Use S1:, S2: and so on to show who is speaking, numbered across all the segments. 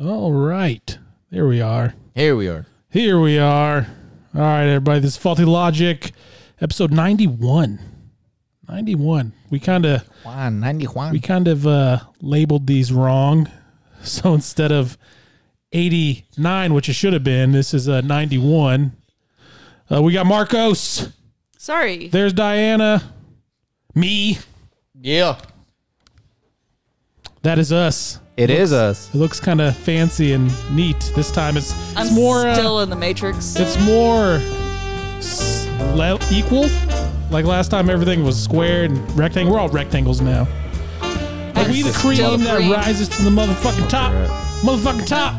S1: All right. There we are.
S2: Here we are.
S1: Here we are. All right, everybody. This is Faulty Logic, episode 91. 91. We kind of
S2: Juan, 90 Juan.
S1: we kind of uh labeled these wrong. So instead of 89, which it should have been, this is uh 91. Uh, we got Marcos.
S3: Sorry.
S1: There's Diana. Me.
S2: yeah.
S1: That is us.
S2: It is us.
S1: It looks kind of fancy and neat. This time it's, it's
S3: I'm
S1: more uh,
S3: still in the Matrix.
S1: It's more s- le- equal. Like last time, everything was squared and rectangle. We're all rectangles now. Are
S3: I'm
S1: we the cream
S3: still
S1: that
S3: cream.
S1: rises to the motherfucking top? Motherfucking top.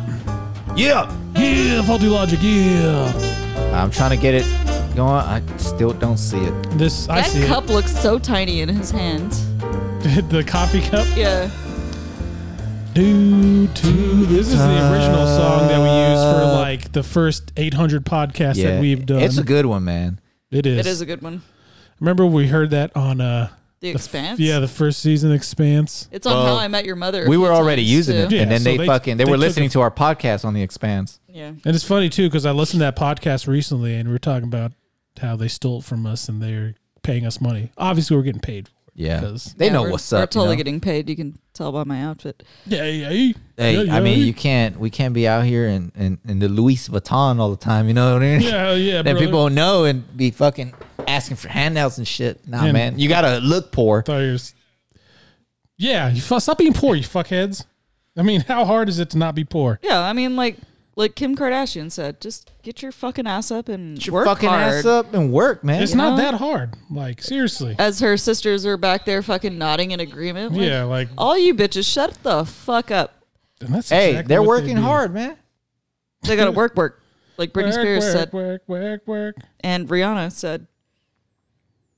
S2: Yeah.
S1: Yeah, faulty logic. Yeah.
S2: I'm trying to get it going. I still don't see it.
S1: This I
S3: That
S1: see
S3: cup looks so tiny in his hand.
S1: it. the coffee cup.
S3: Yeah.
S1: Doo to this is the original song that we used for like the first 800 podcasts
S2: Uh, Yeah.
S1: that we've done.
S2: It's a good one, man.
S1: It is.
S3: It is a good one.
S1: Remember we heard that on uh
S3: The
S1: f-
S3: Expanse?
S1: yeah, the first season Expanse.
S3: It's on
S2: Well,
S3: How I Met Your Mother. a
S2: We
S3: few
S2: were already
S3: times,
S2: using it,
S3: too.
S1: Yeah,
S2: and then
S1: so
S2: they,
S1: they-
S2: fucking they,
S1: they
S2: were
S1: took
S2: listening
S1: it-
S2: to our podcast on the Expanse.
S3: Yeah.
S1: And it's funny too because I listened to that podcast recently, and we were talking about how they stole it from us and they're paying us money. Obviously, we're getting paid for it.
S2: Yeah,
S1: 'cause-
S2: they
S3: Yeah,
S2: know
S3: we're-
S2: what's
S3: We're
S2: up. you
S3: totally
S2: know?
S3: getting paid. You can tell by my outfit.
S1: Yeah, yeah, yeah.
S2: Hey,
S1: yeah,
S2: I mean,
S1: yeah.
S2: you can't. We can't be out here in in, in the Louis Vuitton all the time. You know what I mean?
S1: Yeah, yeah,
S2: Then
S1: brother.
S2: people will know and be fucking asking for handouts and shit. Nah,
S1: And-
S2: man, you gotta look poor.
S1: Thought you was- yeah, you fu- stop being poor, you fuckheads. I mean, how hard is it to not be poor?
S3: Yeah, I mean, like like Kim Kardashian said, just get your fucking ass up and
S2: Get your
S3: work
S2: fucking
S3: hard.
S2: ass up and work, man.
S1: It's
S3: You
S1: not
S3: know?
S1: that hard. Like seriously,
S3: As her sisters are back there fucking nodding in agreement. Like,
S1: yeah. Like
S3: All you bitches, shut the fuck up.
S1: and that's
S2: hey,
S1: exactly
S2: they're
S1: what they
S2: working
S1: do.
S2: hard, man.
S3: They gotta work, work. Like Britney
S1: Work,
S3: Spears
S1: work,
S3: said,
S1: work, work, work.
S3: and Rihanna said,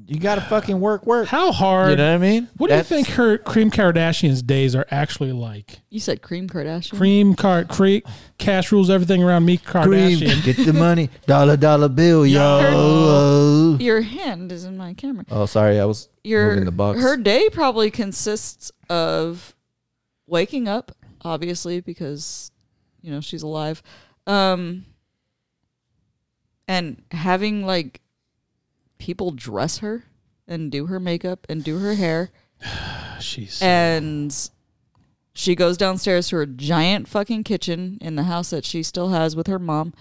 S2: You gotta fucking work, work.
S1: How hard?
S2: You know what I mean?
S1: what do you
S2: That's-
S1: think her Cream Kardashian's days are actually like?
S3: "You said cream Kardashian."
S1: Cream car, cre- cash rules everything around me. Kardashian.
S2: Cream, get the money, dollar dollar bill, yo.
S3: Your hand is in my camera.
S2: Oh, sorry, I was
S3: your
S2: moving the box.
S3: her day probably consists of waking up obviously because you know she's alive um and having like people dress her and do her makeup and do her hair
S1: She's
S3: and she goes downstairs to her giant fucking kitchen in the house that she still has with her mom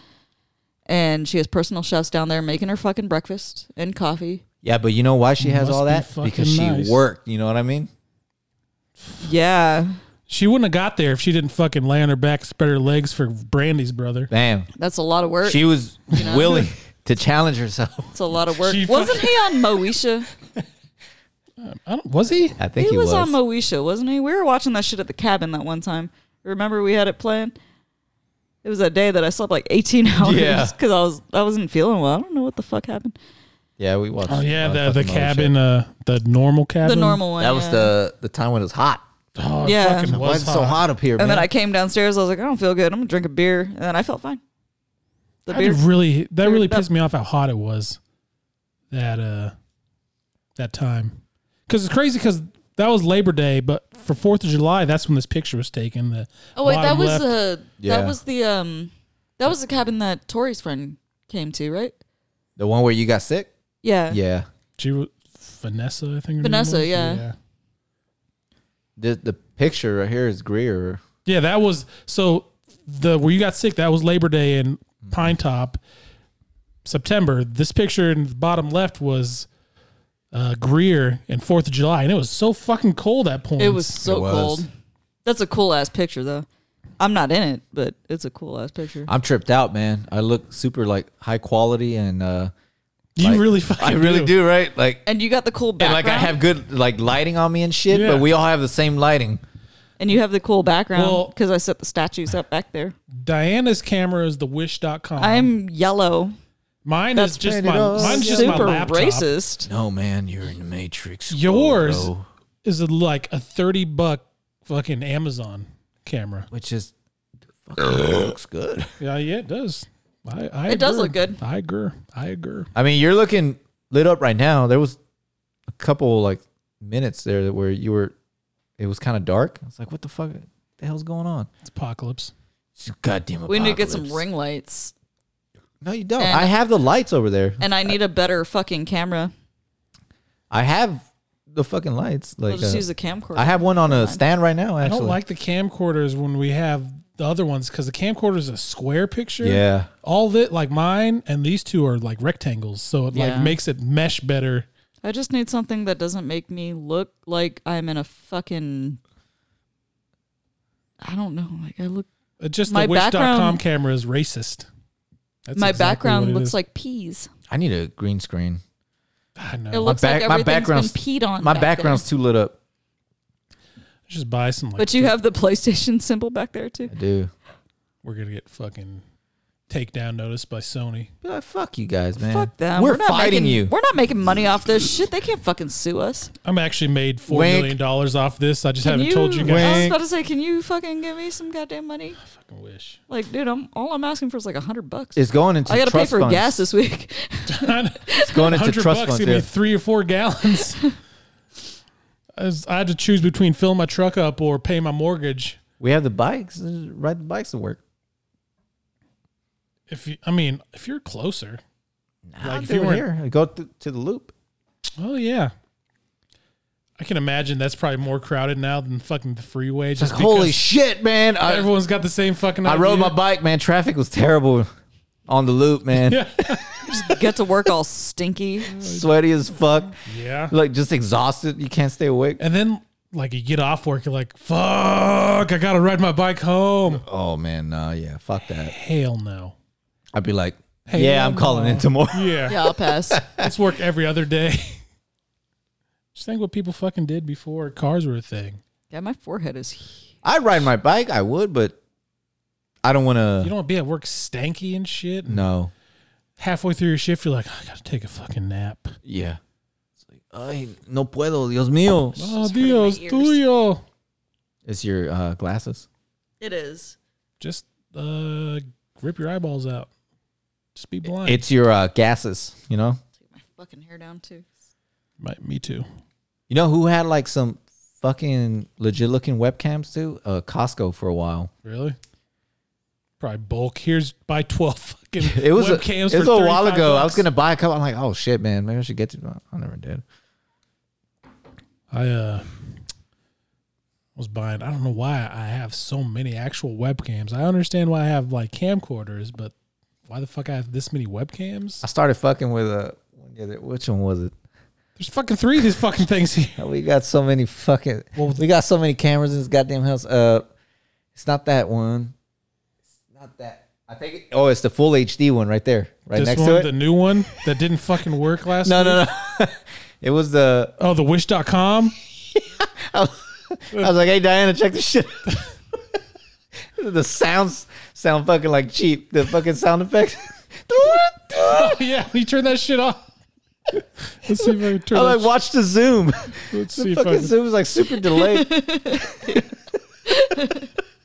S3: and she has personal chefs down there making her fucking breakfast and coffee
S2: yeah, but you know why she has
S1: Must
S2: all
S1: be
S2: that?
S1: fucking
S2: Because she
S1: nice.
S2: worked. You know what I mean?
S3: yeah
S1: she wouldn't have got there if she didn't fucking lay on her back, spread her legs for Brandy's brother.
S2: Damn,
S3: that's a lot of work
S2: she was
S3: know?
S2: willing to challenge herself.
S3: It's a lot of work.
S1: She
S3: wasn't he on Moesha?
S1: I don't, was he?
S2: I think
S3: He
S2: he,
S3: was, on Moesha, wasn't he? We were watching that shit at the cabin that one time. Remember we had it playing? It was that day that I slept like 18 hours
S2: Yeah.
S3: because I was I wasn't feeling well. I don't know what the fuck happened.
S2: yeah, we watched.
S1: Oh yeah,
S2: uh,
S1: the the
S2: fucking Moesha.
S1: cabin, uh, the normal cabin.
S3: The normal one.
S2: That was
S3: yeah.
S2: the the time when it was hot.
S1: Oh, it
S3: Yeah.
S1: fucking
S2: Why
S1: was
S2: is it so hot up here,
S3: And
S2: man?
S3: then I came downstairs. I was like, I don't feel good. I'm gonna drink a beer, and then I felt fine. The
S1: That
S3: beer.
S1: really that really
S3: Bearded up.
S1: pissed me off how hot it was. That uh, that time, because it's crazy because that was Labor Day, but for Fourth of July, that's when this picture was taken. The
S3: oh wait, that
S1: bottom
S3: was
S1: left-
S3: the
S2: Yeah.
S3: that was the um that was the cabin that Tori's friend came to, right?
S2: the one where you got sick.
S3: Yeah.
S2: Yeah.
S1: she was Vanessa, I think. her name
S3: Vanessa,
S1: was?
S3: yeah.
S1: yeah.
S2: The the picture right here is Greer.
S1: Yeah, that was so the where you got sick, that was Labor Day in Pine Top, September. This picture in the bottom left was uh, Greer and Fourth of July, and it was so fucking cold at point.
S3: It was so
S2: It was.
S3: cold. That's a cool ass picture though. I'm not in it, but it's a cool ass picture.
S2: I'm tripped out, man. I look super like high quality and uh
S1: you
S2: like-
S1: really fucking
S2: I really do, right? Like
S3: And you got the cool
S2: and
S3: background.
S2: like I have good like lighting on me and shit,
S1: Yeah.
S2: but we all have the same lighting.
S3: and you have the cool background
S1: Well-
S3: because I set the statues up back there.
S1: Diana's camera is the wish.com.
S3: I'm yellow.
S1: mine
S3: That's
S1: is just
S2: painted
S1: my
S2: up.
S1: mine's just my
S3: Super
S1: laptop.
S3: racist.
S2: No man, you're in the matrix.
S1: Yours
S2: bro.
S1: is a, like a 30 buck fucking Amazon camera.
S2: which is fucking looks good.
S1: Yeah, yeah, it does. I, I
S3: It does
S1: agree.
S3: look good.
S1: I agree. I agree.
S2: I mean, you're looking lit up right now. There was a couple like minutes there that where you were it was kind of dark. I was like, what the fuck the hell's going on?
S1: It's apocalypse.
S2: It's Goddamn.
S3: We need to get some
S2: apocalypse.
S3: ring lights.
S2: No, you don't.
S3: And-
S2: I have the lights over there.
S3: And I need a better fucking camera.
S2: I have the fucking lights. Like
S3: I'll just
S2: uh,
S3: use a camcorder.
S2: I have one on a
S3: Fine.
S2: stand right now.
S1: I
S2: Actually,
S1: don't like the camcorders when we have the other ones because the camcorder is a square picture.
S2: Yeah,
S1: All that like mine and these two are like rectangles, so it like
S3: Yeah.
S1: makes it mesh better.
S3: I just need something that doesn't make me look like I'm in a fucking. I don't know. Like I look,
S1: Uh, Just
S3: My
S1: the Wish.com
S3: background-
S1: camera is racist. That's
S3: my
S1: exactly
S3: background
S1: what it
S3: looks
S1: is.
S3: like peas.
S2: I need a green screen.
S1: I know.
S3: It looks
S2: back-
S3: like
S2: my
S3: everything's
S2: background's-
S3: been peed on.
S2: My
S3: back there.
S2: background's too lit up.
S1: Just buy some. Like,
S3: But you have the PlayStation symbol back there too.
S2: I do.
S1: we're gonna get fucking takedown notice by Sony.
S2: But I fuck you guys, man.
S3: Fuck them.
S2: We're, fighting
S3: making,
S2: you.
S3: We're not making money off this shit. They can't fucking sue us.
S1: I'm actually made four million
S2: Wink.
S1: dollars off this. I just
S3: Can
S1: haven't
S3: you,
S1: told you guys.
S3: I was
S2: Wink.
S3: about to say, can you fucking give me some goddamn money?
S1: I fucking wish.
S3: Like, dude, I'm all I'm asking for is like a hundred bucks.
S2: It's going into
S3: I gotta pay
S2: trust
S3: for
S2: funds.
S3: gas this week.
S2: It's going into
S1: Hundred
S2: trust
S1: bucks
S2: funds.
S1: give me
S2: Yeah.
S1: three or four gallons. I, was- I had to choose between filling my truck up or pay my mortgage.
S2: We have the bikes. Just Ride the bikes to work.
S1: If you, I mean, if you're closer,
S2: Nah,
S1: Like, if
S2: do
S1: you
S2: it
S1: weren't-
S2: here, go to, to the loop.
S1: oh yeah. I can imagine that's probably more crowded now than fucking the freeway. Just
S2: holy
S1: because
S2: shit, man! I,
S1: Everyone's got the same fucking.
S2: I rode my
S1: idea.
S2: bike, man. Traffic was terrible on the loop, man.
S1: Yeah.
S3: Get to work all stinky.
S2: Sweaty as fuck.
S1: Yeah.
S2: Like just exhausted. You can't stay awake.
S1: And then like you get off work, you're like, fuck, I gotta ride my bike home.
S2: Oh man, nah, yeah, fuck that.
S1: Hell no.
S2: I'd be like,
S1: Hey,
S2: yeah, I'm
S1: no.
S2: calling in tomorrow.
S1: Yeah.
S3: Yeah, I'll pass.
S1: Let's work every other day. Just think what people fucking did before cars were a thing.
S3: yeah, my forehead is. huge.
S2: I'd ride my bike. I would, but I don't want
S1: You
S2: to.
S1: don't be at work stanky and shit. And
S2: No.
S1: halfway through your shift, you're like, I gotta take a fucking nap.
S2: Yeah. It's like, Ay, no puedo, Dios mío.
S1: Oh,
S3: just hurting my
S1: Dios
S3: ears.
S1: tuyo.
S2: It's your uh, glasses.
S3: It is.
S1: Just uh, rip your eyeballs out. Just be blind.
S2: It's your uh, gases. You know.
S3: Take my fucking hair down too.
S1: Might, me too.
S2: You know who had like some fucking legit looking webcams too? Uh, Costco for a while.
S1: Really? Probably bulk. Here's buy twelve fucking
S2: It was a,
S1: webcams
S2: it was
S1: for
S2: a while
S1: 35
S2: ago. I was
S1: bucks.
S2: gonna buy a couple. I'm like, oh shit, man, maybe I should get to. I never did.
S1: I uh was buying. I don't know why I have so many actual webcams. I understand why I have like camcorders, but why the fuck I have this many webcams?
S2: I started fucking with a. Which one was it?
S1: There's fucking three of these fucking things here.
S2: We got so many fucking.
S1: Well,
S2: we got so many cameras in this goddamn house. Uh, it's not that one. It's not that. I think. It, oh, it's the full HD one right there, right
S1: this
S2: next
S1: one,
S2: to it.
S1: the new one that didn't fucking work last
S2: no,
S1: week.
S2: no, no. it was the.
S1: Oh, the wish.com.
S2: I was like, hey, Diana, check this shit. out." the sounds sound fucking like cheap. The fucking sound effects.
S1: Oh, yeah, you turn that shit off. Let's see if I can turn
S2: I
S1: that
S2: like watch the zoom.
S1: shit- Let's see
S2: The
S1: if I
S2: fucking
S1: can.
S2: zoom is like super delayed.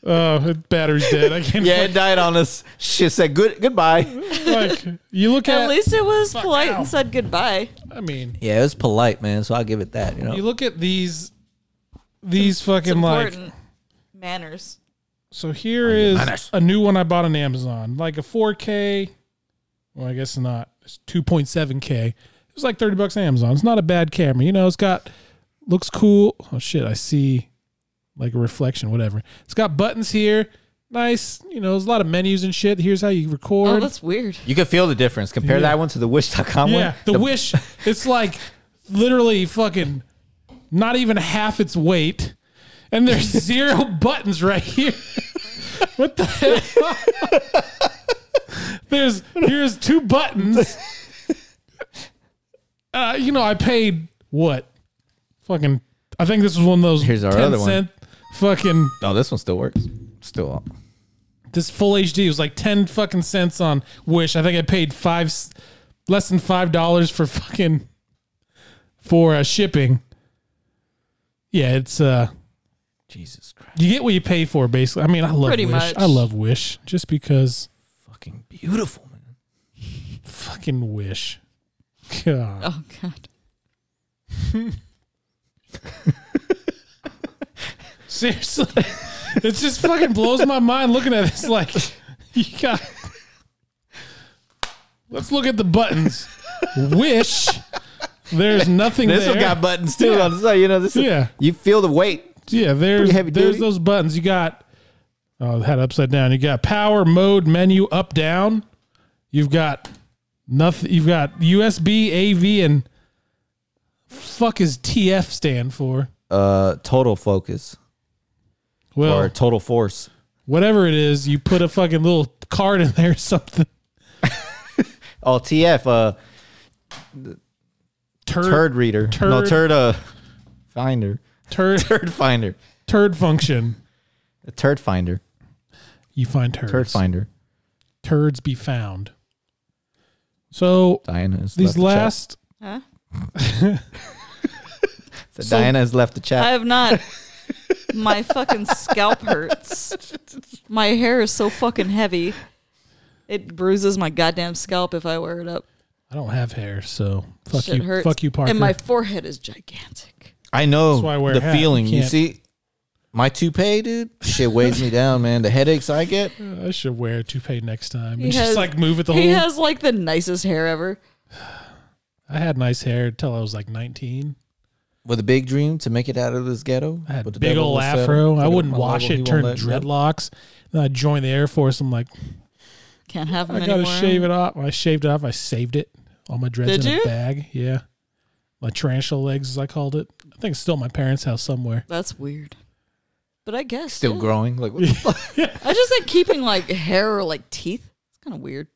S1: Oh, the battery's dead. I can't.
S2: yeah, it died on us. Shit said good goodbye.
S1: Like, you look at.
S3: At least it was
S1: Fuck
S3: polite
S1: ow.
S3: and said goodbye.
S1: I mean,
S2: Yeah, it was polite, man. So I'll give it that. You know.
S1: you look at these. These fucking
S3: It's
S1: like
S3: important. Manners.
S1: So here is
S2: manners.
S1: a new one I bought on Amazon, like a 4K. Well, I guess not. It's 2.7K. It was like 30 bucks on Amazon. It's not a bad camera. You know, it's got looks cool. Oh shit, I see like a reflection, whatever. It's got buttons here. Nice, you know, there's a lot of menus and shit. Here's how you
S3: Oh,
S1: record.
S3: that's weird.
S2: You can feel the difference. Compare
S1: Yeah.
S2: that one to the Wish.com
S1: yeah,
S2: one.
S1: the, wish. It's like literally fucking not even half its weight, and there's zero buttons right here. what the hell? there's here's two buttons. Uh, you know, I paid what? Fucking. I think this was one of those.
S2: Here's our
S1: 10
S2: other one.
S1: cent Fucking
S2: Oh, this one still works. Still up.
S1: this full HD was like ten fucking cents on Wish. I think I paid five, s- less than five dollars for fucking for uh, shipping. Yeah, it's uh,
S2: Jesus Christ.
S1: you get what you pay for basically. I mean, I love
S3: Pretty
S1: Wish.
S3: much.
S1: I love Wish just because
S2: Fucking beautiful, man.
S1: fucking Wish. God,
S3: Oh god.
S1: seriously, It just fucking blows my mind looking at this. Like, you got. Let's look at the buttons. Wish. There's nothing
S2: This
S1: there.
S2: one got buttons too
S1: Yeah.
S2: on the side. You know, this is,
S1: Yeah.
S2: you feel the weight.
S1: yeah, there's
S2: pretty heavy
S1: there's
S2: duty.
S1: those buttons. You got. Oh, I had it upside down. You got power mode menu up down. You've got nothing. You've got USB, AV, and fuck is TF stand for?
S2: Uh, total focus
S1: Well,
S2: or total force.
S1: whatever it is, you put a fucking little card in there or something.
S2: Oh, TF, uh,
S1: Turd,
S2: turd reader. No,
S1: turd-
S2: turd, uh, finder.
S1: turd,
S2: Turd finder.
S1: turd function.
S2: A turd finder.
S1: You find turds.
S2: Turd finder.
S1: Turds be found. So
S2: Diana has
S1: these last,
S2: left
S3: Huh?
S2: The chat. So Diana has left the chat.
S3: I have not. My fucking scalp hurts. My hair is so fucking heavy. It bruises my goddamn scalp if I wear it up.
S1: I don't have hair, so fuck
S3: Shit
S1: you,
S3: hurts.
S1: fuck you, Parker.
S3: And my forehead is gigantic.
S2: I know
S1: That's why I wear a
S2: the
S1: hat. You
S2: feeling. You,
S1: can't-
S2: see, my toupee, dude, shit weighs me down, man. The headaches I get.
S1: I should wear a toupee next time.
S3: He
S1: And just
S3: has-
S1: like move it the
S3: He
S1: whole.
S3: has like the nicest hair ever.
S1: I had nice hair until I was like 19.
S2: With a big dream to make it out of this ghetto.
S1: I
S2: but the
S1: had big
S2: devil
S1: old
S2: will settle.
S1: afro.
S2: Put
S1: I
S2: it
S1: wouldn't
S2: on my
S1: wash
S2: level, he
S1: it,
S2: won't
S1: turn
S2: let go.
S1: dreadlocks. Then I joined the Air Force. I'm like,
S3: Can't have him
S1: I gotta
S3: anymore.
S1: shave it off. I shaved it off. I saved it. All my dreads
S3: Did
S1: in
S3: you?
S1: a bag. Yeah. My tarantula legs, as I called it. I think it's still at my parents' house somewhere.
S3: That's weird. But I guess
S2: Still
S3: yeah.
S2: growing. Like, what the fuck?
S3: I just like keeping like hair or like teeth. It's kind of weird.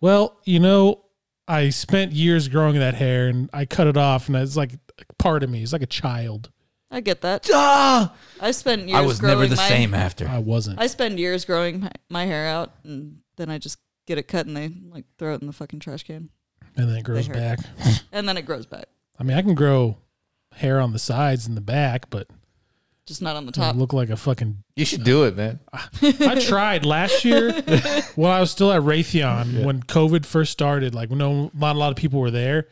S1: Well, you know, I spent years growing that hair and I cut it off, and it's like part of me. It's like a child.
S3: I get that.
S2: Ah!
S3: I spent years.
S2: I was never
S3: growing
S2: the
S3: my-
S2: same after.
S1: I wasn't.
S3: I spend years growing my, my hair out, and then I just get it cut and they like throw it in the fucking trash can,
S1: and then it grows
S3: hurt.
S1: back.
S3: and then it grows back,
S1: I mean, I can grow hair on the sides and the back, but
S3: just not on the
S1: I
S3: top.
S1: look like a fucking.
S2: You should do it, man.
S1: I tried last year when I was still at Raytheon when COVID first started. Like, no, not a lot of people were there.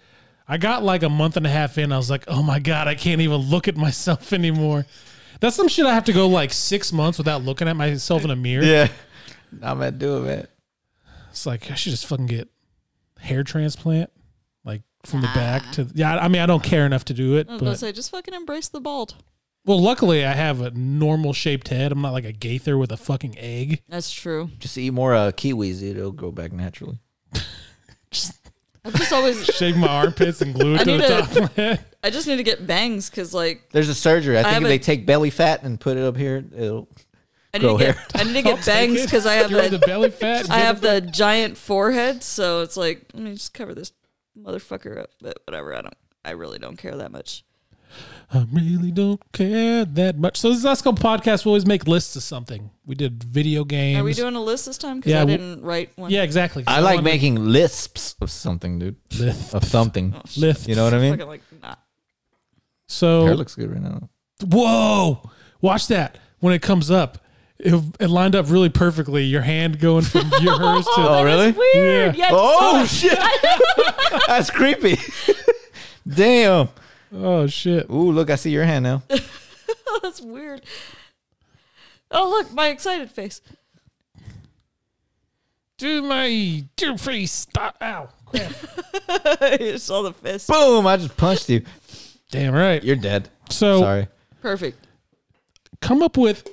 S1: I got like a month and a half in. I was like, oh my god, I can't even look at myself anymore. That's some shit I have to go like six months without looking at myself in a mirror.
S2: Yeah. I'm gonna do it, man.
S1: It's like I should just fucking get hair transplant, like from the back to yeah. I mean, I don't care enough to do it,
S3: I was
S1: but
S3: gonna say, just fucking embrace the bald.
S1: well, luckily I have a normal shaped head. I'm not like a gaither with a fucking egg.
S3: That's true.
S2: Just eat more uh, kiwis, dude. It'll grow back naturally.
S3: I've just always,
S1: Shave my armpits and glue it
S3: I
S1: to the
S3: need a-
S1: top of my head.
S3: I just need to get bangs because like
S2: There's a surgery. I think
S3: have
S2: if
S3: a-
S2: they take belly fat and put it up here, it'll.
S3: I need
S2: Grow
S3: to get,
S2: hair.
S3: I need to get bangs because I have
S1: Get rid of
S3: a,
S1: the belly fat.
S3: I have the giant forehead, so it's like let me just cover this motherfucker up. But whatever, I don't, I really don't care that much.
S1: I really don't care that much. So this last couple podcasts, we always make lists of something. We did video games.
S3: Are we doing a list this time? Because
S1: Yeah,
S3: I
S1: w-
S3: didn't write one.
S1: Yeah, exactly.
S2: I like
S1: wanted-
S2: making lisps of something, dude.
S1: Lisp.
S2: Of something.
S3: Oh, shit.
S1: lists.
S2: You know what I mean?
S3: Fucking like not.
S1: So
S2: Hair looks good right now.
S1: whoa watch that when it comes up it, it lined up really perfectly your hand going from your hers to
S2: Oh, really?
S3: Weird. Yeah.
S2: Oh shit! That's creepy. Damn.
S1: oh shit
S2: Ooh, look, I see your hand now.
S3: That's weird. Oh look, my excited face.
S1: do my dear face stop ow crap.
S3: you saw the fist.
S2: Boom! I just punched you.
S1: damn right
S2: You're dead.
S1: so
S2: Sorry.
S3: Perfect.
S1: come up with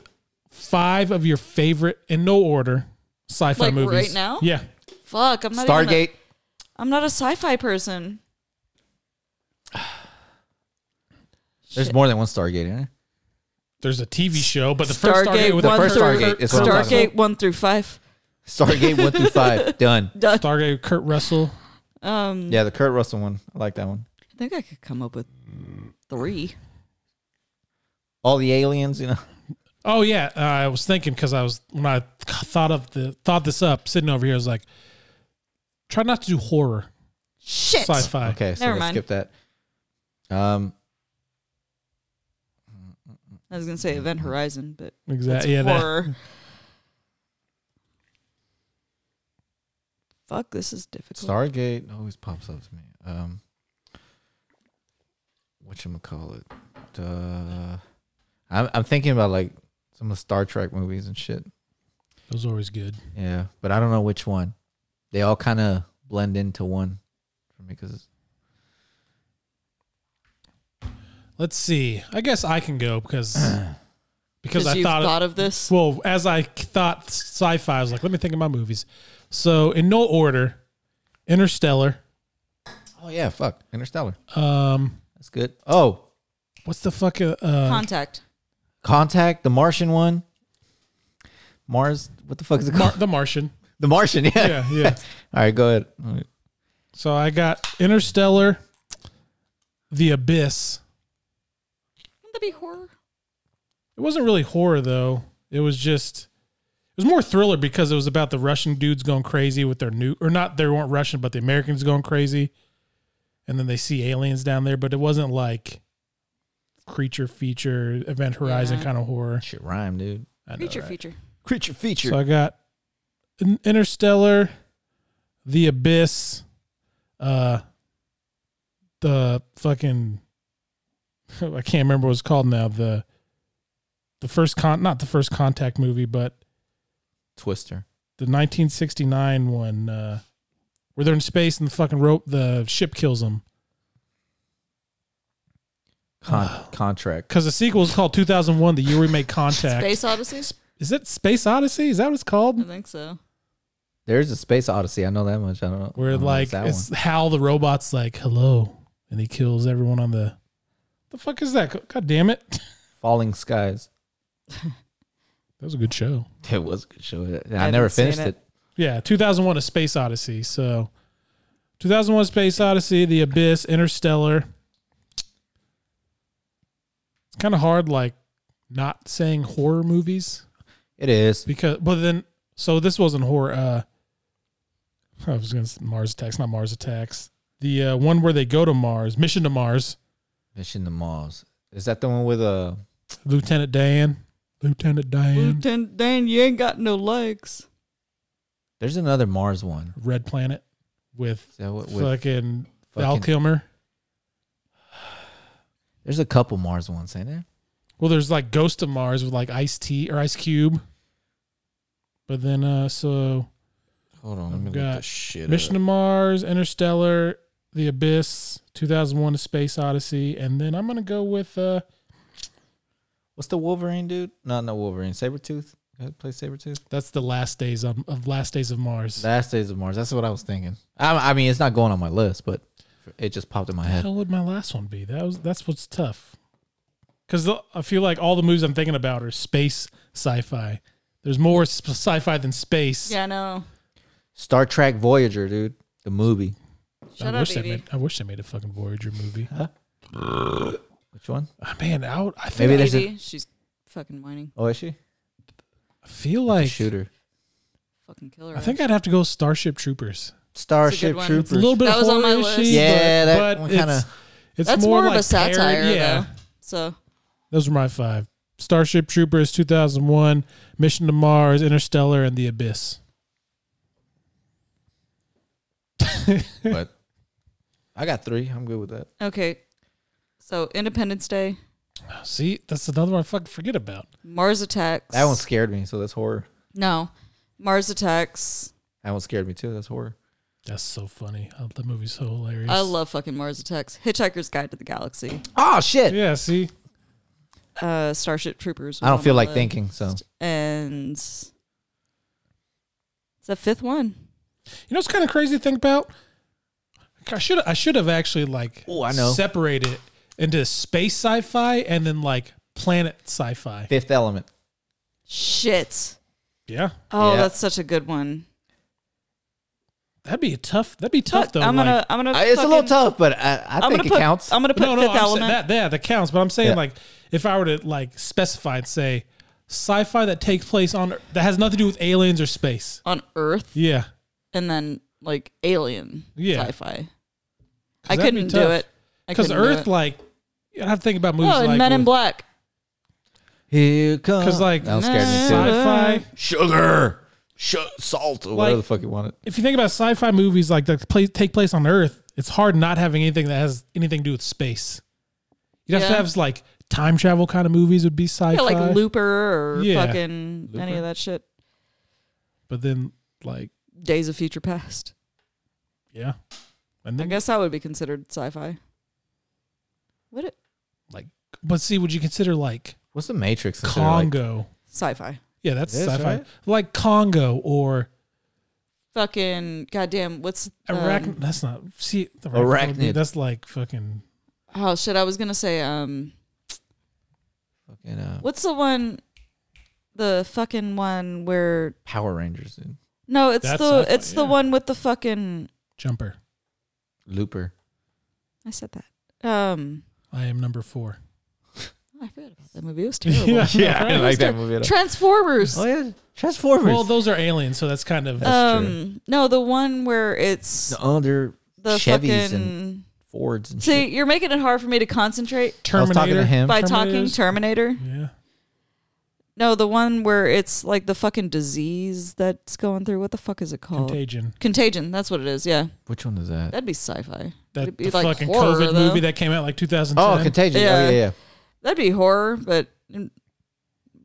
S1: five of your favorite in no order sci-fi
S3: Like,
S1: movies
S3: right now?
S1: yeah
S3: Fuck, I'm not. Even
S2: Stargate.
S3: a, I'm not a sci-fi person.
S2: There's more than one Stargate. Isn't there?
S1: there's a tv show but the first stargate with the
S3: one
S1: first
S3: through,
S1: stargate,
S2: Stargate is what I'm talking
S3: Stargate one through five.
S2: Stargate one through five. Mm. Done.
S3: Done.
S1: stargate with kurt russell
S3: Um,
S2: Yeah, the Kurt Russell one. I like that one.
S3: I think I could come up with three.
S2: All the aliens, you know.
S1: Oh yeah, uh, I was thinking because I was when I thought of the thought this up sitting over here. I was like, try not to do horror
S3: Shit.
S1: sci-fi.
S2: Okay, so
S3: Never
S2: let's
S3: mind.
S2: skip that. Um,
S3: I was gonna say Event Horizon, but that's
S1: exactly. Yeah, that,
S3: horror. Fuck, this is difficult.
S2: Stargate always pops up to me. Um, what you call it? Uh, I'm I'm thinking about like Some of the Star Trek movies and shit.
S1: Those are always good.
S2: Yeah, but I don't know which one. They all kind of blend into one for me because
S1: Let's see. I guess I can go because because I
S3: you've
S1: thought,
S3: thought, of this.
S1: well as I thought sci-fi I was like let me think of my movies. So in no order, Interstellar.
S2: oh yeah, fuck Interstellar.
S1: Um,
S2: That's good. Oh,
S1: what's the fuck? Uh, uh,
S3: Contact.
S2: Contact, the Martian one. Mars, what the fuck is it called?
S1: Mar- the Martian.
S2: the Martian, yeah.
S1: Yeah, yeah.
S2: All right, go ahead. All right.
S1: So I got Interstellar, The Abyss.
S3: Wouldn't that be horror?
S1: It wasn't really horror though. It was just it was more thriller because it was about the Russian dudes going crazy with their new or not they weren't Russian but the Americans going crazy. And then they see aliens down there, but it wasn't like creature feature event horizon
S3: Yeah.
S1: kind of horror.
S2: Shit rhyme, dude.
S1: I know,
S3: Creature
S1: right?
S3: feature.
S2: Creature feature.
S1: So I got In- Interstellar, The Abyss, uh, the fucking I can't remember what it's called now. The the first con not the first contact movie, but
S2: Twister.
S1: the 1969 one uh, where they're in space and the fucking rope the ship kills them
S2: Con- contract.
S1: because the sequel is called 2001: The Year We Made Contact.
S3: Space Odyssey?
S1: Is it Space Odyssey? Is that what it's
S3: I
S1: called?
S3: think so.
S2: There's a space odyssey. I know that much. I don't know. I
S1: Where
S2: don't know
S1: like
S2: that
S1: it's
S2: one.
S1: Hal the robot's like hello, and he kills everyone on the. The fuck is that? God damn it! That
S2: Falling Skies.
S1: was a good show.
S2: It was a good show. I,
S3: haven't
S2: never
S3: seen
S2: finished
S3: it.
S2: it.
S1: Yeah, 2001: A Space Odyssey. So, 2001: Space Odyssey, The Abyss, Interstellar. It's kind of hard, like not saying horror movies.
S2: It is.
S1: because but then so this wasn't horror uh i was gonna say mars attacks not mars attacks the uh, one where they go to mars mission to mars
S2: Mission to Mars. Is that the one with uh, a?
S1: lieutenant dan lieutenant dan
S3: Lieutenant Dan, you ain't got no legs.
S2: There's another Mars one.
S1: red planet with
S2: Is that what? With,
S1: fucking val
S2: fucking-
S1: kilmer
S2: there's a couple Mars ones, ain't there?
S1: well there's like ghost of mars with like ice tea or ice cube but then uh so
S2: Hold on.
S1: I've
S2: Let me look
S1: got
S2: this shit
S1: mission to
S2: up.
S1: mars interstellar the abyss 2001 a space odyssey and then i'm gonna go with uh
S2: What's the Wolverine dude? No, not Wolverine. Sabretooth? You guys play Sabretooth?
S1: That's the last days of, of last days of Mars.
S2: Last Days of Mars. That's what I was thinking. I, I mean, it's not going on my list, but it just popped in my
S1: the
S2: head.
S1: hell would my last one be? That was that's what's tough. Because I feel like all the movies I'm thinking about are space sci-fi. There's more sp- sci-fi than space.
S3: Yeah, I know.
S2: Star Trek Voyager, dude. The movie.
S3: Shut
S1: I
S3: up,
S1: wish they
S3: baby.
S1: made, I wish they made a fucking Voyager movie.
S2: Which one?
S1: Ah, man, I, would, I think
S2: Maybe there's a.
S3: Baby, she's fucking whining.
S2: Oh, is she?
S1: I feel
S2: The
S1: like
S2: shooter.
S3: Fucking killer.
S1: I think I'd have to go Starship Troopers.
S2: Starship
S3: one.
S2: Troopers.
S1: It's a little bit
S3: That was on my
S1: horror-ish-y,
S3: list.
S1: but-
S2: Yeah, that
S1: but
S2: one
S1: it's-
S2: kinda-
S1: It's
S3: That's
S1: more,
S3: more,
S1: like
S3: of a satire,
S1: parody- yeah,
S3: though. So
S1: those were my five: Starship Troopers, 2001, Mission to Mars, Interstellar, and The Abyss.
S2: but I got three. I'm good with that.
S3: okay. So Independence Day,
S1: Uh, See, that's another one I fucking forget about.
S3: Mars Attacks.
S2: That one scared me, so that's horror.
S3: No, Mars Attacks.
S2: That one scared me too. That's horror.
S1: That's so funny. Oh, that movie's so hilarious.
S3: I love fucking Mars Attacks. Hitchhiker's Guide to the Galaxy.
S2: Oh shit!
S1: Yeah, see,
S3: Uh, Starship Troopers. was
S2: I don't
S3: on
S2: feel
S3: my
S2: like
S3: list.
S2: thinking. So
S3: And it's the fifth one.
S1: you know what's kind of crazy to think about? I should I should have actually like
S2: Ooh, I know.
S1: separated it into space sci-fi and then like planet sci-fi.
S2: Fifth Element.
S3: Shit.
S1: Yeah,
S3: Oh,
S2: Yeah.
S3: that's such a good one.
S1: that'd be a tough. That'd be tough
S3: Fuck,
S1: though.
S3: I'm gonna.
S1: like-
S3: I'm gonna.
S2: Uh, it's a little
S3: fucking-
S2: tough, but I, I
S3: I'm
S2: think
S3: gonna
S2: it
S3: put.
S2: counts.
S3: I'm gonna put
S1: no, no,
S3: Fifth
S1: I'm saying
S3: Element.
S1: that yeah, that counts. But I'm saying
S2: Yeah.
S1: like if I were to like specify and say sci-fi that takes place on Earth- that has nothing to do with aliens or space.
S3: on Earth
S1: Yeah,
S3: and then like alien
S1: Yeah.
S3: sci-fi. I
S1: that'd be
S3: couldn't
S1: tough.
S3: do it. I
S1: because
S3: couldn't do
S1: Earth
S3: it.
S1: like you have to think about movies
S3: oh, and
S1: like
S3: Men in
S1: with
S3: Black.
S2: Here comes.
S1: 'Cause, like,
S2: that one scared
S3: Nah.
S2: me too.
S1: sci-fi.
S2: Sugar, Sh- salt, or whatever
S1: Like-
S2: the fuck you want it.
S1: if you think about sci-fi movies like that play, take place on Earth, it's hard not having anything that has anything to do with space. You'd have to
S3: Yeah.
S1: have like time travel kind of movies would be sci-fi.
S3: Yeah, like Looper or
S1: Yeah.
S3: fucking any
S1: Looper.
S3: of that shit.
S1: but then like
S3: Days of Future Past.
S1: yeah, and
S3: I
S1: then
S3: guess that would be considered sci-fi. Would it?
S1: but see, would you consider like
S2: What's the Matrix? considered, like-
S1: Congo?
S3: Sci-fi.
S1: yeah, that's
S2: It is,
S1: sci-fi.
S2: right?
S1: Like Congo or
S3: Fucking goddamn. What's um,
S1: Arach. that's not see the
S2: Arachnid.
S1: That's like fucking
S3: Oh shit! I was gonna say um.
S2: fucking uh,
S3: What's the one? The fucking one where
S2: Power Rangers, dude.
S3: no, it's
S1: That's
S3: the
S1: sci-fi,
S3: it's the
S1: yeah.
S3: one with the fucking.
S1: jumper.
S2: Looper.
S3: I said that. Um,
S1: I am number four.
S3: I forgot about that movie. It was terrible.
S2: yeah, I
S1: right?
S2: like that movie. At all.
S3: Transformers.
S2: Oh yeah, Transformers.
S1: Well, those are aliens, so that's kind of
S2: that's true.
S3: um, no, the one where it's
S2: the other
S3: the
S2: Chevys
S3: fucking.
S2: and Fords and
S3: See,
S2: shit.
S3: you're making it hard for me to concentrate
S2: I was
S1: Terminator.
S2: talking to him.
S3: by
S1: Terminators?
S3: talking Terminator.
S1: Yeah.
S3: No, the one where it's like the fucking disease that's going through. What the fuck is it called?
S1: Contagion.
S3: Contagion. That's what it is. Yeah,
S2: Which one is that?
S3: that'd be sci-fi.
S1: That
S3: It'd be
S1: the
S3: like
S1: fucking
S3: horror,
S1: COVID
S3: though.
S1: movie that came out like 2010.
S2: Oh, Contagion. Oh
S3: Yeah.
S2: yeah, yeah.
S3: That'd be horror, but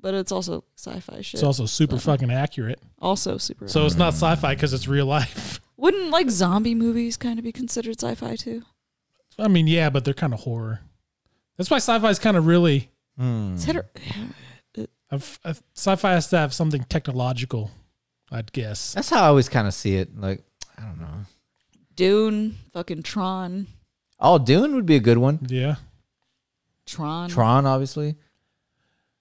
S3: but it's also sci-fi shit.
S1: it's also super fucking accurate.
S3: also super.
S1: So it's not sci-fi because it's real life.
S3: wouldn't like zombie movies kind of be considered sci-fi too?
S1: I mean, yeah, but they're kind of horror. That's why sci-fi is kind of really.
S2: Hmm.
S3: It's hit or-
S1: I've, I've, sci-fi has to have something technological, I'd guess.
S2: That's how I always kind of see it. Like I don't know.
S3: Dune, fucking Tron,
S2: Oh, Dune would be a good one.
S1: Yeah,
S3: Tron.
S2: Tron, obviously.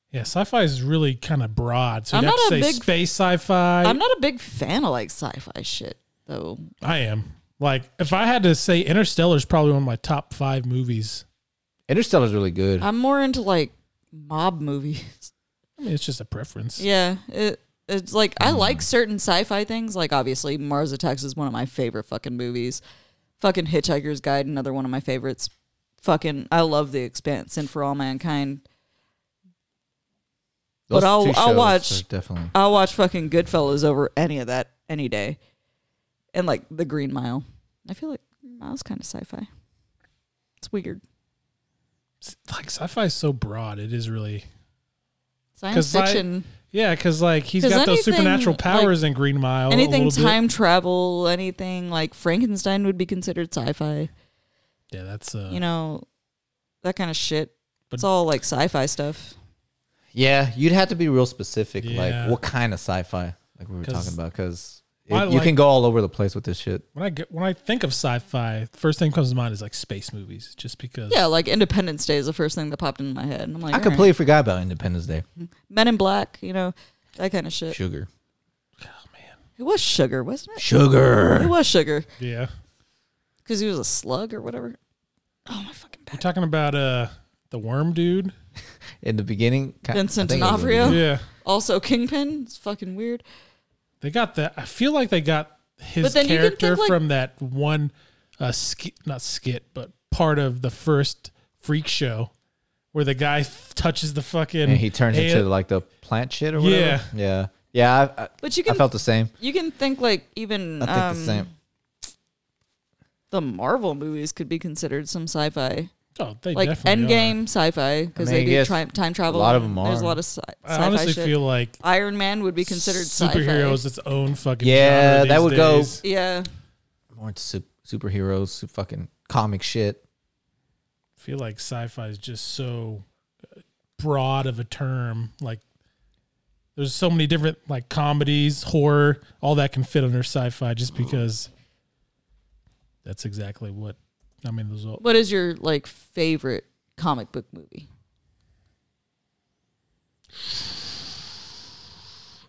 S1: yeah. Sci-fi is really kind of broad. So
S3: I'm
S1: you have to
S3: not
S1: say
S3: a big-
S1: space sci-fi.
S3: I'm not a big fan of like sci-fi shit though.
S1: I am. Like, if I had to say, Interstellar is probably one of my top five movies.
S2: Interstellar's really good.
S3: I'm more into like mob movies.
S1: I mean, it's just a preference.
S3: Yeah, it it's like I like certain sci-fi things. Like obviously, Mars Attacks is one of my favorite fucking movies. Fucking Hitchhiker's Guide, another one of my favorites. Fucking, I love The Expanse and For All Mankind. but
S2: Those
S3: I'll-
S2: two
S3: I'll
S2: shows
S3: watch-
S2: are definitely.
S3: I'll watch fucking Goodfellas over any of that any day. And like The Green Mile. I feel like Green Mile's kind of sci-fi. It's weird.
S1: S- Like, sci-fi is so broad. It is really.
S3: Science
S1: 'Cause I-
S3: fiction,
S1: Yeah, because like he's
S3: 'Cause
S1: got those
S3: anything,
S1: supernatural
S3: like,
S1: powers in Green Mile. Oh, a
S3: anything
S1: little bit.
S3: time travel, anything like Frankenstein would be considered sci-fi.
S1: Yeah, that's uh,
S3: you know, that kind of shit.
S1: But-
S3: it's all like sci-fi stuff.
S2: Yeah, you'd have to be real specific.
S1: Yeah.
S2: Like what kind of sci-fi? Like we were
S1: 'Cause
S2: talking about because
S1: I
S2: you
S1: like-
S2: can go all over the place with this shit.
S1: when I get, when I think of sci-fi, first thing comes to mind is like space movies, just because.
S3: Yeah, like Independence Day is the first thing that popped into my head. And I'm like,
S2: I
S3: all right.
S2: completely forgot about Independence Day.
S3: Men in Black, you know, that kind of shit.
S2: Sugar,
S3: It was Sugar, wasn't it? It
S2: sugar.
S3: was Sugar
S1: yeah.
S3: because he was a slug or whatever. Oh my fucking
S1: We're
S3: back.
S1: talking about uh the worm dude.
S2: In the beginning, ki- I
S3: Vincent
S2: think it was in the
S3: D'Onofrio?
S2: beginning.
S1: Yeah,
S3: Also, Kingpin. It's fucking weird.
S1: they got that. I feel like they got his
S3: But then you can
S1: character
S3: think, like-
S1: from that one uh skit, not skit, but part of the first freak show where the guy f- touches the fucking
S2: and he turns
S1: a-
S2: into like the plant shit or whatever.
S1: Yeah.
S2: yeah, yeah. I, I,
S3: But you
S2: I
S3: can
S2: felt the same.
S3: you can think like even
S2: I think
S3: um,
S2: the same.
S3: the Marvel movies could be considered some sci-fi,
S1: oh, they
S3: like
S1: definitely
S3: Endgame sci-fi because
S2: I mean,
S3: they do
S2: yes,
S3: tri- time travel.
S2: lot of
S3: and
S2: them
S3: There's a
S2: are.
S3: lot of sci-
S1: Are.
S3: sci-fi
S1: I honestly
S3: shit.
S1: feel like
S3: Iron Man would be considered
S1: superheroes
S3: Sci-fi.
S1: its own fucking
S2: Yeah,
S1: genre
S2: that
S1: these
S2: would go-
S1: days.
S3: Yeah,
S2: More into su- superheroes, su- fucking comic shit.
S1: I feel like sci-fi is just so uh, broad of a term. Like there's so many different like comedies, horror, all that can fit under sci-fi just because that's exactly what I mean those all
S3: What is your like favorite comic book movie?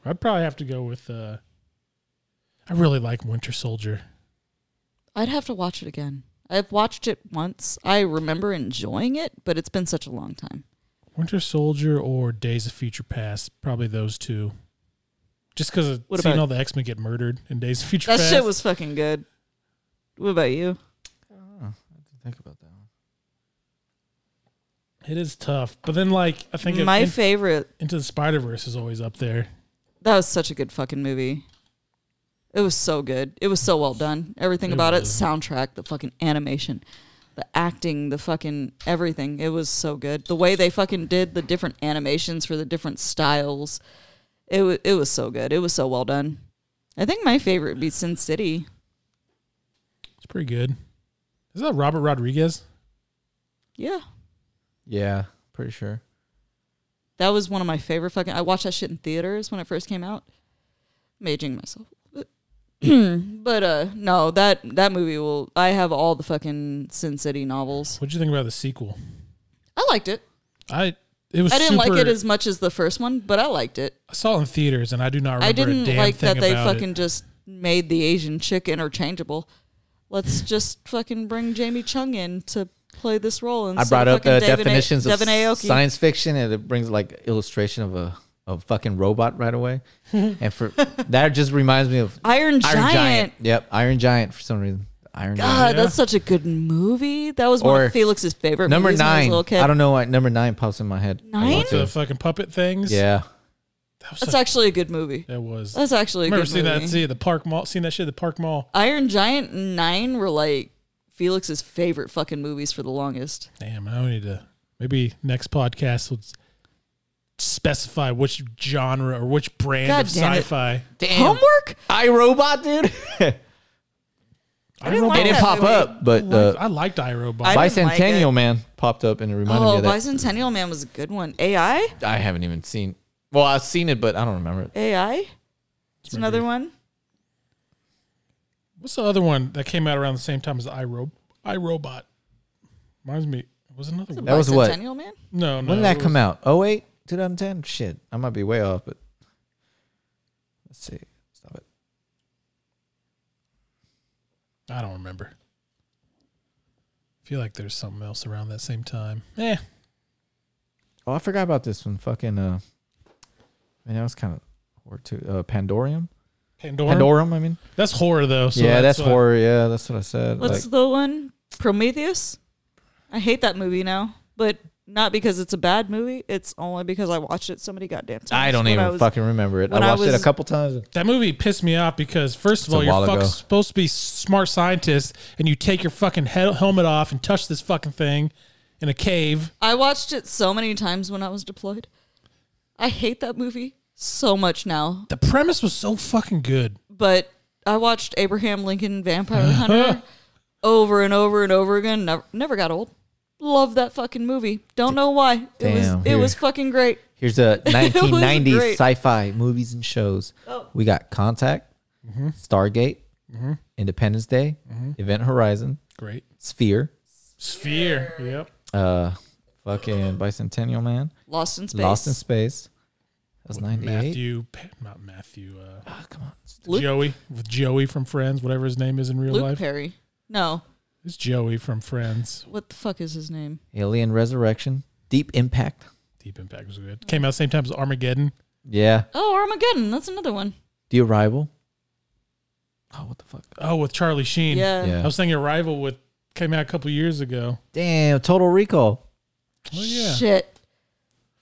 S1: I'd probably have to go with uh I really like Winter Soldier.
S3: I'd have to watch it again. I've watched it once. I remember enjoying it, but it's been such a long time.
S1: Winter Soldier or Days of Future Past, probably those two. Just because of
S3: What
S1: seeing
S3: about-
S1: all the X Men get murdered in Days of Future
S3: That
S1: Past.
S3: shit was fucking good. What about you?
S2: Think about that one.
S1: it is tough. But then, like, I think of
S3: My
S1: In-
S3: favorite.
S1: Into the Spider Verse is always up there.
S3: That was such a good fucking movie. It was so good. It was so well done. Everything
S1: It
S3: about it,
S1: was.
S3: soundtrack, the fucking animation. the acting, the fucking everything. It was so good. The way they fucking did the different animations for the different styles. It was it was so good. It was so well done. I think my favorite would be Sin City.
S1: It's pretty good. Is that Robert Rodriguez?
S3: Yeah.
S2: Yeah, pretty sure.
S3: That was one of my favorite fucking. I watched that shit in theaters when it first came out. I'm aging myself, but uh, no that that movie will. I have all the fucking Sin City novels.
S1: What'd you think about the sequel?
S3: I liked it.
S1: I it was.
S3: I didn't like
S1: super-
S3: it as much as the first one, but I liked it.
S1: I saw it in theaters, and I do not remember.
S3: I didn't
S1: a damn
S3: like
S1: thing
S3: that they
S1: about it.
S3: fucking just made the Asian chick interchangeable. Let's just fucking bring Jamie Chung in to play this role. And
S2: I brought up the
S3: Devin
S2: definitions
S3: A- Devin
S2: of
S3: Aoki.
S2: science fiction, and it brings like illustration of a of fucking robot right away. and for that, just reminds me of
S3: Iron,
S2: Iron
S3: Giant.
S2: Giant. Yep, Iron Giant for some reason. Iron Giant.
S3: God, Ah, that's such a good movie. That was one
S2: Or
S3: of Felix's favorite
S2: Number
S3: movies when I was
S2: nine.
S3: a little kid.
S2: I don't know why number nine pops in my head. I
S3: Nine?
S2: want to.
S1: the fucking puppet things.
S2: Yeah.
S1: that was.
S3: That's
S1: such-
S3: actually a good movie.
S1: that was.
S3: That's actually a
S1: remember
S3: good
S1: seeing
S3: movie.
S1: that? See the park mall. Seen that shit at the park mall.
S3: Iron Giant and Nine were like Felix's favorite fucking movies for the longest.
S1: Damn, I need to. Maybe next podcast will s- specify which genre or which brand
S3: God
S1: of
S3: damn it.
S1: sci-fi.
S2: Damn.
S3: Homework?
S2: I Robot, dude. it
S1: I
S3: didn't like
S2: didn't
S3: that
S2: pop
S3: movie.
S2: up, but
S1: Liked,
S2: uh,
S1: I liked iRobot.
S3: I didn't like
S2: Bicentennial
S3: it.
S2: Man popped up and it reminded me
S3: Oh,
S2: of that.
S3: Bicentennial Man was a good one. AI?
S2: I haven't even seen. Well, I've seen it, but I don't remember it.
S3: AI? It's another one.
S1: What's the other one that came out around the same time as the iRobot? iRobot reminds me. It was another one.
S2: That was what?
S3: Bicentennial Man?
S1: No, no.
S2: When did
S1: it
S2: that
S1: was-
S2: come out? 08? 2010? Shit. I might be way off, but let's see. Stop it.
S1: I don't remember. I feel like there's something else around that same time. Eh,
S2: Oh, I forgot about this one. Fucking uh man, that was kind of horror too. Uh Pandorium?
S1: Pandora.
S2: Pandorum, I mean.
S1: That's horror though. So
S2: yeah, that's,
S1: what-
S2: horror, yeah, that's what I said.
S3: What's
S2: like,
S3: the one? Prometheus? I hate that movie now, but not because it's a bad movie. It's only because I watched it so many goddamn times.
S2: I don't
S3: when
S2: even
S3: was-
S2: fucking remember it. I
S3: when I
S2: watched it
S3: was-
S2: a couple times.
S1: That movie pissed me off because first of
S2: It's a
S1: all, you're
S2: while
S1: fuck
S2: ago.
S1: supposed to be smart scientists, and you take your fucking hel- helmet off and touch this fucking thing in a cave.
S3: I watched it so many times when I was deployed. I hate that movie so much now,
S1: The premise was so fucking good.
S3: but I watched Abraham Lincoln Vampire Hunter over and over and over again. Never, never got old. Love that fucking movie. Don't know why. It
S2: Damn,
S3: was it
S2: here.
S3: was fucking great.
S2: Here's a
S3: great.
S2: 1990s sci-fi movies and shows.
S3: Oh.
S2: We got Contact, Mm-hmm. Stargate, Mm-hmm. Independence Day, Event Horizon,
S1: Great
S2: Sphere,
S1: sphere. Yep.
S2: uh, fucking Bicentennial Man,
S3: Lost in space.
S2: Lost in Space. That was '98.
S1: Matthew, Pa- not Matthew. Uh,
S2: Ah, come on,
S3: Luke-
S1: Joey with Joey from Friends, whatever his name is in real
S3: Luke
S1: life.
S3: Perry. No,
S1: It's Joey from Friends.
S3: what the fuck is his name?
S2: Alien Resurrection, Deep Impact.
S1: Deep Impact was good. Came out same time as Armageddon.
S2: Yeah,
S3: Oh, Armageddon. That's another one.
S2: The Arrival. Oh, what the fuck?
S1: Oh, with Charlie Sheen.
S3: Yeah.
S1: I
S2: Yeah.
S1: was thinking Arrival with came out a couple years ago.
S2: Damn, Total Recall.
S1: Oh yeah.
S3: Shit.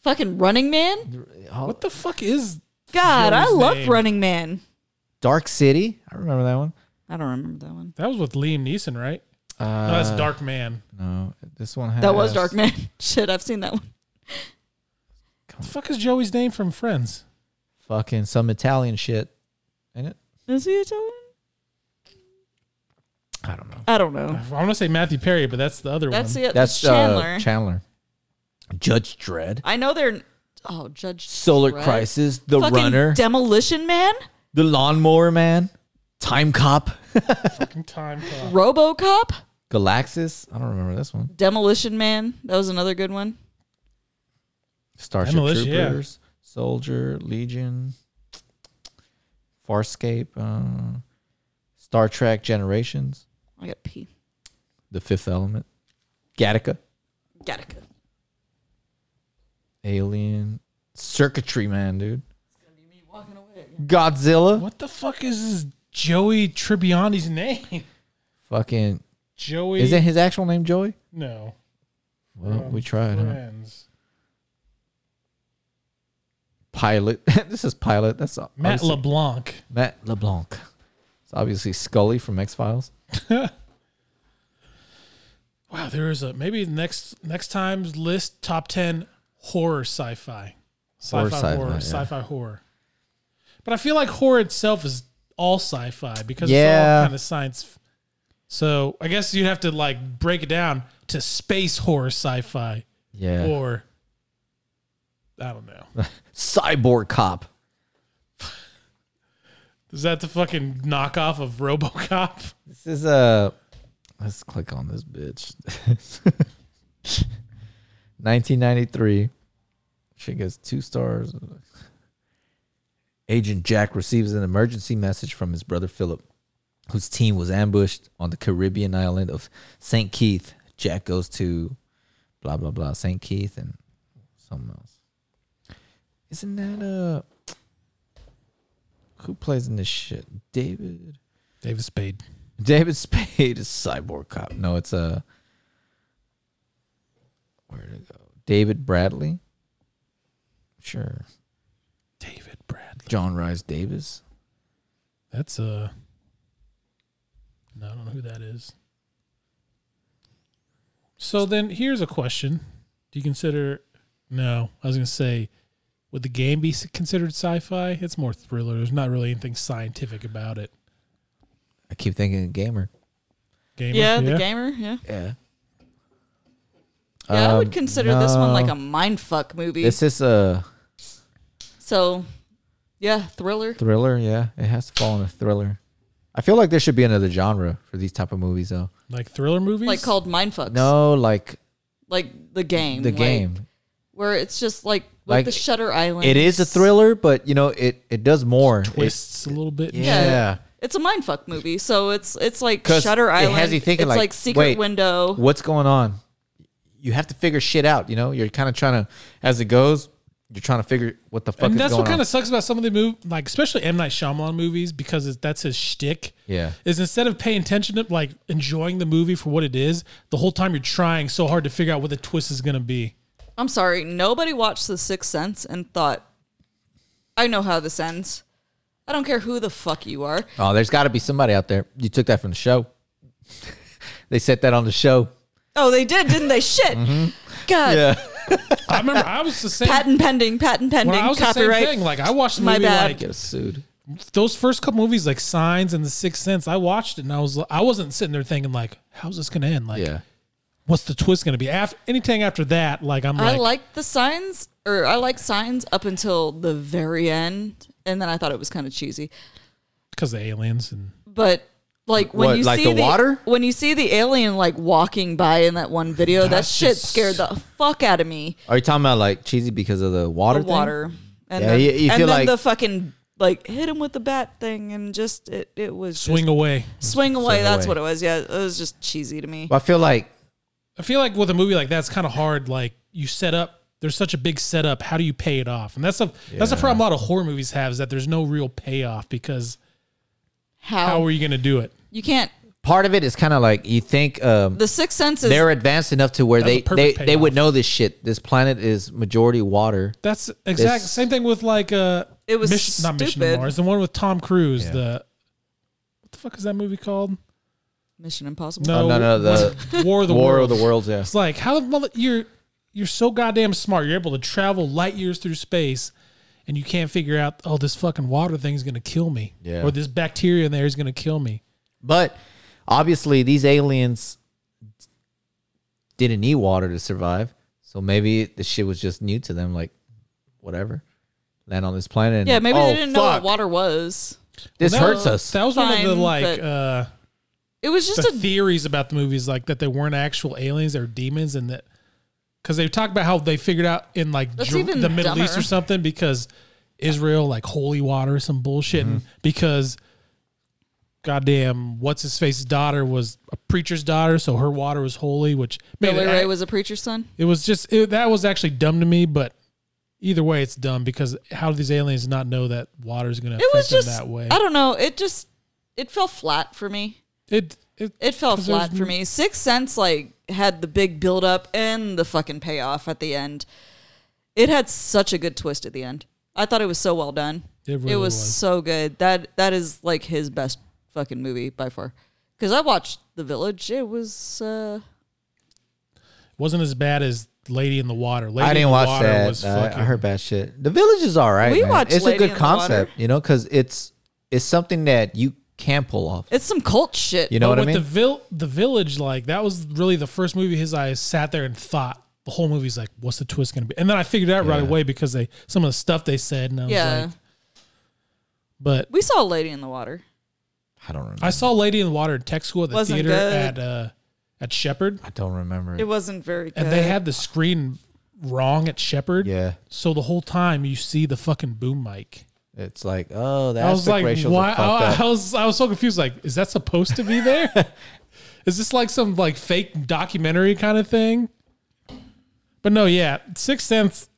S3: Fucking Running Man.
S2: Oh,
S1: What the fuck is
S3: God, I
S1: Joey's
S3: love
S1: name.
S3: Running Man.
S2: Dark City. I remember that one.
S3: I don't remember that one.
S1: that? Was with Liam Neeson, right?
S2: Uh,
S1: No, that's Dark Man.
S2: No, this one. Has,
S3: That was Dark Man. Shit, I've seen that one.
S1: The fuck is Joey's name from Friends?
S2: Fucking some Italian shit. In it?
S3: Is he Italian?
S2: I don't know.
S3: I don't
S1: I
S3: know.
S1: want to say Matthew Perry, but that's the other
S3: That's
S1: one.
S3: it.
S2: That's
S3: Chandler.
S2: Uh, Chandler. Judge Dredd.
S3: I know they're. Oh, Judge.
S2: Solar
S3: Dredd.
S2: Crisis. The
S3: Fucking
S2: Runner.
S3: Demolition Man.
S2: the Lawnmower Man. Time Cop.
S1: Fucking time. cop.
S3: Robocop.
S2: Galaxis. I don't remember this one.
S3: Demolition Man. That was another good one.
S2: Starship
S1: Demolition, yeah.
S2: Troopers, Soldier, Legion, Farscape, uh, Star Trek Generations,
S3: I got pee.
S2: The Fifth Element, Gattaca,
S3: Gotta go.
S2: Alien, Circuitry Man, dude,
S3: Walking away.
S2: Godzilla,
S1: What the fuck is this Joey Tribbiani's name?
S2: fucking.
S1: Joey.
S2: Is it his actual name, Joey?
S1: No.
S2: Well,
S1: Um,
S2: we tried. Huh?
S1: Friends.
S2: Pilot. this is Pilot. That's
S1: Matt
S2: obviously-
S1: LeBlanc.
S2: Matt LeBlanc. It's obviously Scully from X Files.
S1: wow, there is a maybe next next time's list top ten horror sci-fi, sci-fi
S2: Horror
S1: horror,
S2: sci-fi, yeah.
S1: sci-fi horror. But I feel like horror itself is all sci-fi because it's
S2: Yeah.
S1: all kind of science. f- So I guess you'd have to like break it down to space horror sci-fi
S2: Yeah.
S1: or I don't know.
S2: Cyborg cop.
S1: Is that the fucking knockoff of RoboCop?
S2: This is a. Let's click on this bitch. 1993. She gets two stars. Agent Jack receives an emergency message from his brother Philip, whose team was ambushed on the Caribbean island of St. Keith. Jack goes to blah, blah, blah, St. Keith and something else. Isn't that a. Who plays in this shit? David.
S1: David Spade.
S2: David Spade is cyborg cop. No, it's a. Where did it go? David Bradley. Sure.
S1: David Bradley.
S2: John Rice Davis.
S1: That's uh No, I don't know who that is. So then here's a question. Do you consider No, I was going to say would the game be s- considered sci-fi? It's more thriller. There's not really anything scientific about it.
S2: I keep thinking of gamer.
S1: Gamer,
S3: yeah, the gamer. Yeah.
S2: Yeah.
S3: Yeah, I would consider this one like a mindfuck movie.
S2: Um, This is a
S3: so, yeah, thriller.
S2: thriller. Yeah, it has to fall in a thriller. I feel like there should be another genre for these type of movies, though.
S1: Like thriller movies?
S3: Like called mindfucks.
S2: No, like
S3: Like the game.
S2: the
S3: like,
S2: game.
S3: Where it's just like with
S2: Like,
S3: the Shutter Island.
S2: It is a thriller, but you know, it it does more. It-
S1: twists a little bit.
S2: yeah.
S3: Yeah. It's a mindfuck movie, so it's it's like
S2: 'Cause
S3: Shutter
S2: it has
S3: Island.
S2: you thinking,
S3: it's
S2: like,
S3: like, Secret
S2: wait,
S3: Window.
S2: what's going on you have to figure shit out you know you're kind of trying to as it goes you're trying to figure what the fuck
S1: and
S2: is
S1: that's
S2: going
S1: what kind
S2: on
S1: of sucks about some of the move, like especially M Night Shyamalan movies, because it's, that's his shtick.
S2: Yeah.
S1: is instead of paying attention to like enjoying the movie for what it is, the whole time you're trying so hard to figure out what the twist is gonna be.
S3: I'm sorry, nobody watched The Sixth Sense and thought, I know how this ends. I don't care who the fuck you are.
S2: oh there's got to be somebody out there you took that from the show they set that on the show
S3: Oh, they did, didn't they? Shit. God.
S2: Mm-hmm. yeah
S1: I remember I was the same.
S3: Patent pending, patent pending,
S1: when I was the
S3: copyright.
S1: same thing. Like I watched the
S3: My
S1: movie
S3: bad.
S1: like
S2: get sued
S1: those first couple movies, like Signs and The Sixth Sense. I watched it and I was I wasn't sitting there thinking like, how's this gonna end? Like,
S2: yeah
S1: what's the twist gonna be? After anything after that, like I'm
S3: I
S1: like,
S3: liked the signs, or I liked signs up until the very end, and then I thought it was kind of cheesy.
S1: because the aliens and
S3: But like when
S2: What,
S3: you
S2: like
S3: see
S2: the water?
S3: when you see the alien like walking by in that one video, that
S1: That's
S3: shit
S1: just-
S3: scared the fuck out of me.
S2: are you talking about like cheesy because of the water
S3: the
S2: thing?
S3: water, and
S2: Yeah,
S3: then,
S2: you- you
S3: and
S2: feel
S3: then
S2: like-
S3: the fucking like hit him with the bat thing, and just it it was just-
S1: swing away.
S3: swing away.
S2: Swing
S3: that's
S2: away.
S3: what it was. Yeah, it was just cheesy to me.
S2: Well, i feel like
S1: I feel like with a movie like that, it's kind of hard. Like you set up, there's such a big setup. How do you pay it off? And that's a that's a
S2: Yeah.
S1: problem a lot of horror movies have is that there's no real payoff because
S3: How,
S1: how are you going to do it?
S3: you can't?
S2: part of it is kind of like you think um
S3: The sixth sense is
S2: they're advanced enough to where
S1: That's a
S2: they they,
S1: perfect
S2: they would
S1: payoff.
S2: know this shit this planet is majority water
S1: That's exact
S2: It's-
S1: same thing with like uh
S3: It was
S1: Mission, not Mission to
S3: stupid.
S1: Mars, the one with Tom Cruise.
S2: Yeah.
S1: The what the fuck is that movie called?
S3: Mission Impossible.
S1: No,
S2: Oh, no, no, the-
S1: what's- War of the
S2: war
S1: Worlds.
S2: of the worlds yeah
S1: It's like how the mother you're you're so goddamn smart. You're able to travel light years through space, and you can't figure out oh this fucking water thing's gonna kill me,
S2: Yeah.
S1: or this bacteria in there is gonna kill me.
S2: But obviously, these aliens didn't need water to survive. So maybe the shit was just new to them. Like, whatever. Land on this planet. And,
S3: Yeah, maybe
S2: oh,
S3: they didn't know what
S2: fuck,
S3: water was.
S2: This
S1: That
S2: hurts
S1: was-
S2: us.
S1: That was one of
S3: Fine,
S1: the like
S3: but-
S1: uh,
S3: It was
S1: the
S3: just a
S1: theories about the movies, like that they weren't actual aliens, they were demons, and that because they talked about how they figured out in like
S3: That's
S1: Jer-
S3: even
S1: the Middle East
S3: dumber.
S1: or something because Israel like holy water, some bullshit, and because goddamn, what's his face's daughter was a preacher's daughter, so her water was holy, which made
S3: Billy
S1: it,
S3: Ray
S1: act-
S3: was a preacher's son.
S1: it was just it, that was actually dumb to me, but. Either way, it's dumb because how do these aliens not know that water's going to
S3: It
S1: affect
S3: was
S1: them
S3: just
S1: that way?
S3: I don't know. It just it fell flat for me.
S1: It, it
S3: It fell
S1: 'Cause there's
S3: flat for me. Six Sense like had the big build up and the fucking payoff at the end. It had such a good twist at the end. I thought it was so well done.
S1: It really
S3: was,
S1: was.
S3: so good. That that is like his best fucking movie by far. Because I watched The Village. It was uh
S1: wasn't as bad as Lady in the Water. Lady
S2: I
S1: in
S2: didn't
S1: the
S2: watch
S1: Water
S2: that.
S1: was
S2: I-
S1: fucking-
S2: I heard bad shit. The Village is all right.
S3: We
S2: man.
S3: watched
S2: It's
S3: Lady
S2: a good
S3: in the
S2: concept,
S3: Water.
S2: you know, because it's it's something that you can pull off.
S3: It's some cult shit.
S2: You know
S1: but
S2: what I
S1: with
S2: mean?
S1: the vil- the village, like that was really the first movie his eyes sat there and thought the whole movie's like, what's the twist gonna be? And then I figured it out right
S2: Yeah.
S1: away because they some of the stuff they said. And I was
S3: yeah.
S1: like, but
S3: we saw Lady in the Water.
S2: I don't remember.
S1: I
S2: I,
S1: saw Lady in the Water in tech school at the
S3: Wasn't
S1: theater
S3: good.
S1: at uh, at Shepherd,
S2: don't remember.
S3: It wasn't very good.
S1: and they had the screen wrong at Shepherd.
S2: yeah,
S1: So the whole time you see the fucking boom mic.
S2: it's like oh,
S1: I
S2: that's
S1: was
S2: the
S1: like,
S2: racial
S1: why?
S2: fucked up.
S1: I, I was I was so confused. Like, is that supposed to be there? is this like some like fake documentary kind of thing? But no, yeah, Sixth Sense.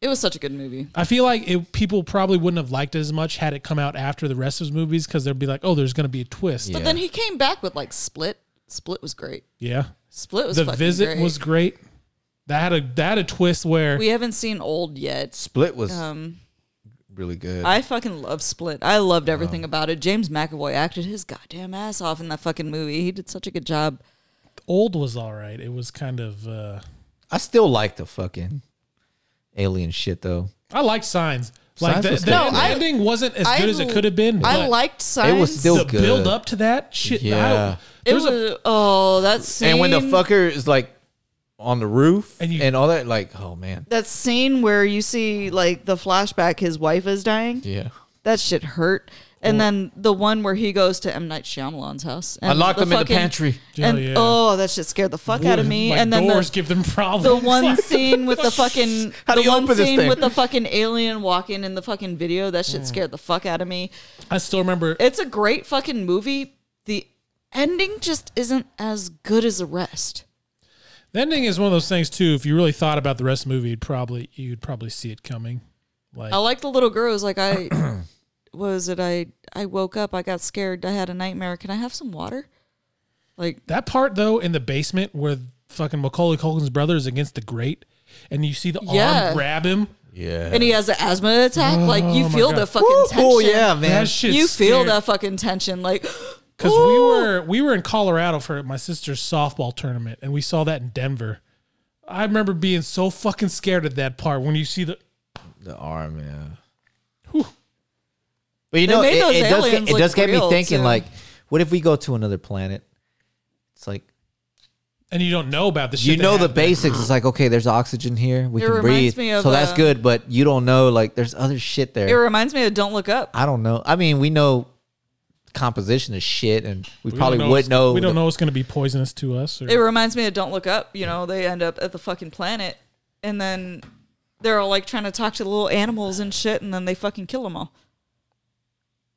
S3: it was such a good movie.
S1: I feel like it, people probably wouldn't have liked it as much had it come out after the rest of his movies because they'd be like, oh, there's going to be a twist.
S2: Yeah.
S1: Yeah,
S3: But then he came back with like Split. Split was great. Split was
S1: the
S3: fucking
S1: visit
S3: great.
S1: was great. That had a that had a twist where
S3: We haven't seen old yet.
S2: Split was
S3: Um,
S2: really good.
S3: I fucking love Split. I loved everything about it. James McAvoy acted his goddamn ass off in that fucking movie. He did such a good job.
S1: old was all right. It was kind of uh,
S2: I still like the fucking alien shit though.
S1: I liked Signs. Like
S2: Signs
S1: the,
S2: was
S1: the
S2: good. No,
S3: I-
S1: ending wasn't as
S3: I
S1: good as it could have been.
S3: I
S1: but-
S3: liked Signs.
S2: It was still
S1: the
S2: good.
S1: build up to that shit.
S2: Yeah.
S1: Yeah.
S3: It
S1: There's
S3: was
S1: a
S3: oh that scene.
S2: And when the fucker is like on the roof and,
S1: And you-
S2: all that, like oh man,
S3: that scene where you see like the flashback, his wife is dying.
S2: yeah.
S3: That shit hurt. And then the one where he goes to M Night Shyamalan's house. And
S2: I locked him in the
S3: fucking-
S2: pantry.
S3: And
S1: Oh, yeah.
S3: oh, that shit scared the fuck out of me.
S1: like,
S3: and then
S1: doors
S3: the,
S1: give them problems.
S3: the one scene with the fucking
S2: How do
S3: the
S2: you
S3: one
S2: open this
S3: scene
S2: thing? Mm.
S3: with the fucking alien walking in the fucking video. That shit scared the fuck out of me.
S1: I still remember.
S3: It's a great fucking movie. The ending just isn't as good as the rest.
S1: The ending is one of those things too. If you really thought about the rest of the movie, you'd probably you'd probably see it coming. Like
S3: I like the little girl. Is like I what was it? I I woke up. I got scared. I had a nightmare. Can I have some water? Like
S1: that part though in the basement where fucking Macaulay Culkin's brother is against the grate, and you see the
S3: Yeah.
S1: arm grab him.
S2: Yeah.
S3: and he has an asthma attack. like you feel
S1: God.
S3: the fucking tension.
S2: oh yeah, man.
S1: That shit.
S3: You feel
S1: scared-
S3: that fucking tension. Like
S1: Because we were we were in Colorado for my sister's softball tournament, and we saw that in Denver. I remember being so fucking scared at that part when you see the
S2: The arm, yeah. But you
S3: They
S2: know,
S3: made
S2: it,
S3: those
S2: it does
S3: aliens
S2: get, it
S3: look
S2: does get me
S3: real,
S2: thinking.
S3: too.
S2: Like, what if we go to another planet? It's like
S1: and you don't know about the shit.
S2: you
S1: that
S2: know the
S1: happened.
S2: basics. It's like okay, there's oxygen here, we
S3: It
S2: can
S3: reminds
S2: breathe,
S3: me of,
S2: so that's
S3: uh,
S2: good. But you don't know, like, there's other shit
S3: it
S2: there.
S3: reminds me of Don't Look Up.
S2: I don't know. I mean, we know composition of shit, and we,
S1: We
S2: probably
S1: don't
S2: would
S1: it's-
S2: know.
S1: We don't
S2: the-
S1: know it's going to be poisonous to us. Or,
S3: It reminds me of Don't Look Up. You know, they end up at the fucking planet, and then they're all like trying to talk to the little animals and shit, and then they fucking kill them all.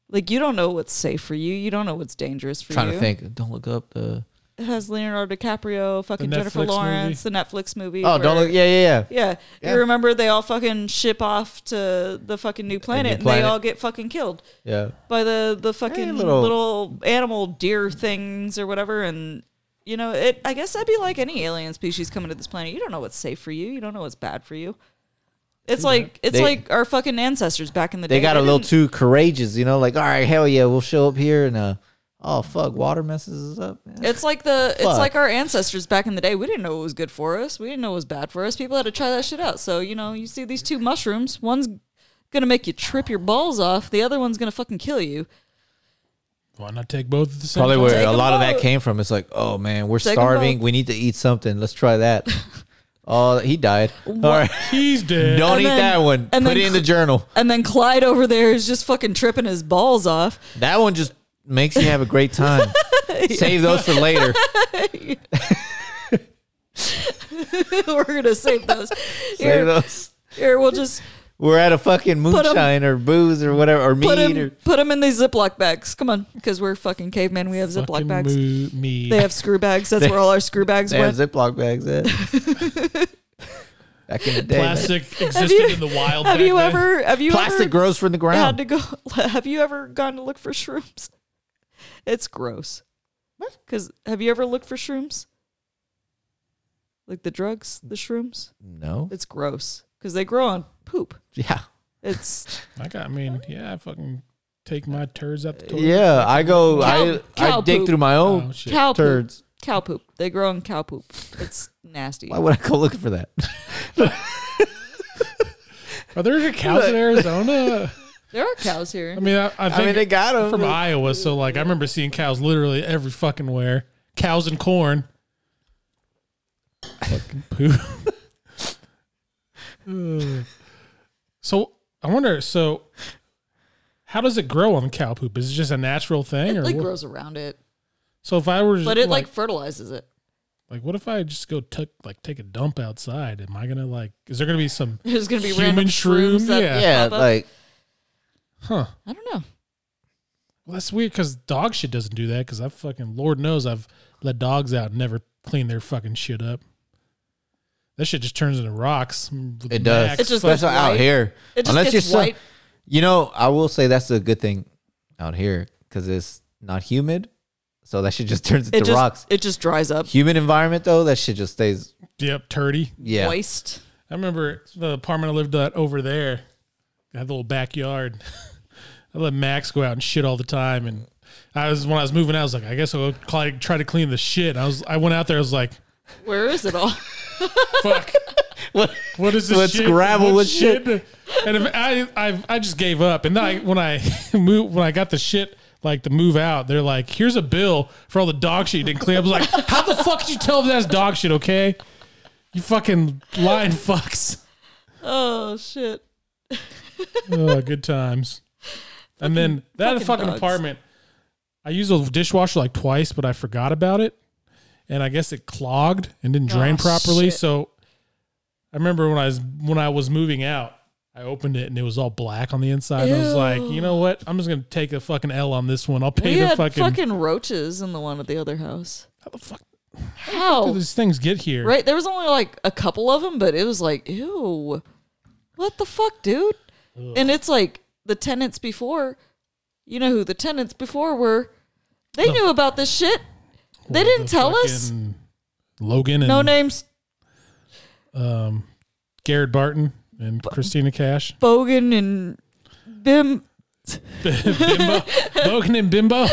S3: Like you don't know what's safe for you. You don't know what's dangerous for
S2: Trying
S3: you.
S2: to think. Don't look up the.
S3: It has Leonardo DiCaprio, fucking
S1: The
S3: Jennifer
S1: Netflix
S3: Lawrence, the Netflix movie.
S2: Oh, don't
S3: where-
S2: look. Yeah, yeah, yeah.
S3: Yeah.
S2: Yeah.
S3: you remember they all fucking ship off to the fucking new planet, and
S2: planet.
S3: they all get fucking killed
S2: Yeah.
S3: by the the fucking
S2: little-
S3: little, animal deer things or whatever and you know it i guess that'd be like any alien species coming to this planet you don't know what's safe for you you don't know what's bad for you it's like it's
S2: They-
S3: like our fucking ancestors back in the day
S2: They got a little
S3: didn't-
S2: too courageous, you know. Like, all right, hell yeah, we'll show up here, and uh, oh fuck, water messes us up. man.
S3: it's like the it's
S2: Fuck.
S3: like our ancestors back in the day we didn't know what was good for us we didn't know what was bad for us people had to try that shit out so you know you see these two mushrooms one's gonna make you trip your balls off the other one's gonna fucking kill you
S1: why not take both at the same
S2: Probably
S1: time?
S2: where
S3: Take
S2: a
S3: 'em
S2: lot of that
S3: both.
S2: came from. It's like, oh man, we're
S3: Take 'em
S2: starving.
S3: both.
S2: We need to eat something. Let's try that. oh, he died. All right.
S1: He's dead.
S2: Don't
S3: And
S2: eat
S3: then-
S2: that one. Put
S3: and then
S2: it in the journal.
S3: and then clyde over there is just fucking tripping his balls off
S2: That one just makes you have a great time. Save those for later.
S3: We're gonna save those.
S2: Save
S3: Here,
S2: those.
S3: here, we'll just
S2: We're at a fucking
S3: 'em-
S2: moonshine or booze or whatever or meat
S3: put
S2: or
S3: them, put 'em in these Ziploc bags. Come on, because we're fucking cavemen. We have Ziploc
S1: Fucking
S3: bags.
S1: moo- me.
S3: They have screw bags. That's where all our screw bags
S2: they have
S3: went.
S2: Ziploc bags. Yeah. Back in the day, man.
S1: Plastic existed
S3: you-
S1: in the wild.
S3: Have
S1: back
S3: you
S1: then.
S3: ever? Have you
S2: plastic
S3: ever
S2: grows from the
S3: had
S2: ground.
S3: to go? Have you ever gone to look for shrooms? It's gross. What? Because have you ever looked for shrooms? Like the drugs, the shrooms.
S2: no.
S3: It's gross because they grow on poop.
S2: Yeah.
S3: It's
S1: I, got, I mean, yeah, I fucking take my turds out the toilet.
S2: Yeah. I go.
S3: Cow-
S2: I I
S3: cow
S2: dig
S3: poop.
S2: through my own
S1: Oh, shit.
S3: cow poop.
S2: turds.
S3: Cow poop. They grow in cow poop. It's nasty.
S2: Why would I go looking for that?
S1: Are there cows in Arizona?
S3: There are cows here.
S1: I mean, I, I think
S2: got
S1: I'm from Iowa, so like I remember seeing cows literally every fucking where. Cows and corn. Fucking poo. so I wonder. So how does it grow on cow poop? Is it just a natural thing,
S3: it
S1: or
S3: like
S1: what?
S3: grows around it,
S1: so? If I were,
S3: but it like fertilizes it.
S1: Like, what if I just go tuck, like, take a dump outside? Am I gonna like? Is there gonna be some?
S3: There's gonna be
S1: Human
S3: random
S1: shroom?
S3: shrooms. That
S1: Yeah.
S2: Yeah,
S3: pop up.
S2: like
S1: Huh?
S3: I don't know.
S1: Well, that's weird because dog shit doesn't do that. Because I fucking Lord knows I've let dogs out and never cleaned their fucking shit up. That shit just turns into rocks. Mm, with
S2: it does.
S1: max.
S3: It's just
S2: Especially
S3: gets
S2: out
S3: white.
S2: here.
S3: It just
S2: Unless
S3: gets
S2: you're so-
S3: white.
S2: You know, I will say that's a good thing out here because it's not humid, so that shit just turns
S3: It
S2: into
S3: just
S2: rocks.
S3: it just dries up.
S2: Humid environment though, that shit just stays.
S1: yep, turdy.
S2: Yeah,
S3: Moist.
S1: I remember the apartment I lived at over there. I had a little backyard. I let Max go out and shit all the time. And I was when I was moving, out, I was like, I guess I'll try, try to clean the shit. I was, I went out there. I was like,
S3: Where is it all?
S1: fuck.
S2: What-
S1: What is this?
S2: Let's
S1: shit?
S2: gravel
S1: What
S2: with shit.
S1: And if I, I, I just gave up. And then I, when I move, when I got the shit like to move out, they're like, "Here's a bill for all the dog shit you didn't clean up." I was like, "How the fuck did you tell if that's dog shit? Okay, you fucking lying fucks."
S3: oh shit.
S1: Oh, good times. And then that
S3: fucking
S1: fucking
S3: dogs.
S1: apartment, I used a dishwasher like twice, but I forgot about it, and I guess it clogged and didn't drain
S3: Oh,
S1: properly.
S3: shit.
S1: So I remember when I was when I was moving out, I opened it and it was all black on the inside. And I was like, you know what? I'm just gonna take a fucking L on this one. I'll pay
S3: We
S1: the
S3: had
S1: fucking,
S3: fucking, roaches in the one at the other house.
S1: How the fuck do
S3: How?
S1: these things get here?
S3: Right? There was only like a couple of them, but it was like, ew, what the fuck, dude? And it's like the tenants before, you know who the tenants before were? They knew about this shit. They didn't tell us.
S1: Fucking Logan and
S3: No names.
S1: um, Garrett Barton and Christina Cash.
S3: Bogan and Bim.
S1: Bimbo. Logan and Bimbo.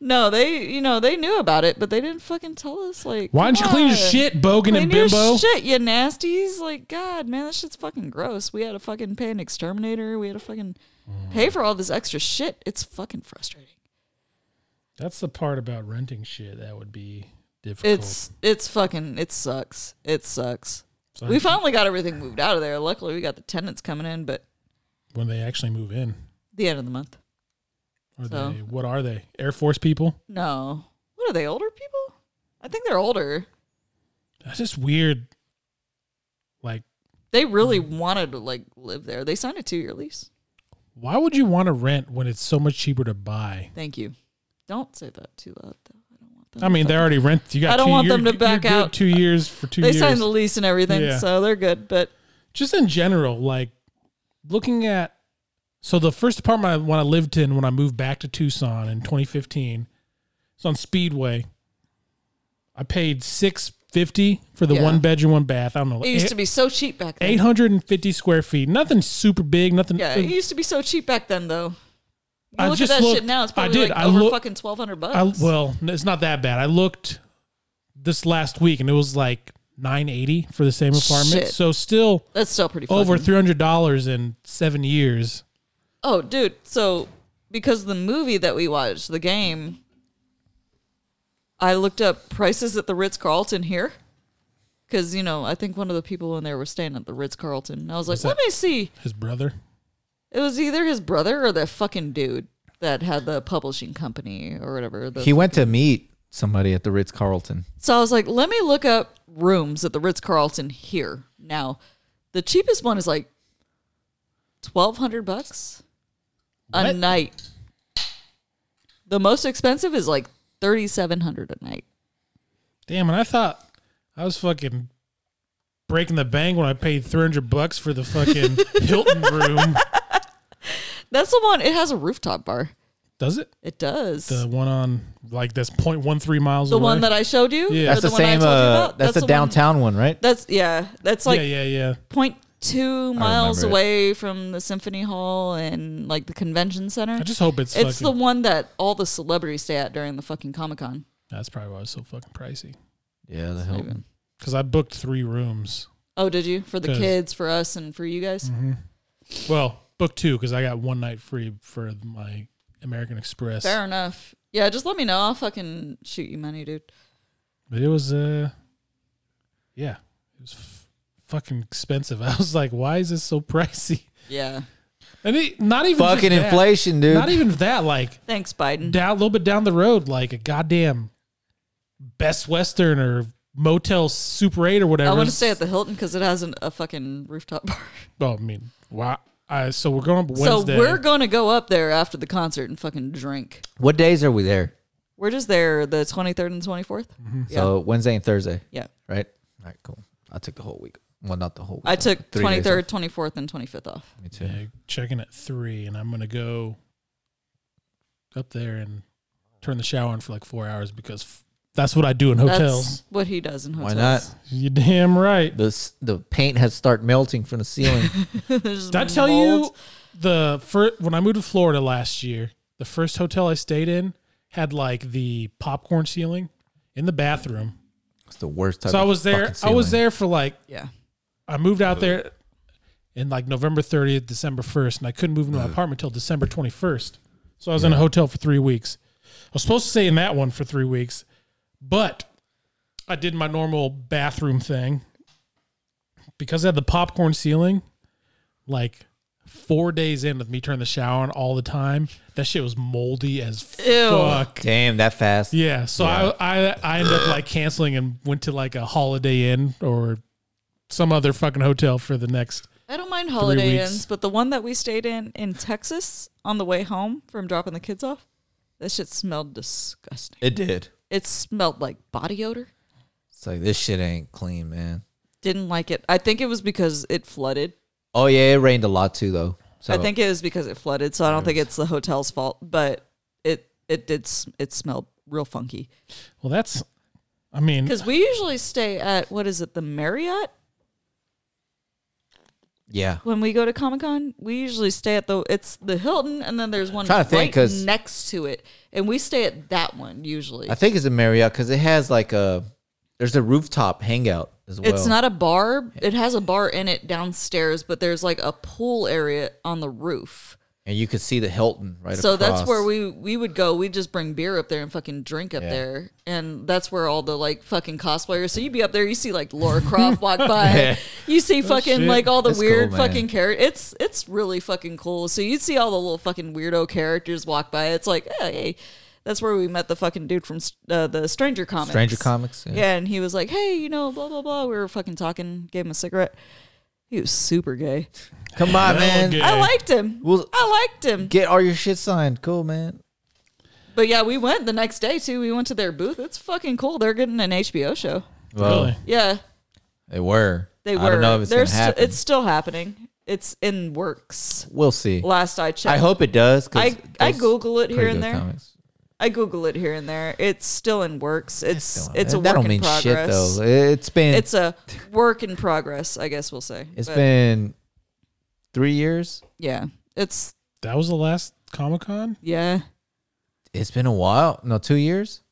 S3: No, they, you know, they knew about it, but they didn't fucking tell us. Like,
S1: Why don't you
S3: come
S1: clean your
S3: on.
S1: shit, Bogan
S3: Clean
S1: and
S3: your
S1: Bimbo?
S3: shit, you nasties. Like, God, man, that shit's fucking gross. We had to fucking pay an exterminator. We had to fucking
S1: Mm.
S3: pay for all this extra shit. It's fucking frustrating.
S1: That's the part about renting shit that would be difficult.
S3: It's it's fucking it sucks. It sucks.
S1: So
S3: We finally got everything moved out of there. Luckily, we got the tenants coming in, but
S1: when they actually move in.
S3: the end of the month.
S1: Are
S3: So-
S1: they what are they? Air Force people?
S3: No, what are they? Older people? I think they're older.
S1: That's just weird. Like,
S3: They really
S1: Mm-hmm.
S3: wanted to like live there. They signed a two year lease.
S1: why would you want to rent when it's so much cheaper to buy?
S3: Thank you. Don't say that too loud, though. I don't want them.
S1: I mean, they already rent. You got.
S3: I don't
S1: two,
S3: want
S1: you're-
S3: them to back
S1: you're good
S3: out.
S1: Two years for two
S3: they
S1: years.
S3: signed the lease and everything,
S1: Yeah.
S3: so they're good. But
S1: just in general, like looking at so the first apartment I, when I lived in when I moved back to Tucson in 2015, it's on Speedway. I paid six fifty for the
S3: Yeah.
S1: one bedroom, one bath. I don't know,
S3: it used to be so cheap back then.
S1: eight hundred and fifty square feet. Nothing super big. Nothing.
S3: Yeah, it used to be so cheap back then, though. You
S1: I
S3: look
S1: just
S3: at that
S1: looked-
S3: shit now; it's
S1: I
S3: probably
S1: did.
S3: like
S1: I
S3: over
S1: look-
S3: fucking twelve hundred bucks.
S1: I, well, it's not that bad. I looked this last week and it was like nine eighty for the same apartment.
S3: Shit.
S1: So still
S3: That's still pretty.
S1: over
S3: fucking-
S1: three hundred dollars in seven years.
S3: Oh, dude. So because the movie that we watched, the game, I looked up prices at the Ritz Carlton here. Because, you know, I think one of the people in there was staying at the Ritz Carlton. I was like,
S1: What's
S3: let
S1: that?
S3: me see.
S1: His brother.
S3: It was either his brother or that fucking dude that had the publishing company or whatever. the-
S2: he went to meet somebody at the Ritz Carlton.
S3: So I was like, let me look up rooms at the Ritz Carlton here now. The cheapest one is like twelve hundred bucks a
S1: What?
S3: night. The most expensive is like thirty seven hundred a night.
S1: Damn, and I thought I was fucking breaking the bank when I paid 300 bucks for the fucking Hilton room.
S3: That's the one. It has a rooftop bar.
S1: Does it?
S3: It does.
S1: The
S3: The,
S1: one on like that's 0.13 miles away.
S3: one that I showed you.
S1: Yeah.
S3: or
S2: That's the,
S3: one I
S2: same.
S3: told you
S2: Uh,
S3: about?
S2: that's, the,
S3: one-
S2: downtown one, right?
S3: That's yeah. That's like
S1: yeah, yeah, yeah.
S3: point two miles
S2: remember it.
S3: away from the Symphony Hall and like the convention center.
S1: I just hope it's,
S3: It's the
S1: fucking.
S3: one that all the celebrities stay at during the fucking Comic Con.
S1: That's probably why it was so fucking pricey.
S2: Yeah, the help.
S3: Maybe.
S1: Because I booked three rooms.
S3: Oh, did you for the
S1: 'Cause- Mhm.
S3: kids, for us, and for you guys?
S1: Well, booked two because I got one night free for my American Express.
S3: Fair enough. Yeah, just let me know. I'll fucking shoot you money, dude.
S1: But it was, uh, yeah, it was f- fucking expensive. I was like, why is this so pricey?
S3: Yeah.
S1: And it, not even just
S2: Fucking
S1: that.
S2: inflation, dude.
S1: Not e- even that. Like
S3: Thanks, Biden.
S1: down a little bit down the road, like a goddamn Best Western or Motel Super Eight or whatever.
S3: I want to stay at the Hilton because it has an, a fucking rooftop bar.
S1: Well, I mean, wow. I, so we're going up Wednesday.
S3: So we're gonna go up there after the concert and fucking drink.
S2: what days are we there?
S3: We're just there the 23rd and 24th.
S1: Mm-hmm.
S3: Yeah.
S2: So Wednesday and Thursday,
S3: yeah.
S2: right? All right, cool. I took the whole week. Well, not the whole week.
S3: I took
S2: Three days
S3: 23rd, 24th, and 25th off.
S2: off. Me too.
S1: Yeah, checking at three, and I'm gonna go up there and turn the shower on for like four hours because f- that's what I do in hotels.
S3: That's what he does in
S2: Why
S3: hotels.
S2: not?
S1: you damn right.
S2: The s- the paint has started melting from the ceiling.
S3: There's
S1: Did I tell
S3: mold.
S1: you the first when I moved to Florida last year, the first hotel I stayed in had like the popcorn ceiling in the bathroom.
S2: it's the worst type.
S1: So I
S2: of
S1: was there.
S2: fucking
S1: I was
S2: ceiling.
S1: there for like
S3: Yeah.
S1: I moved out there in like November 30th, December 1st, and I couldn't move into my apartment till December 21st. So I was in a hotel for three weeks. I was supposed to stay in that one for three weeks, but I did my normal bathroom thing because I had the popcorn ceiling. Like four days in with me turning the shower on all the time, that shit was moldy as
S3: Ew.
S1: fuck.
S2: Damn, that fast.
S1: Yeah, so I, I I ended up like canceling and went to like a Holiday Inn or some other fucking hotel for the next.
S3: I don't mind holiday
S1: weeks.
S3: inns, but the one that we stayed in in Texas on the way home from dropping the kids off, that shit smelled disgusting.
S2: It did.
S3: It smelled like body odor.
S2: It's like this shit ain't clean, man.
S3: Didn't like it. I think it was because it flooded.
S2: Oh yeah, it rained a lot too, though. So
S3: I think it was because it flooded, so I don't think it's the hotel's fault, but it it did s- it smelled real funky.
S1: Well, that's, I
S2: Hmm.
S1: mean,
S3: Cuz we usually stay at what is it, the Marriott
S2: yeah.
S3: when we go to Comic-Con. We usually stay at the it's the Hilton and then there's one
S2: trying to think,
S3: right
S2: 'cause-
S3: next to it. And we stay at that one usually.
S2: I think it's a Marriott because it has like a there's a rooftop hangout as well.
S3: It's not a bar. It has a bar in it downstairs, but there's like a pool area on the roof.
S2: and you could see the Hilton right.
S3: So that's
S2: across.
S3: where we we would go. We'd just bring beer up there and fucking drink up
S2: Yeah.
S3: there, and that's where all the like fucking cosplayers. So you'd be up there, you see like Laura Croft walk by,
S2: Yeah.
S3: you see fucking
S1: shit.
S3: like all the
S2: That's cool,
S3: weird
S2: man.
S3: fucking characters. It's it's really fucking cool. So you'd see all the little fucking weirdo characters walk by. It's like hey, hey. that's where we met the fucking dude from uh, the Stranger Comics.
S2: Stranger Comics.
S3: Yeah. and he was like, "Hey, you know, blah blah blah." We were fucking talking. Gave him a cigarette. He was super gay.
S2: Come on, man.
S1: good.
S3: I
S1: Gay.
S3: liked him.
S2: Well-
S3: I liked him.
S2: Get all your shit signed. Cool, man.
S3: But yeah, we went the next day too. We went to their booth. It's fucking cool. They're getting an HBO show.
S2: Well,
S1: Really?
S3: Yeah,
S2: They were.
S3: they were.
S2: I don't know if it's
S3: They're
S2: gonna
S3: sti-
S2: happen.
S3: it's still happening. It's in works.
S2: we'll see.
S3: Last I checked,
S2: I hope it does. 'cause
S3: I I
S2: those
S3: Google it here
S2: pretty
S3: and
S2: good
S3: there.
S2: comics.
S3: I Google it here and there. It's still in works. It's it's a
S2: that
S3: work
S2: don't
S3: in
S2: mean
S3: progress.
S2: shit though. It's been
S3: It's a work in progress, I guess we'll say.
S2: it's
S3: But,
S2: been three years.
S3: yeah. It's
S1: that was the last Comic Con.
S3: yeah.
S2: It's been a while. No, two years.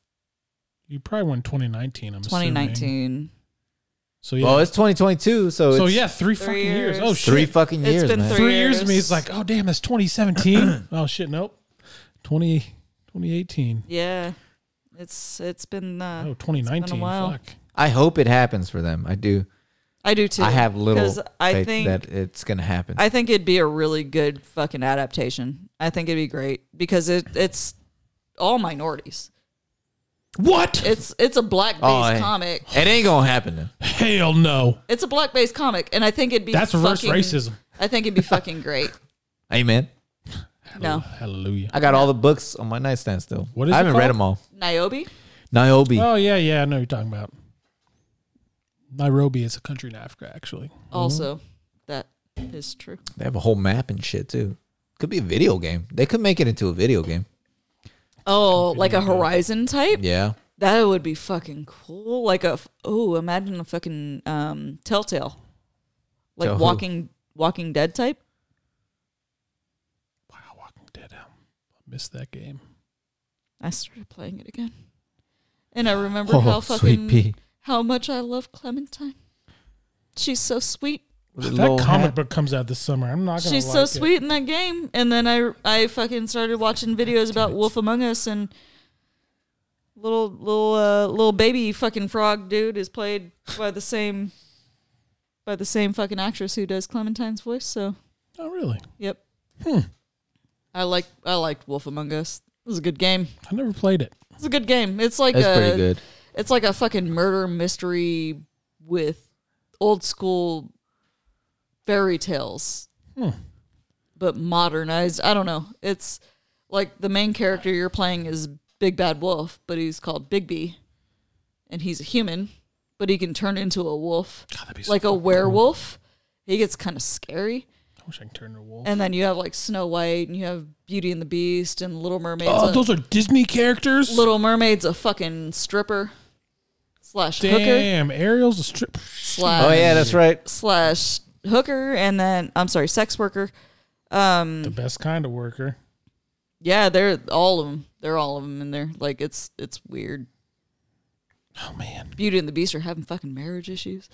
S1: You probably went 2019. I'm
S3: Twenty
S1: 2019.
S3: nineteen.
S1: So yeah,
S2: Well, it's 2022, Oh, so
S1: so
S2: it's
S1: yeah, three, fucking years.
S3: years.
S1: Oh shit,
S2: three fucking
S3: It's
S2: years,
S3: been
S2: man.
S1: three,
S3: Three
S1: years. to me,
S3: years.
S1: it's like, oh damn, that's 2017. oh shit, nope, 20, 2018.
S3: Yeah. It's it's been uh
S1: Oh, 2019.
S3: while.
S1: Fuck.
S2: I hope it happens for them. I do.
S3: I do too.
S2: I have
S3: Because
S2: little
S3: I
S2: faith
S3: think-
S2: that it's gonna happen.
S3: I think it'd be a really good fucking adaptation. I think it'd be great because it it's all minorities.
S1: What?
S3: It's it's a black based
S2: Oh, hey.
S3: comic.
S2: it ain't gonna happen. Then.
S1: Hell no.
S3: It's a black based comic, and I think it'd be
S1: That's reverse
S3: fucking-
S1: racism.
S3: I think it'd be fucking great.
S2: Amen.
S3: No,
S1: Hallelujah.
S2: I got all the books on my nightstand still.
S1: What is
S2: I
S1: it
S2: haven't read
S1: called?
S2: them all.
S3: Niobe.
S2: Niobe.
S1: Oh yeah, yeah, I know what you're talking about. Nairobi is a country in Africa, actually.
S3: Also,
S1: Mm-hmm.
S3: that is true.
S2: They have a whole map and shit too. Could be a video game. They could make it into a video game.
S3: Oh, like a Horizon type.
S2: Yeah.
S3: That would be fucking cool. Like a f- oh, imagine a fucking um, Telltale, like
S2: Tell who?
S3: Walking Walking Dead type.
S1: Wow, Walking Dead. I missed that game.
S3: I started playing it again. And I remember
S2: Oh,
S3: how
S2: sweet
S3: fucking
S2: pea.
S3: how much I love Clementine. She's so sweet.
S1: That comic book comes out this summer. I'm not gonna.
S3: She's
S1: like
S3: so
S1: it.
S3: sweet in that game. And then I I fucking started watching videos about Wolf Among Us and little little uh, little baby fucking frog dude is played by the same by the same fucking actress who does Clementine's voice. So
S1: Oh really?
S3: yep,
S1: Hmm.
S3: I like I liked Wolf Among Us. It was a good game.
S1: I never played it.
S3: It's a good game. It's like
S2: That's
S3: a
S2: pretty good.
S3: it's like a fucking murder mystery with old school fairy tales
S1: Hmm.
S3: but modernized i don't know it's like the main character you're playing is big bad wolf but he's called bigby and he's a human but he can turn into a wolf
S1: God, that'd be so
S3: like a
S1: fucking cool.
S3: werewolf he gets kind of scary
S1: I wish I could turn into a wolf.
S3: and then you have like snow white and you have beauty and the beast and little mermaids
S1: Oh,
S3: a-
S1: those are Disney characters.
S3: little mermaid's a fucking stripper slash hooker
S1: Damn, Ariel's a strip.
S3: slash
S2: Oh yeah, that's right.
S3: slash hooker and then I'm sorry, sex worker.
S1: The best kind of worker.
S3: Yeah, they're all of them. They're all of them in there. Like it's it's weird.
S1: Oh man,
S3: Beauty and the Beast are having fucking marriage issues.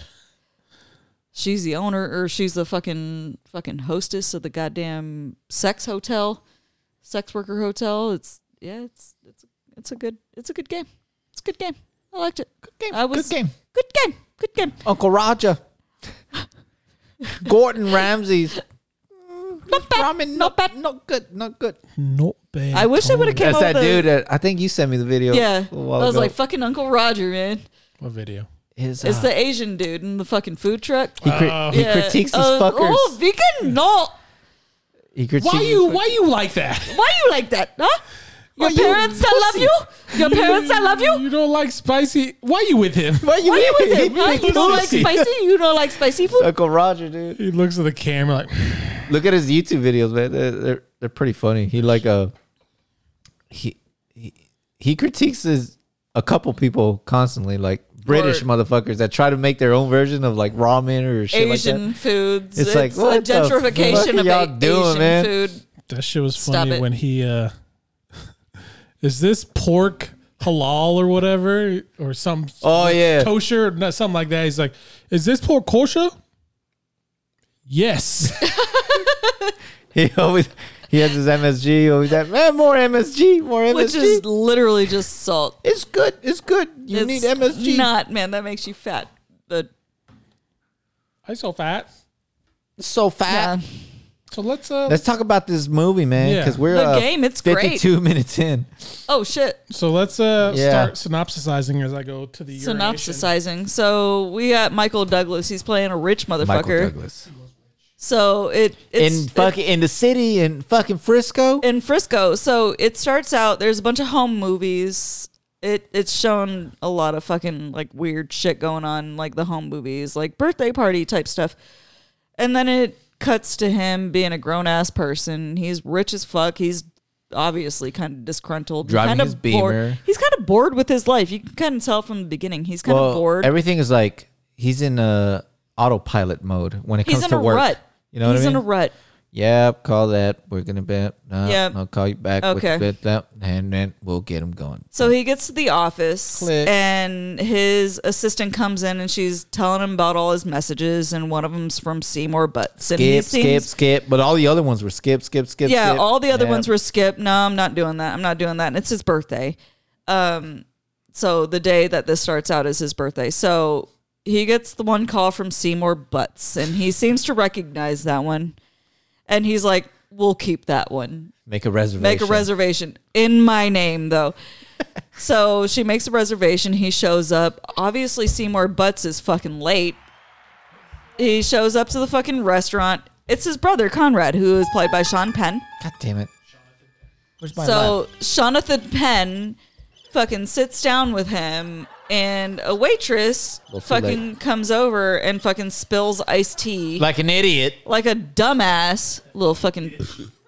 S3: She's the owner, or she's the fucking fucking hostess of the goddamn sex hotel, sex worker hotel. It's yeah, it's it's it's a good it's a good game. It's a good game. I liked it. Good game. I was
S2: good game.
S3: Good game. Good game.
S2: Uncle Roger. Gordon Ramsay's. Not
S3: bad,
S2: Ramen, not bad, not good, not good.
S1: not bad.
S3: I wish
S1: at
S3: I
S1: all.
S3: would have came
S2: That's
S3: up
S2: that
S3: with a-
S2: dude that I think you sent me the video.
S3: Yeah,
S2: a
S3: I
S2: while
S3: was
S2: ago.
S3: like fucking Uncle Roger, man.
S1: What video?
S2: His,
S3: It's
S2: uh,
S3: the Asian dude in the fucking food truck.
S2: he, cri- he
S3: Yeah.
S2: critiques his
S3: Uh,
S2: fuckers.
S3: Oh, vegan? No.
S2: he critiques
S1: Why
S2: his
S1: you?
S2: fuck-
S1: Why you like that?
S3: Why you like that? Huh? Your
S2: Why you
S3: parents that love
S2: pussy?
S3: you? Your parents that love you?
S1: You don't like spicy. Why you with him?
S2: Why you,
S3: Why you with him? Huh? You don't like
S1: Pussy.
S3: spicy? You don't like spicy food?
S2: Uncle Roger, dude.
S1: He looks at the camera like,
S2: Look at his YouTube videos, man. They're they're, they're pretty funny. He like uh, he he he critiques his a couple people constantly, like British motherfuckers that try to make their own version of like ramen or shit like that.
S3: Asian foods.
S2: It's
S3: It's,
S2: like,
S3: a
S2: what the fuck
S3: gentrification
S2: are
S3: of
S2: y'all
S3: a-
S2: doing,
S3: Asian
S2: man?
S3: food.
S1: that shit was
S3: Stop
S1: funny
S3: it.
S1: when he. uh Is this pork halal or whatever or some?
S2: Oh yeah,
S1: kosher or not- something like that. He's like, "Is this pork kosher?" Yes.
S2: he always he has his MSG. Always that man, more MSG, more MSG.
S3: Which is literally just salt.
S2: it's good, it's good. You
S3: it's
S2: need MSG.
S3: Not, man. That makes you fat. The
S1: I so fat.
S2: It's so fat.
S3: yeah.
S1: So let's uh.
S2: Let's talk about this movie, man,
S1: Yeah.
S2: because we're
S3: The
S2: uh,
S3: game, it's great.
S2: fifty-two minutes in.
S3: Oh shit.
S1: so let's uh
S2: Yeah.
S1: start synopsisizing as I go to the urination.
S3: Synopsisizing. So we got Michael Douglas. He's playing a rich
S2: Michael
S3: motherfucker.
S2: Douglas
S3: So it it's
S2: in fucking in the city in fucking Frisco.
S3: in Frisco. So it starts out there's a bunch of home movies. It it's shown a lot of fucking like weird shit going on like the home movies, like birthday party type stuff. And then it cuts to him being a grown ass person. He's rich as fuck. He's obviously kind of disgruntled,
S2: Driving
S3: kind
S2: his
S3: of bored.
S2: Beamer.
S3: He's kind of bored with his life. You can kind of tell from the beginning. He's kind
S2: well,
S3: of bored.
S2: everything is like he's in a autopilot mode when it
S3: he's
S2: comes
S3: in
S2: to
S3: a
S2: work.
S3: rut.
S2: You know
S3: he's
S2: what I mean?
S3: in a rut.
S2: Yep, call that. We're gonna bet. No,
S3: Yep.
S2: I'll call you back.
S3: Okay.
S2: with, with that, and then we'll get him going.
S3: So he gets to the office
S2: Click.
S3: and his assistant comes in and she's telling him about all his messages and one of them's from Seymour Butts. and he
S2: skip, skip,
S3: seems-
S2: skip. But all the other ones were skip, skip, skip.
S3: Yeah,
S2: skip.
S3: all the other
S2: Yeah.
S3: ones were skip. No, I'm not doing that. I'm not doing that. And it's his birthday. Um so the day that this starts out is his birthday. So he gets the one call from Seymour Butts and he seems to recognize that one. And he's like, We'll keep that one.
S2: make a reservation.
S3: Make a reservation in my name, though. so she makes a reservation. He shows up. Obviously, Seymour Butts is fucking late. He shows up to the fucking restaurant. It's his brother, Conrad, who is played by Sean Penn.
S2: God damn it! Where's my
S3: so Jonathan Penn fucking sits down with him, and a waitress
S2: Well, too
S3: fucking comes over and fucking spills iced tea like,
S2: Like an idiot.
S3: a dumbass little fucking.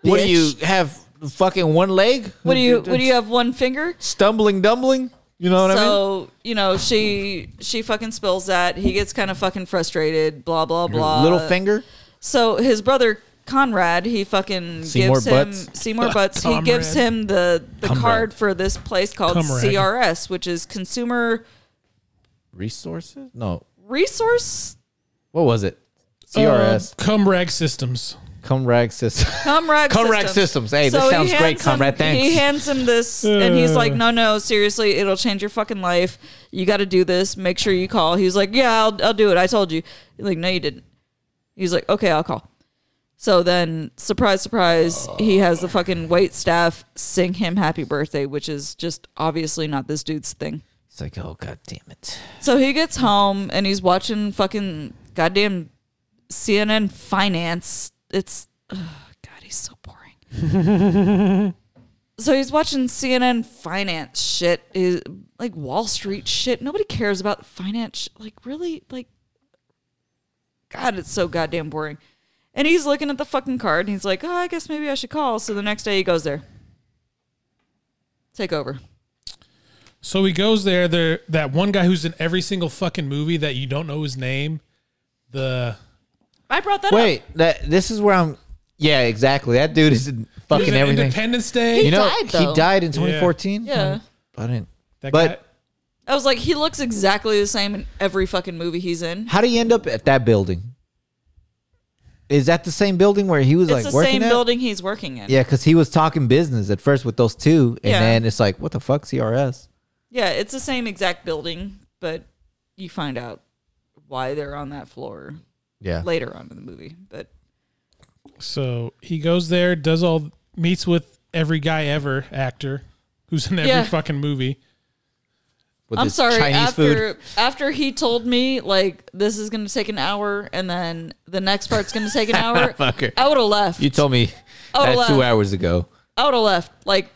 S2: What
S3: bitch.
S2: do you have? Fucking one leg?
S3: What do you? What do you have? One finger?
S2: Stumbling, dumbling. You know what I mean?
S3: so you know she she fucking spills that he gets kind of fucking frustrated blah blah blah
S2: Little finger.
S3: so his brother Conrad, he fucking
S2: Seymour
S3: gives him
S2: Butts?
S3: Seymour Butts. he
S1: Comrade.
S3: gives him the the
S2: Comrade.
S3: card for this place called
S1: Comrade.
S3: CRS, which is Consumer
S2: Resources? No.
S3: Resource
S2: What was it? CRS.
S1: Uh, Cumrag Systems.
S2: Comrag system.
S3: Comrade
S2: Comrade systems. Hey, that sounds
S3: he
S2: great,
S3: hands him-
S2: Comrade. Thanks.
S3: He hands him this, and he's like, "No, no, seriously, it'll change your fucking life. You got to do this. Make sure you call." He's like, "Yeah, I'll, I'll do it. I told you." He's like, "No, you didn't." He's like, "Okay, I'll call." So then, surprise, surprise, he has the fucking wait staff sing him "Happy Birthday," which is just obviously not this dude's thing.
S2: It's like, oh god damn it.
S3: So he gets home and he's watching fucking goddamn CNN finance. It's ugh, God, he's so boring. so he's watching CNN finance shit, is like Wall Street shit. Nobody cares about finance. sh- Like really, like God, it's so goddamn boring. And he's looking at the fucking card and he's like, oh, I guess maybe I should call. So the next day he goes there. Take over.
S1: So he goes there. There, that one guy who's in every single fucking movie that you don't know his name. The
S3: I brought that up.
S2: Wait, that this is where I'm. Yeah, exactly. That dude is in
S1: he was
S2: fucking
S1: in
S2: everything.
S1: Independence Day.
S3: He
S2: You know,
S3: died,
S2: he
S3: though.
S2: died in 2014.
S3: Yeah.
S2: but I didn't.
S1: That
S2: but
S1: guy,
S3: I was like, he looks exactly the same in every fucking movie he's in.
S2: how do you end up at that building? Is that the same building where he was
S3: It's
S2: like
S3: the
S2: working
S3: same
S2: at?
S3: building he's working in.
S2: Yeah, because he was talking business at first with those two, and
S3: Yeah.
S2: then it's like, what the fuck, CRS?
S3: Yeah, it's the same exact building, but you find out why they're on that floor
S2: Yeah,
S3: later on in the movie. But
S1: so he goes there, does all meets with every guy ever actor who's in every
S3: Yeah.
S1: fucking movie.
S2: with
S3: I'm
S2: this
S3: sorry,
S2: Chinese
S3: after
S2: food.
S3: after he told me like this is gonna take an hour and then the next part's gonna take an hour,
S2: Fucker.
S3: I would have left.
S2: You told me
S3: Oh,
S2: that two
S3: laugh.
S2: hours ago.
S3: I would have left. Like,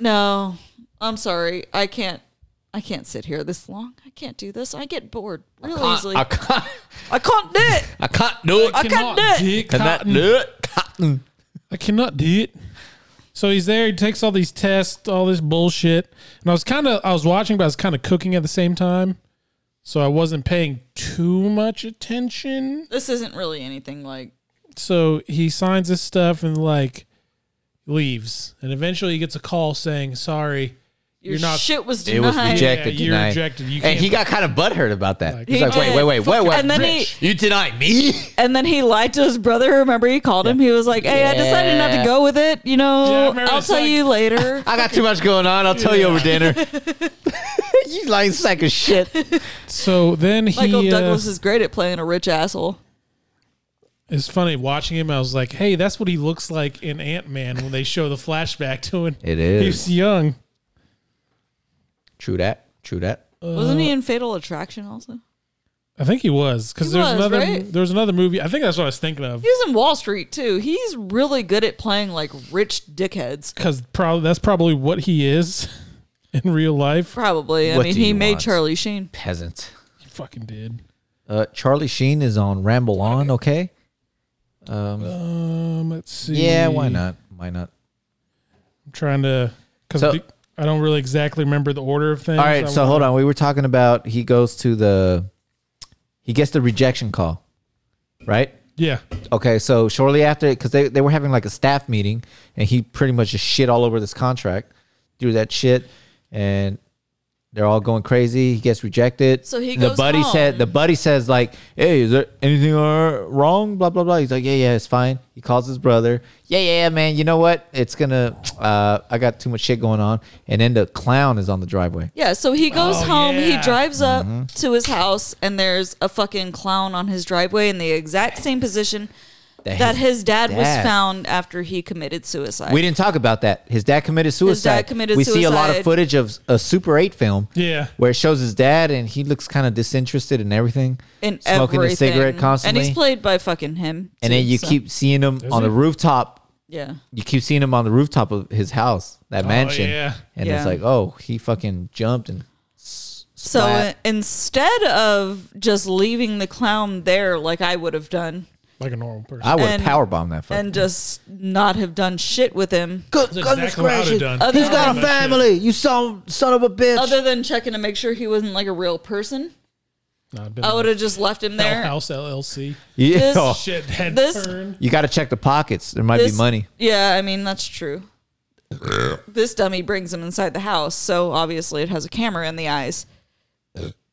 S3: no, I'm sorry. I can't I can't sit here this long. I can't do this. I get bored real oh, easily.
S2: I can't,
S3: I can't do it.
S2: I can't do it.
S3: I can't do it.
S1: dig
S2: Cannot
S1: cotton.
S2: do it. Cotton.
S1: I cannot do it. So he's there. He takes all these tests, all this bullshit. And I was kind of, I was watching, but I was kind of cooking at the same time. So I wasn't paying too much attention.
S3: this isn't really anything like
S1: So he signs his stuff and like leaves. And eventually he gets a call saying, sorry,
S3: your
S1: You're not-
S3: shit was
S2: It
S3: denied.
S2: was rejected.
S1: Yeah, you're
S2: denied.
S1: rejected. You
S2: and
S1: can't-
S2: he got kind of butthurt about that.
S1: Like,
S2: He's
S3: He
S2: like, wait,
S3: did.
S2: wait, wait, wait, wait.
S3: And then
S1: rich.
S2: you denied me.
S3: and then he lied to his brother. Remember, he called him. He was like, "Hey, I decided not to
S2: Yeah.
S3: go with it.
S1: Yeah, I
S3: You know,
S1: remember
S3: I'll
S1: it's
S3: tell
S1: like-
S3: you later."
S2: I got too much going on. I'll tell you over dinner. you lying sack of shit.
S1: So then he.
S3: Michael
S1: uh,
S3: Douglas is great at playing a rich asshole.
S1: It's funny watching him. I was like, hey, that's what he looks like in Ant Man when they show the flashback to him.
S2: It is.
S1: He's young.
S2: True that. True that.
S3: Wasn't
S1: Uh.
S3: he in Fatal Attraction also?
S1: I think he was because
S3: He
S1: there's
S3: was,
S1: another
S3: right?
S1: there's another movie. I think that's what I was thinking of.
S3: He was in Wall Street too. He's really good at playing like rich dickheads.
S1: because probably that's probably what he is in real life.
S3: Probably. I
S2: What
S3: mean,
S2: do
S3: he
S2: you
S3: made
S2: want?
S3: Charlie Sheen.
S2: Peasant.
S1: He fucking did.
S2: Uh, Charlie Sheen is on Ramble On. Okay.
S1: Um, let's see.
S2: Yeah. Why not? Why not?
S1: I'm trying to because
S2: So-
S1: I don't really exactly remember the order of things.
S2: All right. So hold on. We were talking about he goes to the, he gets the rejection call, right?
S1: Yeah,
S2: Okay, so shortly after, because they, they were having like a staff meeting, and he pretty much just shit all over this contract, threw that shit, and they're all going crazy. He gets rejected.
S3: So he
S2: the
S3: goes
S2: buddy said the
S3: home.
S2: buddy says like, "Hey, is there anything uh, wrong?" Blah blah blah. He's like, "Yeah, yeah, it's fine." He calls his brother. Yeah, yeah, man. You know what? It's gonna. Uh, I got too much shit going on, and then the clown is on the driveway.
S3: Yeah, so he goes
S1: Oh,
S3: home,
S1: yeah.
S3: he drives up
S2: Mm-hmm.
S3: to his house, and there's a fucking clown on his driveway in the exact same position
S2: That
S3: that
S2: his
S3: his dad, was
S2: dad-
S3: found after he committed suicide.
S2: We didn't talk about that. His dad committed suicide.
S3: committed
S2: we see a lot of
S3: suicide.
S2: footage of a Super 8 film.
S1: Yeah.
S2: Where it shows his dad and he looks kind of disinterested in everything.
S3: in
S2: smoking
S3: everything.
S2: a cigarette constantly.
S3: and he's played by fucking him.
S2: And
S3: too,
S2: then you
S3: so-
S2: keep seeing him on
S1: he?
S2: the rooftop.
S3: yeah.
S2: You keep seeing him on the rooftop of his house, that mansion.
S1: Oh, yeah.
S2: And
S3: Yeah.
S2: it's like, oh, he fucking jumped and
S3: So
S2: splat.
S3: i- instead of just leaving the clown there, like I would have done,
S1: like a normal person.
S2: I would
S3: and-
S2: power bomb that fucker.
S3: and just not have done shit with him,
S2: Good
S1: That's exactly what I would've done.
S3: Other
S2: He's got a
S1: than-
S2: family. You son, son of a bitch.
S3: other than checking to make sure he wasn't like a real person.
S1: No, I've been
S3: I
S1: oh,
S3: would have just left him there.
S1: House LLC.
S2: Yeah.
S3: This-
S1: Shit, head
S3: This-
S1: turn.
S2: you got to check the pockets. There might
S3: This-
S2: be money.
S3: Yeah, I mean that's true. this dummy brings him inside the house, so obviously it has a camera in the eyes.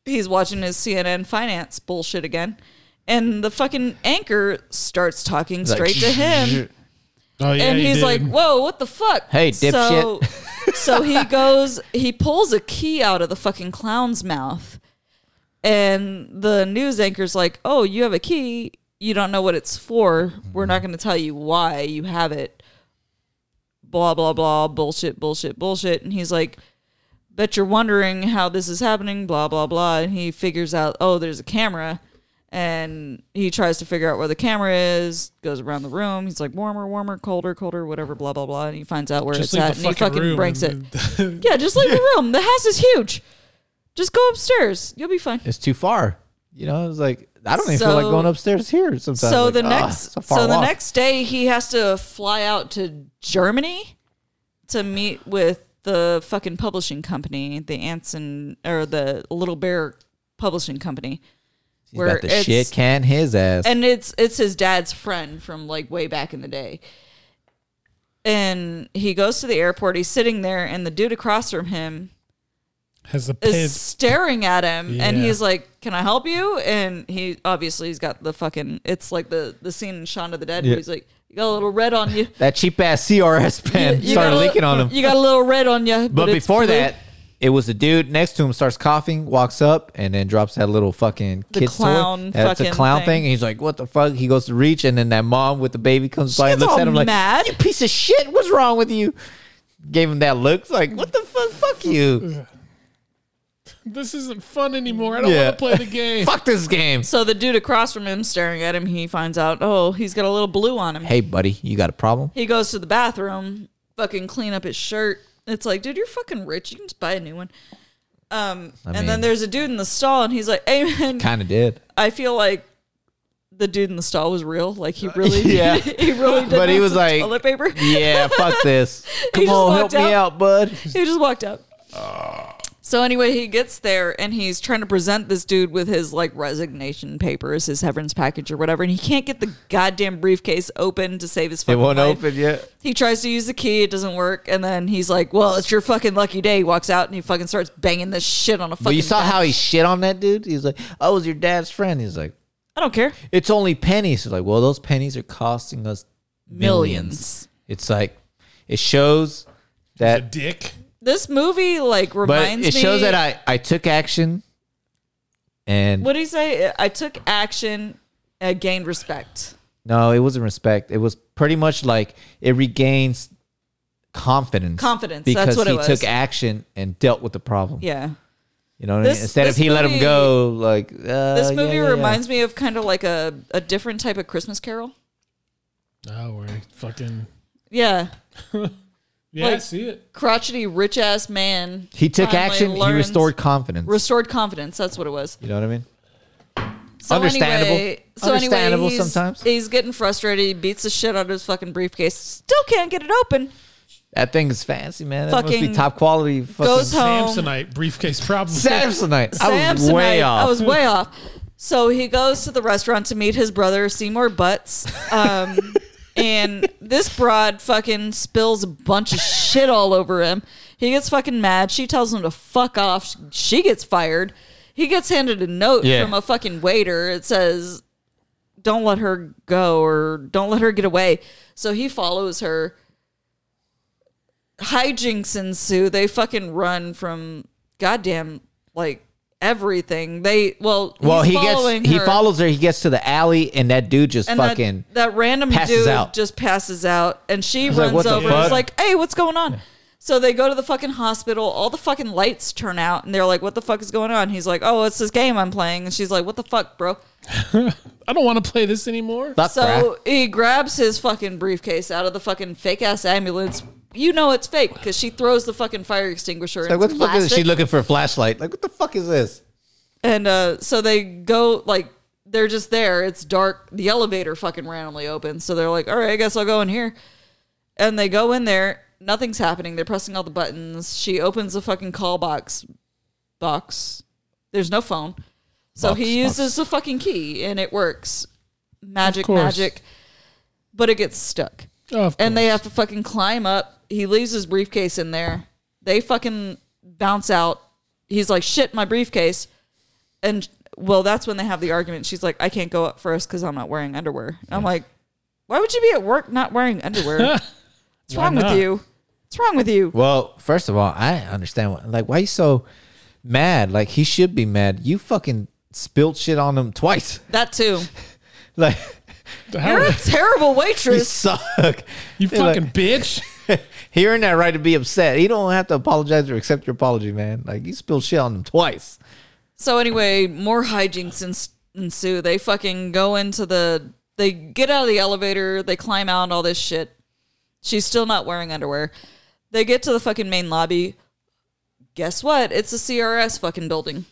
S3: He's watching his CNN finance bullshit again, and the fucking anchor starts talking
S2: Like,
S3: straight to him,
S1: Oh yeah,
S3: and
S1: he
S3: he's
S1: did.
S3: like, "Whoa, what the fuck?"
S2: Hey, dipshit.
S3: So, so he goes, he pulls a key out of the fucking clown's mouth, and the news anchor's like, "Oh, you have a key. You don't know what it's for. We're not
S2: Mm-hmm.
S3: going to tell you why you have it." Blah blah blah, bullshit, bullshit, bullshit. And he's like, "Bet you're wondering how this is happening." Blah blah blah. And he figures out, "Oh, there's a camera." And he tries to figure out where the camera is. Goes around the room. He's like warmer, warmer, colder, colder, whatever. Blah blah blah. And he finds out where
S1: just
S3: it's
S1: leave
S3: at.
S1: the
S3: and he
S1: fucking
S3: fucking
S1: room.
S3: breaks it.
S1: and-
S3: Yeah, just leave the room. The house is huge. Just go upstairs. You'll be fine.
S2: It's too far. You know, it's like I don't even feel like
S3: So-
S2: going upstairs here sometimes.
S3: So
S2: Like,
S3: the
S2: ah,
S3: next
S2: it's a far
S3: so the
S2: walk.
S3: next day he has to fly out to Germany to meet with the fucking publishing company, the Anson or the Little Bear publishing company.
S2: He's
S3: where
S2: about to
S3: it's-
S2: shit can his ass.
S3: and it's it's his dad's friend from like way back in the day. And he goes to the airport. He's sitting there, and the dude across from him
S1: has a
S3: is
S1: pin.
S3: staring at him, and
S1: Yeah.
S3: he's like, "Can I help you?" And he obviously he's got the fucking. It's like the the scene in Shaun of the Dead.
S2: Yeah.
S3: Where he's like, "You got a little red on you."
S2: that cheap ass CRS pen
S3: you
S2: started
S3: got a
S2: leaking
S3: li-
S2: on him.
S3: You got a little red on you.
S2: but before that, it was the dude next to him starts coughing, walks up, and then drops that little fucking
S3: The
S2: kid's
S3: clown
S2: toy. That's a
S3: fucking
S2: clown
S3: thing.
S2: thing. And he's like, "What the fuck?" He goes to reach, and then that mom with the baby comes by and
S3: She's
S2: looks
S3: all
S2: at him like,
S3: mad.
S2: "You piece of shit! What's wrong with you?" Gave him that look it's like, "What the fuck? Fuck you!
S1: This isn't fun anymore. I don't
S2: Yeah.
S1: want to play the game.
S2: fuck this game!"
S3: so the dude across from him staring at him, he finds out, oh, he's got a little blue on him.
S2: Hey, buddy, you got a problem?
S3: He goes to the bathroom, fucking clean up his shirt. It's like, dude, you're fucking rich. You can just buy a new one. Um,
S2: I
S3: and
S2: mean-
S3: then there's a dude in the stall, and he's like, "Hey man,
S2: Kind of did,
S3: I feel like the dude in the stall was real. Like he really,
S2: yeah.
S3: he really did."
S2: But he
S3: want
S2: was
S3: some
S2: like-
S3: toilet paper.
S2: yeah. Fuck this! Come
S3: just
S2: on, help
S3: walked
S2: me
S3: out.
S2: out, bud.
S3: he just walked out.
S2: Ah.
S3: So anyway, he gets there and he's trying to present this dude with his like resignation papers, his severance package or whatever, and he can't get the goddamn briefcase open to save his
S2: It
S3: fucking
S2: won't
S3: life.
S2: open yet.
S3: He tries to use the key, it doesn't work, and then he's like, "Well, it's your fucking lucky day." He walks out and he fucking starts banging this shit on a fucking.
S2: But you saw
S3: bench.
S2: how he shit on that dude. He's like, "I was your dad's friend." He's like.
S3: I don't care.
S2: it's only pennies. It's like, well, those pennies are costing us millions.
S3: Millions.
S2: It's like it shows
S1: A
S2: that,
S1: dick.
S3: This movie like
S2: but
S3: reminds
S2: it
S3: me.
S2: shows that I I took action, and
S3: What do you say? I took action, I gained respect.
S2: no, it wasn't respect. It was pretty much like it regains confidence.
S3: Confidence, that's
S2: because
S3: what
S2: he
S3: it was.
S2: took action and dealt with the problem.
S3: Yeah.
S2: You know what I
S3: This-
S2: mean? Instead of
S3: this
S2: he let him
S3: movie-
S2: go, like uh,
S3: This movie reminds me of kind of like a, a different type of Christmas Carol.
S1: Oh, we fucking.
S3: Yeah.
S1: Yeah, I
S3: Like-
S1: see it.
S3: Crotchety rich ass man.
S2: He took
S3: finally
S2: action. He
S3: learns-
S2: restored confidence.
S3: restored confidence. That's what it was.
S2: you know what I mean?
S3: So
S2: Understandable.
S3: Anyway, so
S2: Understandable
S3: anyway, he's,
S2: sometimes.
S3: He's getting frustrated. He beats the shit out of his fucking briefcase. Still can't get it open.
S2: That thing is fancy, man. That must
S3: Fucking
S2: be top quality. Fucking
S3: Goes home.
S1: Samsonite briefcase problem.
S2: Samsonite. I was
S3: Samsonite.
S2: way off.
S3: I was way off. So he goes to the restaurant to meet his brother Seymour Butts, um, and this broad fucking spills a bunch of shit all over him. He gets fucking mad. She tells him to fuck off. She gets fired. He gets handed a note
S2: Yeah.
S3: from a fucking waiter. It says, "Don't let her go," or "Don't let her get away." So he follows her hijinks ensue. They fucking run from goddamn like everything. They well,
S2: well,
S3: he's
S2: he
S3: following
S2: gets he
S3: her,
S2: follows her. He gets to the alley, and that dude just
S3: and that-
S2: fucking.
S3: that, random
S2: passes
S3: dude
S2: out.
S3: just passes out, and she
S2: like,
S3: runs
S2: what the
S3: over. and is
S2: fuck?
S3: like, "Hey, what's going on?" So they go to the fucking hospital. All the fucking lights turn out, and they're like, "What the fuck is going on?" He's like, "Oh, it's this game I'm playing," and she's like, "What the fuck, bro?"
S1: I don't want to play this anymore.
S2: Fuck, bruh.
S3: So he grabs his fucking briefcase out of the fucking fake ass ambulance. You know it's fake because she throws the fucking fire extinguisher.
S2: like,
S3: into
S2: what the fuck is
S3: plastic.
S2: she looking for a flashlight? Like, what the fuck is this?
S3: And uh, so they go like they're just there. It's dark. The elevator fucking randomly opens. So they're like, all right, I guess I'll go in here. And they go in there. Nothing's happening. They're pressing all the buttons. She opens the fucking call box. Box. There's no phone. So
S2: Box,
S3: he
S2: box.
S3: uses a fucking key and it works. Magic,
S1: course.
S3: magic. But it gets stuck.
S1: Oh, Of
S3: And they
S1: course.
S3: have to fucking climb up. He leaves his briefcase in there. They fucking bounce out. He's like, shit, my briefcase. And well, that's when they have the argument. She's like, I can't go up first because I'm not wearing underwear. And I'm like, why would you be at work not wearing underwear? What's
S1: Why
S3: wrong
S1: not?
S3: with you? What's wrong with you?
S2: Well, first of all, I understand. What, like, why you so mad? Like, he should be mad. You fucking spilled shit on him twice.
S3: That too.
S2: Like,
S1: How-
S3: You're a terrible
S2: you
S3: waitress.
S2: suck.
S1: you
S2: Like,
S1: fucking bitch.
S2: he earned that right to be upset. You don't have to apologize or accept your apology, man. Like, you spilled shit on him twice.
S3: So anyway, more hijinks ens- ensue. They fucking go into the. They get out of the elevator. They climb out. All this shit. She's still not wearing underwear. They get to the fucking main lobby. Guess what? It's a CRS fucking building.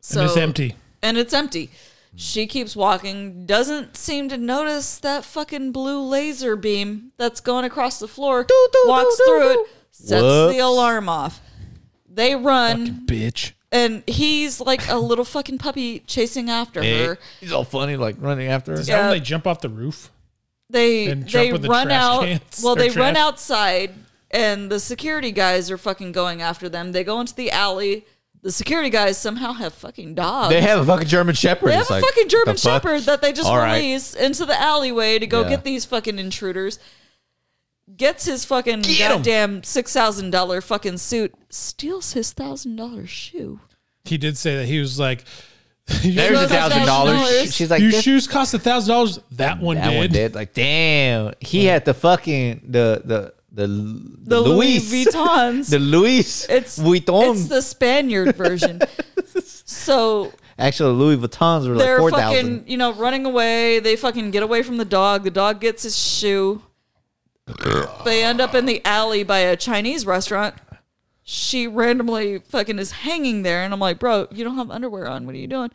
S3: So
S1: and it's empty.
S3: And it's empty. She keeps walking. Doesn't seem to notice that fucking blue laser beam that's going across the floor.
S2: doo,
S3: walks
S2: doo, doo,
S3: through
S2: doo.
S3: it. Sets
S2: Whoops.
S3: the alarm off. They run
S1: Fucking bitch.
S3: and he's like a little fucking puppy chasing after her.
S2: He's all funny, like running after her.
S1: Is that
S3: Yeah.
S1: when they jump off the roof?
S3: They
S1: And jump
S3: they
S1: with the
S3: run
S1: trash
S3: out.
S1: cans
S3: well,
S1: or
S3: they run
S1: trash-
S3: outside, and the security guys are fucking going after them. They go into the alley. The security guys somehow have fucking dogs.
S2: They have a fucking German Shepherd.
S3: They have
S2: It's
S3: a
S2: like,
S3: fucking German
S2: the fuck?
S3: Shepherd that they just
S2: All right.
S3: release into the alleyway to go
S2: Yeah.
S3: get these fucking intruders. Gets his fucking
S2: Get 'em.
S3: goddamn six thousand dollar fucking suit. Steals his thousand dollar shoe.
S1: He did say that he was like,
S2: There's
S3: Those
S2: a
S3: are
S2: thousand
S3: $1,000.
S2: dollars. She's like,
S1: your
S2: this-
S1: shoes cost a thousand dollars. That one
S2: that
S1: did.
S2: one did. Like, damn, he had the fucking the the the the,
S3: The Louis
S2: Louis,
S3: Vuittons.
S2: the Louis
S3: It's
S2: Vuitton.
S3: It's the Spaniard version. so
S2: Actually, Louis Vuittons were like
S3: they're
S2: four
S3: fucking,
S2: thousand.
S3: you know, running away. They fucking get away from the dog. The dog gets his shoe. they end up in the alley by a Chinese restaurant. She randomly fucking is hanging there, and I'm like, bro, you don't have underwear on. What are you doing?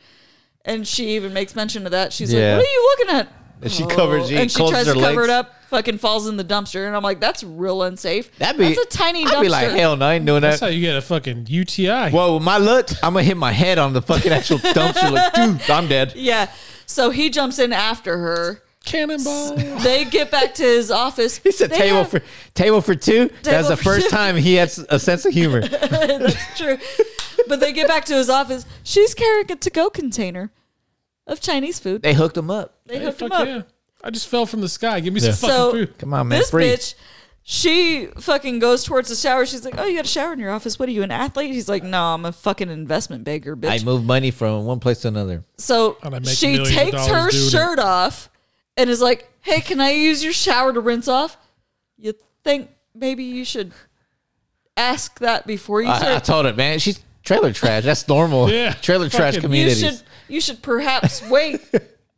S3: And she even makes mention of that. She's
S2: Yeah.
S3: like, what are you looking at?
S2: And she covers- she
S3: and she
S2: closes
S3: tries to
S2: her
S3: cover it
S2: legs.
S3: up. Fucking falls in the dumpster, and I'm like, that's real unsafe.
S2: That'd be
S3: that's a tiny
S2: I'd
S3: dumpster.
S2: be like, hell no, I ain't doing
S1: That's how
S2: that.
S1: you get a fucking UTI.
S2: Well, with my luck, I'm gonna hit my head on the fucking actual dumpster. Like, dude, I'm dead.
S3: Yeah. So he jumps in after her.
S1: Cannonball.
S3: They get back to his office.
S2: He said
S3: They
S2: table
S3: have-
S2: for table for two. That's
S3: Table
S2: the
S3: for
S2: first
S3: two.
S2: time he has a sense of humor.
S3: That's true. But they get back to his office. She's carrying a to-go container of Chinese food.
S2: they hooked him up.
S3: They
S1: Hey,
S3: hooked him
S1: fuck
S3: up.
S1: yeah. I just fell from the sky. Give me some
S3: So-
S1: fucking food.
S2: Come on, man,
S3: this
S2: free.
S3: bitch, she fucking goes towards the shower. She's like, "Oh, you got a shower in your office? What are you, an athlete?" He's like, "No, I'm a fucking investment banker, bitch."
S2: I move money from one place to another.
S3: So
S1: And I make
S3: she
S1: millions of
S3: takes
S1: dollars
S3: her
S1: doing it.
S3: shirt off and is like, "Hey, can I use your shower to rinse off?" You think maybe you should ask that before you
S2: I, I
S3: start.
S2: told it, man. She's trailer trash. That's normal.
S1: Yeah.
S2: Trailer trash
S1: Fucking-
S3: you
S2: communities.
S3: should you should perhaps wait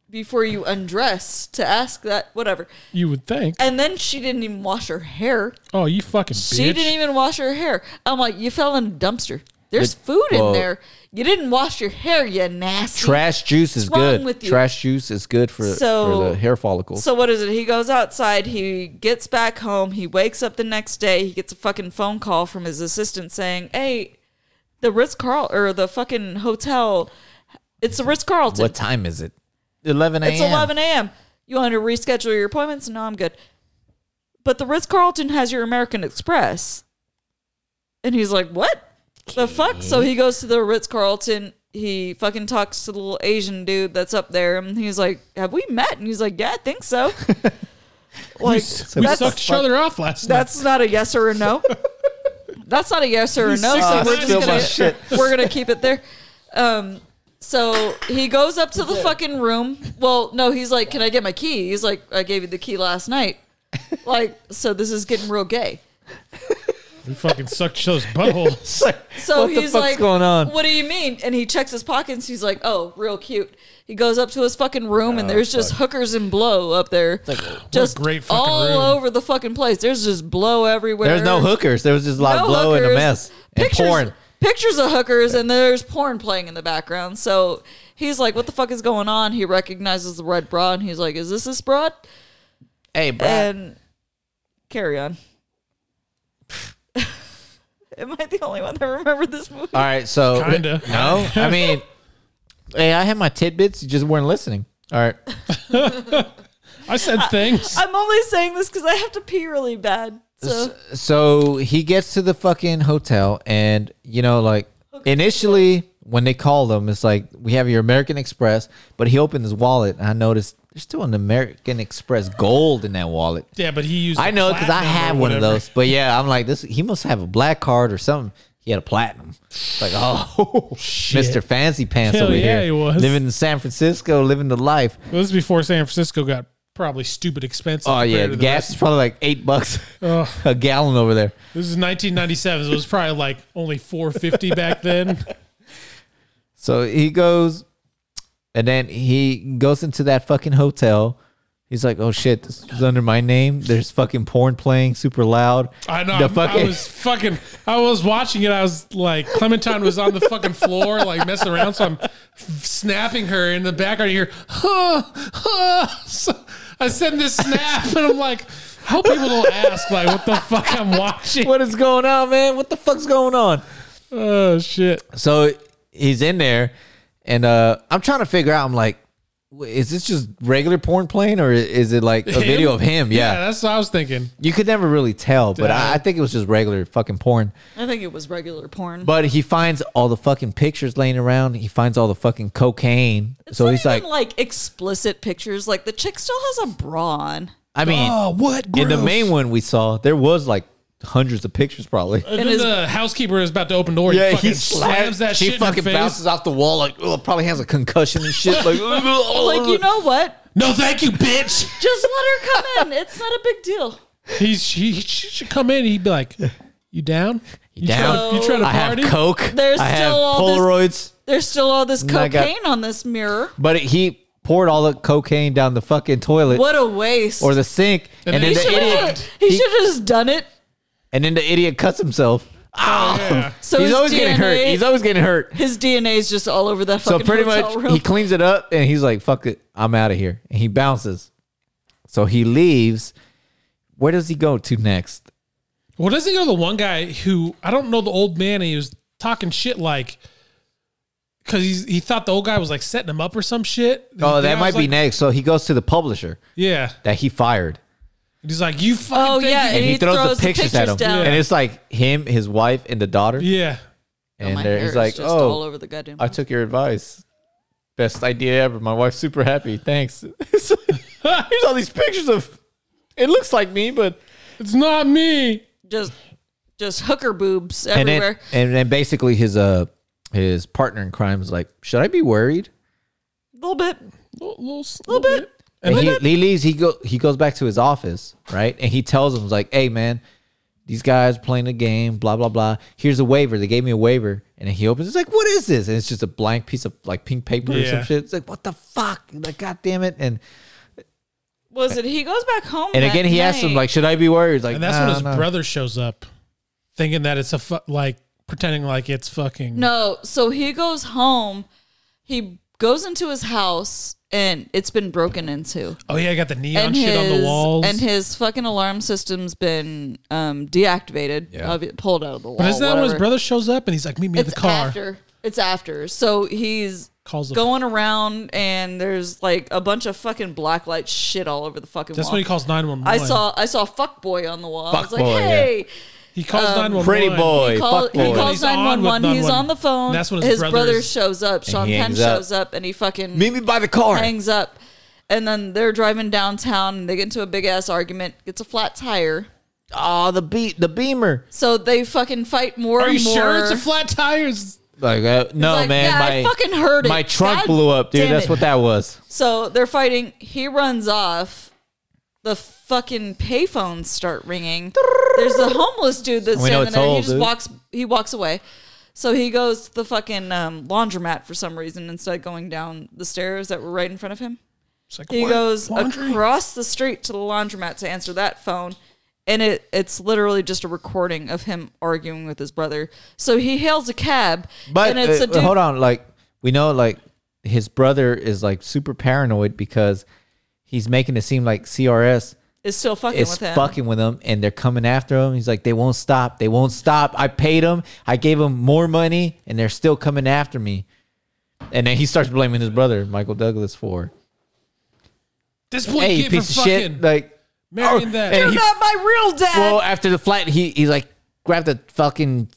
S3: before you undress to ask that whatever.
S1: You would think.
S3: And then she didn't even wash her hair.
S1: Oh, you fucking
S3: She
S1: bitch.
S3: didn't even wash her hair. I'm like, you fell in a dumpster. There's
S2: But-
S3: food
S2: well-
S3: in there. You didn't wash your hair, you nasty.
S2: Trash juice is
S3: What's wrong
S2: good.
S3: with you?
S2: Trash juice is good for,
S3: So-
S2: for the hair follicles.
S3: So what is it? He goes outside, he gets back home, he wakes up the next day, he gets a fucking phone call from his assistant saying, "Hey, the Ritz Carl or the fucking hotel, it's the Ritz Carlton.
S2: what time is it? 11 a.m.
S3: It's 11 a.m. You want to reschedule your appointments? No, I'm good. But the Ritz Carlton has your American Express. And he's like, what the fuck? So he goes to the Ritz Carlton. He fucking talks to the little Asian dude that's up there. And he's like, have we met? And he's like, yeah, I think so. like,
S1: we
S3: that's-
S1: sucked each other off last night.
S3: that's not a yes or a no. That's not a yes or a no. So
S2: Uh,
S3: we're just
S2: still my
S3: gonna
S2: shit.
S3: we're gonna keep it there. Um, so he goes up to the fucking room. Well, no, he's like, "Can I get my key?" He's like, "I gave you the key last night." Like, so this is getting real gay.
S1: We fucking sucked each other's butthole.
S2: It's like,
S3: So
S2: what the
S3: he's
S2: fuck's
S3: like,
S2: going on?
S3: What do you mean? And he checks his pockets. He's like, oh, real cute. He goes up to his fucking room,
S1: Oh,
S3: and there's just hookers and blow up there, just
S1: a great fucking
S3: all
S1: room.
S3: over the fucking place. There's just blow everywhere.
S2: There's no hookers. There was just a lot of
S3: No
S2: blow and a
S3: Oh, hookers.
S2: mess. And
S3: Pictures,
S2: porn.
S3: Pictures of hookers, and there's porn playing in the background. So he's like, "What the fuck is going on?" He recognizes the red bra, and he's like, "Is this this broad?"
S2: Hey, bro.
S3: And carry on. Am I the only one that remembered this movie?
S2: All right, so
S1: Kinda.
S2: no, I mean, Hey, I had my tidbits. You just weren't listening. All right.
S1: I said things.
S3: I'm only saying this because I have to pee really bad. So
S2: So he gets to the fucking hotel, and you know, like initially when they call him, it's like we have your American Express, but he opened his wallet, and I noticed there's still an American Express gold in that wallet.
S1: yeah, but he used.
S2: I know because I
S1: platinum or
S2: had one of
S1: whatever.
S2: those, but yeah, I'm like this. He must have a black card or something. He had a platinum. It's like oh, Mister Fancy Pants
S1: Hell
S2: over
S1: yeah,
S2: here,
S1: he was.
S2: living in San Francisco, living the life.
S1: Well, this is before San Francisco got probably stupid expensive.
S2: Oh
S1: compared
S2: yeah,
S1: to
S2: the
S1: the
S2: gas
S1: rest.
S2: is probably like eight bucks
S1: Ugh.
S2: a gallon over there.
S1: This is 1997, so it was probably like only 450 back then.
S2: So he goes, and then he goes into that fucking hotel. He's like, "Oh shit, this is under my name." There's fucking porn playing super loud.
S1: I know.
S2: The
S1: I'm-
S2: fucking-
S1: I was fucking. I was watching it. I was like, Clementine was on the fucking floor, like messing around. So I'm snapping her in the background. You hear, huh, huh. So I send this snap, and I'm like, I hope people don't ask, like, what the fuck I'm watching.
S2: What is going on, man? What the fuck's going on?
S1: Oh shit.
S2: So he's in there, and uh, I'm trying to figure out. I'm like, "Wait, is this just regular porn playing, or is it like a
S1: Him?
S2: video of him? Yeah.
S1: that's what I was thinking.
S2: you could never really tell, but I, I think it was just regular fucking porn.
S3: I think it was regular porn.
S2: But he finds all the fucking pictures laying around. He finds all the fucking cocaine. so
S3: not
S2: he's like,
S3: even, explicit pictures. Like the chick still has a bra on
S2: I mean,
S1: what?
S2: in the main one we saw, there was like hundreds of pictures probably.
S1: And
S3: his-
S1: the housekeeper is about to open the door. Yeah, he, fucking slams that
S2: She
S1: shit. in
S2: fucking
S1: her face.
S2: bounces off the wall like, oh, probably has a concussion and shit. Like, Oh.
S3: Like you know what?
S1: No, thank you, bitch.
S3: Just let her come in. It's not a big deal.
S1: He's she, she should come in. He'd be like, "You down? You
S2: down?
S1: Try, you trying to
S2: I have
S1: party?
S2: coke.
S3: There's
S2: I have
S3: still all this-
S2: Polaroids.
S3: There's still all this
S2: I got-
S3: cocaine on this mirror.
S2: But he poured all the cocaine down the fucking toilet
S3: What a waste.
S2: or the sink, and,
S1: And
S2: then
S1: then
S2: the
S1: he
S2: idiot,
S3: he
S2: he-
S3: should have just done it.
S2: and then the idiot cuts himself.
S1: Yeah.
S3: So
S2: He's
S3: his
S2: always
S3: DNA,
S2: getting hurt. He's always getting hurt.
S3: his DNA's just all over that
S2: So
S3: fucking
S2: pretty
S3: hotel
S2: much,
S3: room.
S2: he cleans it up, and he's like, "Fuck it, I'm out of here." And he bounces. So he leaves. Where does he go to next?
S1: Well, doesn't he go to the one guy who I don't know the old man? He was talking shit like because he he thought the old guy was like setting him up or some shit.
S2: Oh,
S1: The
S2: that
S1: guy
S2: might
S1: was
S2: be
S1: like-
S2: next. So he goes to the publisher
S1: Yeah,
S2: that he fired.
S1: And he's like, "You fucking
S3: Oh
S1: think
S3: yeah,
S1: you-"
S3: and, he, throws, the pictures,
S2: at him,
S3: down.
S2: and it's like him, his wife, and the daughter.
S1: yeah."
S2: And
S3: My
S2: there-
S3: hair
S2: it's
S3: is
S2: like,
S3: just
S2: "Oh,
S3: all over the goddamn.
S2: I took your advice. Best idea ever. My wife's super happy. Thanks. Here's all these pictures of. It looks like me, but
S1: It's not me.
S3: just just hooker boobs
S2: and then,
S3: everywhere.
S2: and then basically his uh his partner in crime is like, should I be worried?
S3: A little bit,
S1: Little, little,
S3: little bit.
S2: And he, he leaves. He go he goes back to his office, right? And he tells him like, hey man, these guys playing a game, blah blah blah. Here's a waiver. They gave me a waiver, and then he opens. It's like, what is this? And it's just a blank piece of like pink paper or some
S1: Yeah.
S2: shit. It's like, what the fuck? Like, god damn it! And
S3: Was it? He goes back home.
S2: and
S3: that
S2: again, he asks him
S3: night.
S2: like, should I be worried? He's Like,
S1: And that's
S2: "Nah,
S1: when his
S2: nah."
S1: brother shows up, thinking that it's a fu- like pretending like it's fucking.
S3: No, so he goes home. He goes into his house and it's been broken into.
S1: Oh yeah, I got the neon
S3: And
S1: shit on the walls.
S3: and his fucking alarm system's been um, deactivated,
S2: Yeah.
S3: obvi- pulled out of the wall.
S1: but isn't that when his
S3: whatever.
S1: brother shows up and he's like, "Meet me
S3: It's
S1: at the car."
S3: after. It's after. So he's
S1: Calls the-
S3: going around and there's like a bunch of fucking blacklight shit all over the fucking
S1: That's
S3: wall.
S1: when he calls nine one one.
S3: I saw I saw fuck boy on the wall. I was like,
S2: Fuckboy, yeah.
S3: hey.
S1: he calls
S3: um,
S1: nine one one.
S2: Pretty boy,
S3: He, call,
S2: fuck
S3: he
S2: boy.
S3: calls
S1: He's on with
S3: 911. He's
S1: 911.
S3: on the phone.
S1: That's when his
S3: brother
S1: brother's-
S3: shows up. Sean
S2: he
S3: Penn
S2: hangs up.
S3: shows up and he fucking
S2: Meet me by the car.
S3: hangs up. And then they're driving downtown and they get into a big ass argument. Gets a flat tire.
S2: Oh, the be- the beamer.
S3: So they fucking fight more
S1: Are
S3: and
S1: you
S3: more.
S1: sure it's a flat tires?
S2: Like, uh, no,
S3: like,
S2: man,
S3: "Yeah,
S2: my
S3: I fucking heard it.
S2: my trunk
S3: God
S2: blew up, dude.
S3: damn
S2: That's
S3: it."
S2: what that was.
S3: So they're fighting. He runs off. The fucking payphones start ringing. There's a homeless dude that's
S2: We know
S3: standing
S2: it's
S3: there. he
S2: old,
S3: just
S2: dude.
S3: walks. He walks away. So he goes to the fucking um, laundromat for some reason instead of going down the stairs that were right in front of him.
S1: It's like,
S3: He
S1: what?
S3: goes
S1: Laundry?
S3: across the street to the laundromat to answer that phone. And it, it's literally just a recording of him arguing with his brother. So he hails a cab.
S2: But
S3: and it's
S2: uh,
S3: a dude
S2: hold on, like we know, like his brother is like super paranoid because he's making it seem like CRS
S3: is still fucking
S2: is
S3: with him.
S2: fucking with him, and they're coming after him. He's like, they won't stop. They won't stop. I paid him. I gave him more money, and they're still coming after me. And then he starts blaming his brother, Michael Douglas, for
S1: This poor
S2: hey
S1: kid for
S2: piece of shit.
S1: fucking
S2: Like
S1: marrying
S2: oh,
S1: that.
S2: and
S3: You're
S2: he-
S3: not my real dad.
S2: well, after the flight, he he like grabbed the fucking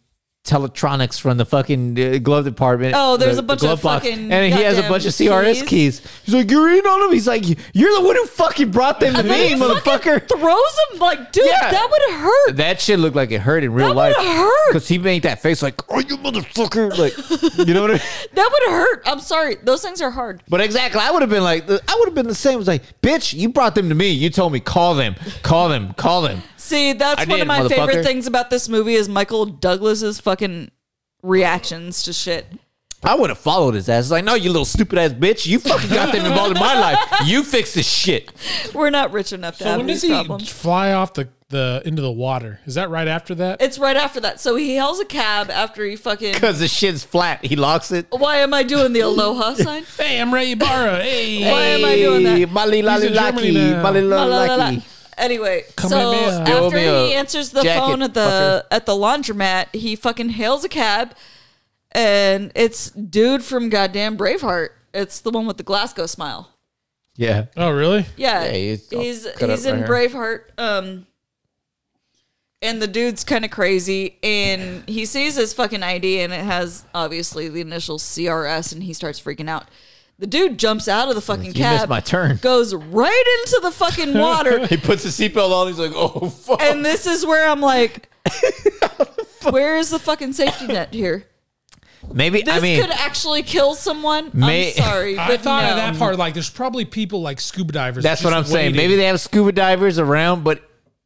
S2: teletronics from the fucking uh, glove department.
S3: Oh, there's
S2: the-
S3: a
S2: the
S3: bunch
S2: glove
S3: of
S2: box,
S3: fucking
S2: and he has a
S3: goddamn
S2: bunch of CRS keys.
S3: keys.
S2: He's like, you're in on them. He's like, you're the one who fucking brought them to
S3: And then
S2: me,
S3: he
S2: motherfucker.
S3: fucking Throws him like, dude,
S2: Yeah.
S3: that would hurt.
S2: That shit looked like it hurt in real
S3: That
S2: life.
S3: would've hurt.
S2: Because he made that face like, oh, you motherfucker. Like, you know what I mean?
S3: That would hurt. I'm sorry. Those things are hard.
S2: But exactly, I would have been like, I would have been the same. It was like, bitch, you brought them to me. You told me, call them, call them, call them.
S3: See, that's
S2: I
S3: one
S2: did,
S3: of my
S2: motherfucker.
S3: favorite things about this movie is Michael Douglas's fucking reactions to shit.
S2: I would have followed his ass. Like, no, you little stupid ass bitch. You fucking got them involved in my life. You fix this shit.
S3: We're not rich enough to
S1: so
S3: have
S1: when
S3: these
S1: does he
S3: problems.
S1: fly off the, the into the water? Is that right after that?
S3: It's right after that. So he hails a cab after he fucking.
S2: Because the shit's flat. He locks it.
S3: Why am I doing the aloha sign?
S1: Hey, I'm Ray Barra. Hey,
S3: Why am I doing that?
S2: Mali lali
S1: in Germany now.
S2: Mali
S3: La, la,
S2: lali
S3: la, la.
S2: laki.
S3: Anyway,
S1: Come
S3: so
S1: at me up.
S2: Yo,
S3: after
S2: me
S3: he
S2: up.
S3: answers the
S2: Jacket,
S3: phone at the at the laundromat, he fucking hails a cab, and it's dude from goddamn Braveheart. It's the one with the Glasgow smile.
S2: Yeah.
S1: Oh, really?
S3: Yeah,
S2: Yeah, he's
S3: he's
S2: all
S3: he's,
S2: cut up
S3: in
S2: right
S3: Braveheart. Um, and the dude's kind of crazy, and he sees his fucking ID, and it has obviously the initial CRS, and he starts freaking out. The dude jumps out of the fucking
S2: You
S3: cab,
S2: missed my turn.
S3: goes right into the fucking water,
S2: He puts his seatbelt on. He's like, oh, fuck.
S3: and this is where I'm like, where is the fucking safety net here?
S2: Maybe,
S3: This
S2: I mean,
S3: could actually kill someone.
S2: May-
S3: I'm sorry, but
S1: I thought
S3: no.
S1: of that part. Like, there's probably people like scuba divers.
S2: That's what I'm
S1: just
S2: saying.
S1: waiting.
S2: Maybe they have scuba divers around, but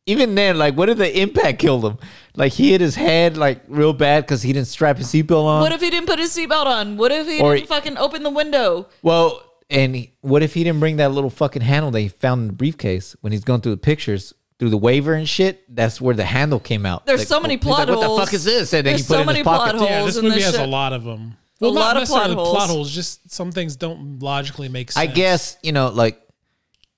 S2: even then, like, what if the impact killed him? Like, he hit his head like real bad because he didn't strap his seatbelt on.
S3: What if he didn't put his seatbelt on? What if he
S2: Or-
S3: didn't fucking open the window?
S2: well, and he- what if he didn't bring that little fucking handle that he found in the briefcase when he's going through the pictures? Through the waiver and shit, that's where the handle came out.
S3: There's so many
S2: he's like,
S3: plot
S2: What the
S3: holes.
S2: fuck is this? And then
S3: There's
S2: he put
S3: so
S2: it in
S3: many
S2: his pocket.
S3: plot
S1: Yeah,
S3: holes
S1: this
S3: in
S1: movie
S3: this
S1: has a
S3: shit.
S1: lot of them. Well,
S3: A
S1: not
S3: lot of plot
S1: necessarily plot
S3: holes.
S1: holes. Just some things don't logically make
S2: I
S1: sense.
S2: guess you know, like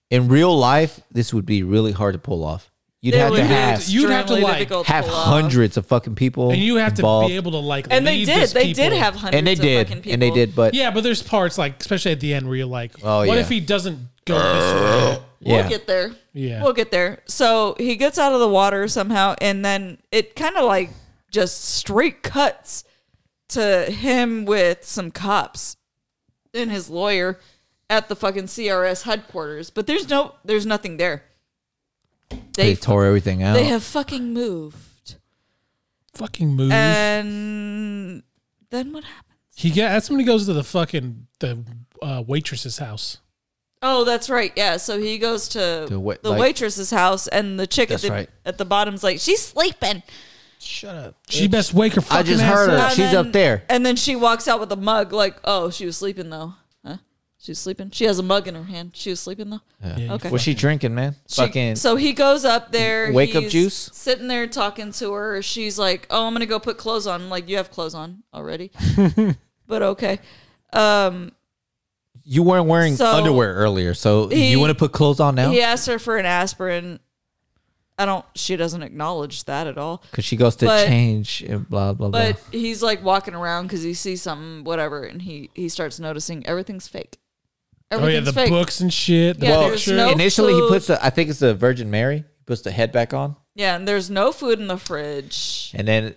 S2: in real life, this would be really hard to pull off. You'd
S3: It
S2: have
S3: would
S2: to
S3: be
S2: have
S1: You'd have to,
S3: extremely
S1: like,
S3: difficult to
S2: have
S3: pull off.
S2: hundreds of fucking people,
S1: and you have to
S2: involved.
S1: be able to like.
S3: And they
S1: lead
S3: did.
S1: these
S3: They did
S1: people.
S3: have hundreds
S2: and they
S3: of
S2: did,
S3: fucking people.
S2: and they did, but
S1: Yeah, but there's parts like, especially at the end, where you're like,
S2: Oh,
S1: "What
S2: yeah.
S1: if he doesn't go this way?"
S3: We'll
S2: yeah,
S3: get there.
S1: Yeah.
S3: We'll get there. So he gets out of the water somehow, and then it kind of like just straight cuts to him with some cops and his lawyer at the fucking CRS headquarters. But there's no, there's nothing there.
S2: they
S3: They
S2: tore everything out.
S3: they have fucking moved,
S1: Fucking move.
S3: Uh, and then what happened?
S1: he get that's when he goes to the fucking the uh, waitress's house.
S3: Oh, that's right. Yeah. So he goes to
S2: The
S3: the,
S2: wait- like-
S3: waitress's house, and the chick at
S2: That's
S3: the,
S2: right.
S3: at the bottom's like, she's sleeping.
S2: Shut up!
S1: She best wake her fucking
S2: I just
S1: ass
S2: heard
S1: up.
S2: her.
S3: And
S2: She's
S3: then-
S2: up there.
S3: And then she walks out with a mug, like, oh, she was sleeping though. Huh? She was sleeping. She has a mug in her hand. She was sleeping though.
S1: Yeah,
S3: Okay.
S2: What's she drinking, man?
S3: She-
S2: fucking.
S3: so he goes up there.
S2: Wake up
S3: he's
S2: juice?
S3: Sitting there talking to her. She's like, "Oh, I'm gonna go put clothes on." I'm like, you have clothes on already, but okay. Um,
S2: you weren't wearing
S3: So-
S2: underwear earlier, so
S3: He-
S2: you want to put clothes on now?
S3: he asks her for an aspirin. I don't. She doesn't acknowledge that at all.
S2: Because she goes to
S3: But-
S2: change and blah blah blah.
S3: But he's like walking around because he sees something, whatever, and he he starts noticing everything's fake.
S1: Oh yeah,
S3: Everything's
S1: the
S3: fake.
S1: books and shit. The
S3: Yeah,
S1: yeah,
S3: there's no-
S2: Initially, he
S3: food.
S2: puts. The, I think it's the Virgin Mary. He puts the head back on,
S3: Yeah, and there's no food in the fridge.
S2: and then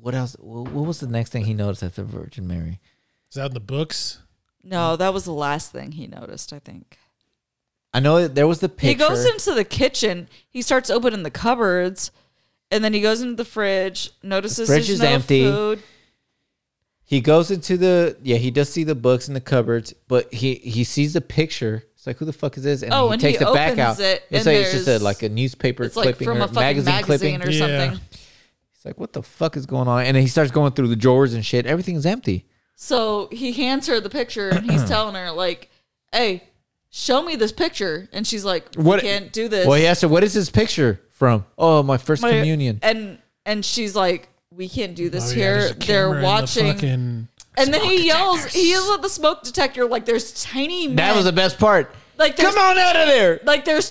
S2: what else? wh- What was the next thing he noticed at the Virgin Mary?
S1: Is that in the books?
S3: No, that was the last thing he noticed, I think.
S2: I know that there was the picture.
S3: He goes into the kitchen, he starts opening the cupboards, and then he goes into the fridge, notices
S2: The fridge is
S3: there's no
S2: empty.
S3: food.
S2: He goes into the yeah. He does see the books in the cupboards, but he he sees the picture. It's like who the fuck is this? And
S3: Oh,
S2: he
S3: and
S2: takes
S3: he
S2: it back
S3: opens
S2: out.
S3: it,
S2: it's
S3: and
S2: like it's just a,
S3: there's-
S2: like a newspaper
S3: It's like
S2: clipping
S3: from
S2: or
S3: a fucking
S2: magazine,
S3: magazine,
S2: clipping.
S3: or
S1: Yeah.
S3: something.
S2: He's like, what the fuck is going on? And then he starts going through the drawers and shit. Everything's empty.
S3: So he hands her the picture and he's telling her, like, hey, show me this picture. And she's like, "We
S2: What-
S3: can't do this.
S2: Well, he asked her, what is this picture from? Oh, my first
S3: My-
S2: communion.
S3: And and she's like, we can't do this
S1: Oh, yeah,
S3: here.
S1: there's a camera
S3: They're
S1: in the
S3: watching.
S1: fucking-
S3: and then he yells, he yells at the smoke detector like there's tiny men.
S2: That was the best part.
S3: Like there's
S2: Come on out of there.
S3: like there's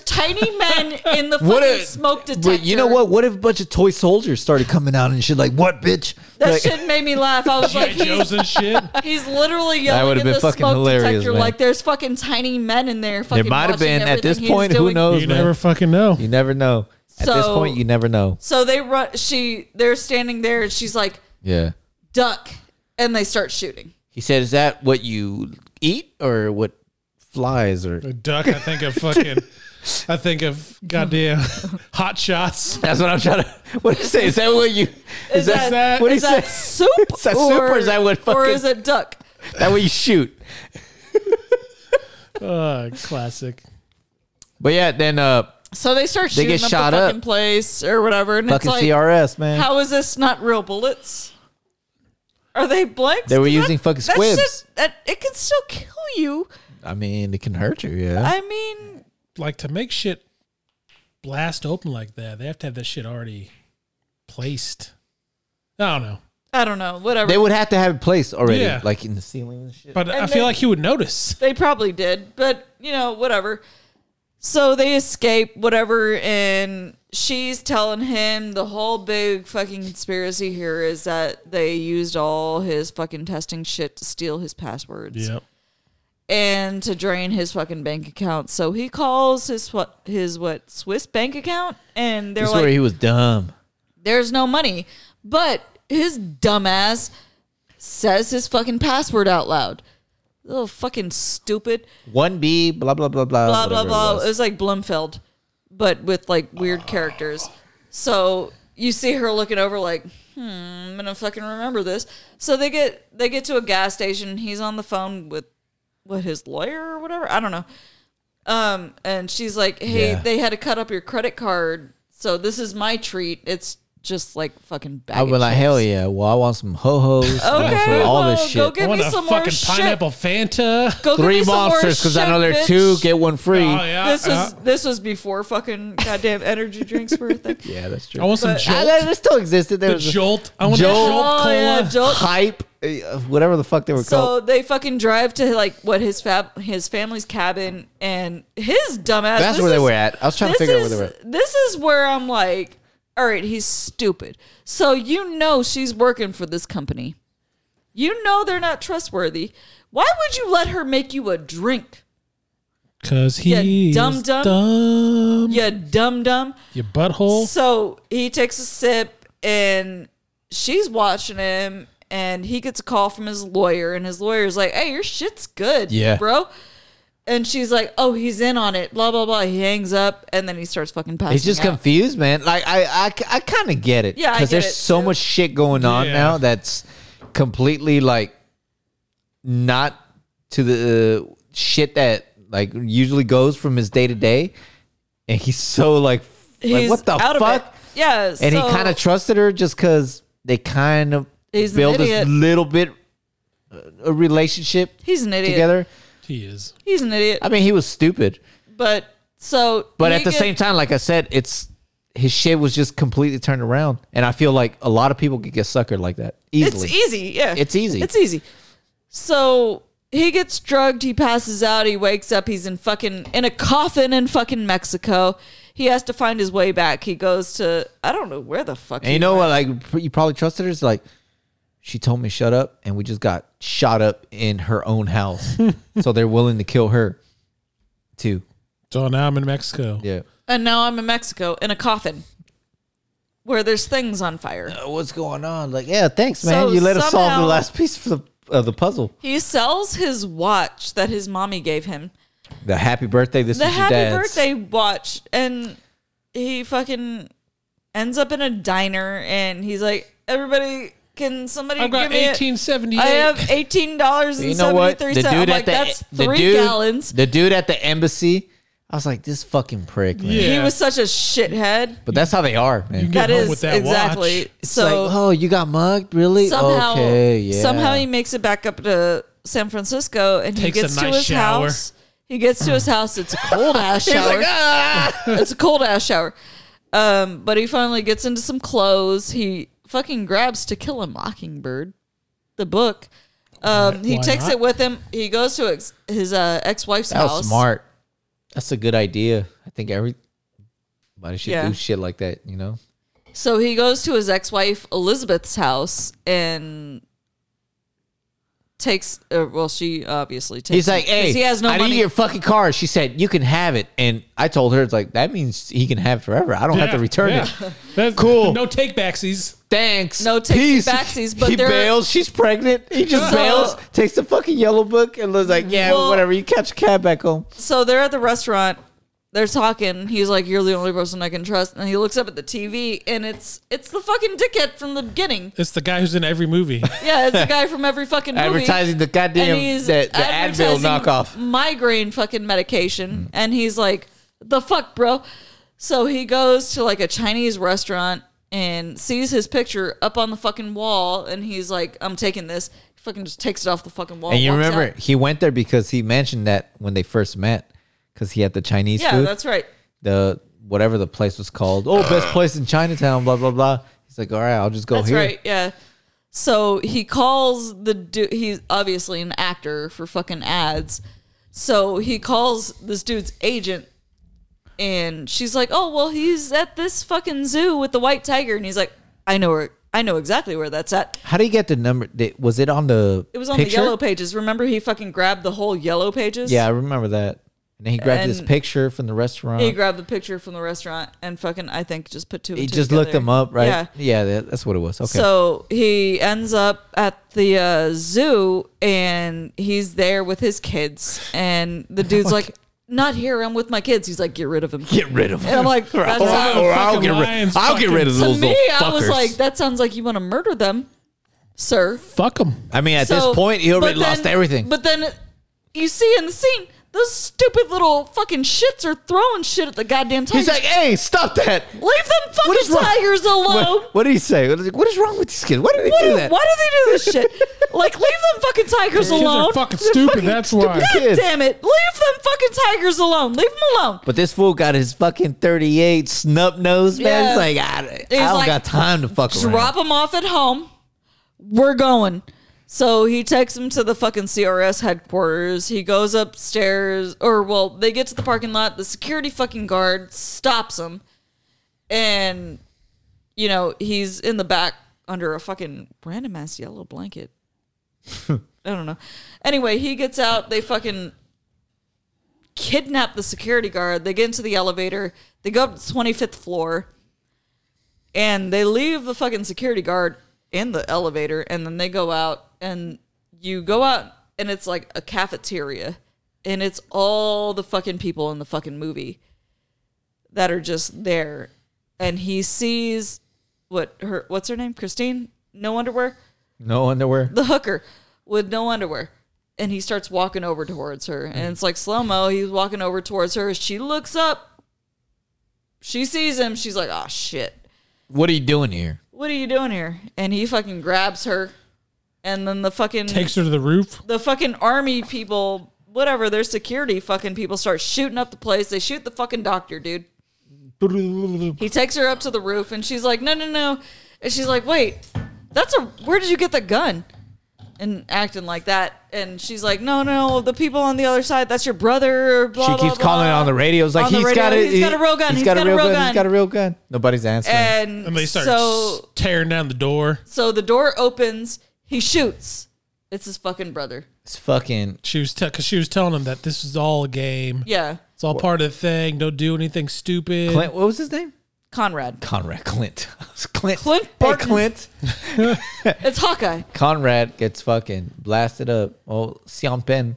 S3: tiny men in the
S2: What
S3: fucking
S2: if-
S3: smoke detector.
S2: But you know what? What if a bunch of toy soldiers started coming out and shit like, what, bitch?
S3: That
S2: Like,
S3: shit made me laugh. I was like,
S1: Joe's
S3: he's,
S1: and shit.
S3: he's literally yelling
S2: would've
S3: at
S2: been
S3: the
S2: fucking
S3: smoke
S2: hilarious,
S3: detector
S2: man.
S3: like there's fucking tiny men in there. Fucking
S2: There might have
S3: watching
S2: been at
S3: everything
S2: this
S3: he's
S2: point. Who
S3: doing.
S2: knows,
S1: You
S2: man?
S1: never fucking know.
S2: you never know. At this
S3: So-
S2: point, you never know.
S3: So they run. She they're standing there and she's like
S2: Yeah.
S3: duck, and they start shooting.
S2: He said, "Is that what you eat or what flies or?"
S1: A duck, I think of fucking. I think of goddamn hot shots.
S2: That's what I'm trying to. What do you say? Is that what you? Is,
S1: that- that-
S2: what do you
S3: Is that
S2: say?
S3: soup?
S2: Is that soup or is that what
S3: or
S2: fucking-
S3: is it duck?
S2: That what you shoot? Oh,
S1: Uh, classic.
S2: But yeah, then uh,
S3: So they start
S2: They
S3: shooting
S2: get
S3: up
S2: shot
S3: the
S2: up.
S3: fucking place or whatever, and
S2: fucking
S3: it's like,
S2: CRS man.
S3: how is this not real bullets? Are they blanks?
S2: They were
S3: 'Cause
S2: using fucking
S3: that
S2: squibs.
S3: shit- that, it can still kill you.
S2: I mean, it can hurt you. Yeah.
S3: I mean,
S1: Like to make shit blast open like that, they have to have that shit already placed. I don't know,
S3: I don't know. Whatever.
S2: they would have to have it placed already,
S1: Yeah.
S2: like in the ceiling and shit.
S1: but I
S3: And
S1: feel
S3: they-
S1: like he would notice.
S3: They probably did, but you know, whatever. So they escape, whatever, and she's telling him the whole big fucking conspiracy here is that they used all his fucking testing shit to steal his passwords
S1: Yep.
S3: and to drain his fucking bank account. So he calls his what his what Swiss bank account, and they're
S2: This is
S3: like,
S2: where he was dumb.
S3: "There's no money," but his dumbass says his fucking password out loud. Little fucking stupid.
S2: One B, blah blah blah blah
S3: blah blah
S2: whatever it
S3: blah. It
S2: was.
S3: was. like Blumfeld, but with like weird characters. So you see her looking over like, hmm, I'm gonna fucking remember this. So they get they get to a gas station. He's on the phone with what his lawyer or whatever. I don't know. Um, and she's like, Hey,
S2: Yeah.
S3: they had to cut up your credit card, so this is my treat. It's just like fucking bad.
S2: I was like, hell yeah! Well, I want some ho hos.
S3: Okay,
S2: all
S3: well,
S2: this shit.
S3: go get
S1: I want
S3: me
S1: a
S3: some more
S1: fucking
S3: shit.
S1: pineapple Fanta.
S3: Go get
S2: Three
S3: me some more
S2: monsters because I
S3: shit,
S2: know there are
S3: bitch.
S2: two. Get Uh-huh. one free.
S1: Oh yeah.
S3: This was
S1: uh,
S3: this was before fucking goddamn energy drinks were a thing.
S2: Yeah, that's true.
S1: I want some
S3: but-
S2: Ah,
S1: jolt.
S2: that, that still existed. There
S1: The
S2: was a
S1: jolt. I want
S2: Jolt.
S1: jolt, jolt
S3: Oh,
S1: cola.
S3: yeah, Jolt.
S2: hype, uh, whatever the fuck they were called.
S3: So they fucking drive to like what his fab his family's cabin and his dumbass.
S2: That's
S3: this
S2: where they
S3: is-
S2: were at. I was trying to
S3: this
S2: figure out where
S3: is-
S2: they were. at.
S3: This is where I'm like, all right, he's stupid. So you know she's working for this company. You know they're not trustworthy. Why would you let her make you a drink?
S1: Cause
S3: Yeah,
S1: he dumb dumb.
S3: dum dum. You dumb dumb.
S1: Your butthole.
S3: So he takes a sip and she's watching him and he gets a call from his lawyer and his lawyer's like, Hey, your shit's good,
S2: Yeah.
S3: bro. And she's like, Oh, he's in on it, blah, blah, blah. He hangs up and then he starts fucking passing.
S2: He's just
S3: out.
S2: confused, man. Like I, I, I kind of get it.
S3: Yeah, I get
S2: there's
S3: it,
S2: so
S3: too.
S2: much shit going on
S1: Yeah.
S2: now that's completely like not to the uh, shit that like usually goes from his day to day, and he's so like, like,
S3: He's
S2: what the
S3: out
S2: fuck?
S3: Of it. Yeah.
S2: And he kind of trusted her just because they kind of
S3: He's an
S2: built this
S3: idiot.
S2: little bit uh, a relationship
S3: He's an idiot.
S2: together.
S1: He is.
S3: He's an idiot.
S2: I mean, he was stupid.
S3: But so
S2: But
S3: he
S2: at the
S3: get-
S2: same time, like I said, it's his shit was just completely turned around, and I feel like a lot of people could get suckered like that easily.
S3: It's easy. Yeah.
S2: It's easy.
S3: It's easy. So he gets drugged. He passes out. He wakes up. He's in fucking in a coffin in fucking Mexico. He has to find his way back. He goes to I don't know where the fuck.
S2: and
S3: he
S2: you know
S3: went.
S2: what? Like you probably trusted her. It's like she told me shut up, and we just got shot up in her own house, so they're willing to kill her too.
S1: So now I'm in Mexico.
S2: Yeah.
S3: And now I'm in Mexico in a coffin where there's things on fire.
S2: Uh, what's going on? Like, yeah, thanks, man.
S3: So
S2: you let us solve the
S3: somehow-
S2: last piece of the, of the puzzle.
S3: He sells his watch that his mommy gave him.
S2: The happy birthday. This
S3: the
S2: is your
S3: happy
S2: dad's.
S3: birthday watch and he fucking ends up in a diner and he's like everybody can somebody
S1: I've got
S3: give me a-
S1: 1878.
S3: I have eighteen dollars
S2: you
S3: and
S2: know
S3: seventy
S2: what?
S3: three cents. I'm like, that's three gallons.
S2: The dude at the embassy. I was like, this fucking prick, man.
S1: Yeah.
S3: He was such a shithead.
S2: But that's how they are, man.
S1: Get
S3: That
S1: home
S3: is
S1: with that
S3: exactly
S1: watch.
S2: It's
S3: so.
S2: like, oh, you got mugged, really?
S3: somehow,
S2: okay, yeah.
S3: somehow he makes it back up to San Francisco and
S1: Takes
S3: he
S1: a
S3: gets
S1: nice
S3: to his
S1: shower.
S3: house. He gets to his
S2: Hmm.
S3: house. It's a cold ass shower.
S2: "Ah!"
S3: it's a cold ass shower. Um, but he finally gets into some clothes. He fucking grabs To Kill a Mockingbird, the book. Um, he
S1: why
S3: takes
S1: not?
S3: it with him. He goes to ex- his uh, ex wife's
S2: that
S3: house.
S2: was smart. That's a good idea. I think everybody should
S3: Yeah.
S2: do shit like that, you know?
S3: So he goes to his ex-wife Elizabeth's house and takes. Uh, well, she obviously takes.
S2: He's like,
S3: it 'cause
S2: hey,
S3: he has no
S2: I
S3: money.
S2: need your fucking car. She said, you can have it. And I told her, it's like, that means he can have it forever. I don't have to return it.
S1: That's,
S2: Cool.
S1: No take backsies.
S2: Thanks.
S3: No takesy
S2: Peace.
S3: backsies, but
S2: he
S3: there-
S2: bails. She's pregnant. He just
S3: So-
S2: bails, takes the fucking yellow book, and was like, yeah,
S3: Well-
S2: whatever. You catch a cab back home.
S3: so they're at the restaurant. They're talking. He's like, "You're the only person I can trust." And he looks up at the TV, and it's it's the fucking dickhead from the beginning.
S1: It's the guy who's in every movie.
S3: Yeah, it's the guy from every fucking movie.
S2: Advertising the
S3: and
S2: goddamn
S3: he's
S2: the, the Advil
S3: advertising
S2: knockoff.
S3: migraine fucking medication, and he's like, "The fuck, bro." So he goes to like a Chinese restaurant and sees his picture up on the fucking wall, and he's like, "I'm taking this." He fucking just takes it off the fucking wall.
S2: And you
S3: walks
S2: remember
S3: out.
S2: he went there because he mentioned that when they first met, because he had the Chinese
S3: Yeah,
S2: food,
S3: that's right.
S2: the whatever the place was called. Oh, best place in Chinatown. Blah blah blah. He's like, all right, I'll just go
S3: That's
S2: here.
S3: right. Yeah. So he calls the dude. He's obviously an actor for fucking ads. So he calls this dude's agent, and she's like, "Oh well, he's at this fucking zoo with the white tiger," and he's like, "I know where. I know exactly where that's at."
S2: How do you get the number? Did- Was it on the?
S3: It was on
S2: picture?
S3: the yellow pages. Remember, he fucking grabbed the whole yellow pages.
S2: Yeah, I remember that. And then he grabbed this
S3: And-
S2: picture from the restaurant.
S3: He grabbed the picture from the restaurant and fucking, I think, just put two. and
S2: He
S3: two
S2: just looked
S3: together.
S2: them up, right?
S3: Yeah.
S2: Yeah, that, that's what it was. Okay.
S3: So he ends up at the uh, zoo and he's there with his kids. And the dude's like, Not here. I'm with my kids. He's like, Get rid of him.
S2: get rid of him.
S3: And I'm like, That's how.
S1: or I'll get rid- I'll get rid
S2: of
S3: To me, I was like, That sounds like you want to murder them, sir.
S1: Fuck him.
S2: I mean, at
S3: So-
S2: this point, he
S3: but
S2: already lost
S3: then-
S2: everything.
S3: But then you see in the scene, those stupid little fucking shits are throwing shit at the goddamn tigers.
S2: He's like, "Hey, stop that!
S3: Leave them
S2: is
S3: fucking
S2: wrong-
S3: tigers alone.
S2: What, what did he say? What is, what is wrong with these kids? Why do they
S3: What
S2: do
S3: do-
S2: that?
S3: why do they do this shit? Like, leave them fucking tigers
S1: Kids
S3: alone.
S1: are fucking stupid. that's why.
S2: stupid.
S3: God
S2: kids.
S3: damn it! Leave them fucking tigers alone. Leave them alone.
S2: But this fool got his fucking thirty-eight snub nose man.
S3: Yeah.
S2: It's like I, I
S3: He's
S2: don't
S3: like,
S2: got time to fuck
S3: Just
S2: around.
S3: drop them off at home. We're going. So he takes them to the fucking CRS headquarters. He goes upstairs, or well, they get to the parking lot. The security fucking guard stops him, and you know he's in the back under a fucking random ass yellow blanket. I don't know. Anyway, he gets out. They fucking kidnap the security guard. They get into the elevator. They go up to the 25th floor and they leave the fucking security guard in the elevator and then they go out and you go out and it's like a cafeteria and it's all the fucking people in the fucking movie that are just there and he sees what her what's her name Christine no underwear
S2: No underwear.
S3: the hooker with no underwear. And he starts walking over towards her. And it's like slow mo. He's walking over towards her. She looks up. She sees him. She's like, oh, shit.
S2: What are you doing here?
S3: What are you doing here? And he fucking grabs her. And then the fucking
S1: Takes her to the roof.
S3: the fucking army people, whatever, their security fucking people start shooting up the place. They shoot the fucking doctor, dude. He takes her up to the roof and she's like, no, no, no. And she's like, wait, that's a, where did you get the gun? And acting like that. And she's like, no, no, the people on the other side, that's your brother. Blah,
S2: she keeps
S3: blah,
S2: calling
S3: blah.
S2: on the radio. It's like
S3: On the
S2: he's
S3: radio,
S2: got it.
S3: He's got a real gun. he's got a real gun. Eh.
S2: He's got a real gun. Nobody's answering.
S3: And,
S1: And they start
S3: so,
S1: tearing down the door.
S3: so the door opens. He shoots. It's his fucking brother.
S2: it's fucking
S1: She was because she was telling him that this is all a game.
S3: Yeah.
S1: It's all part of the thing. Don't do anything stupid.
S2: Clint. What was his name?
S3: Conrad.
S2: Conrad Clint. Clint.
S3: Clint
S2: Hey,
S3: Barton.
S2: Clint.
S3: It's Hawkeye.
S2: Conrad gets fucking blasted up. Oh, Xian Pen.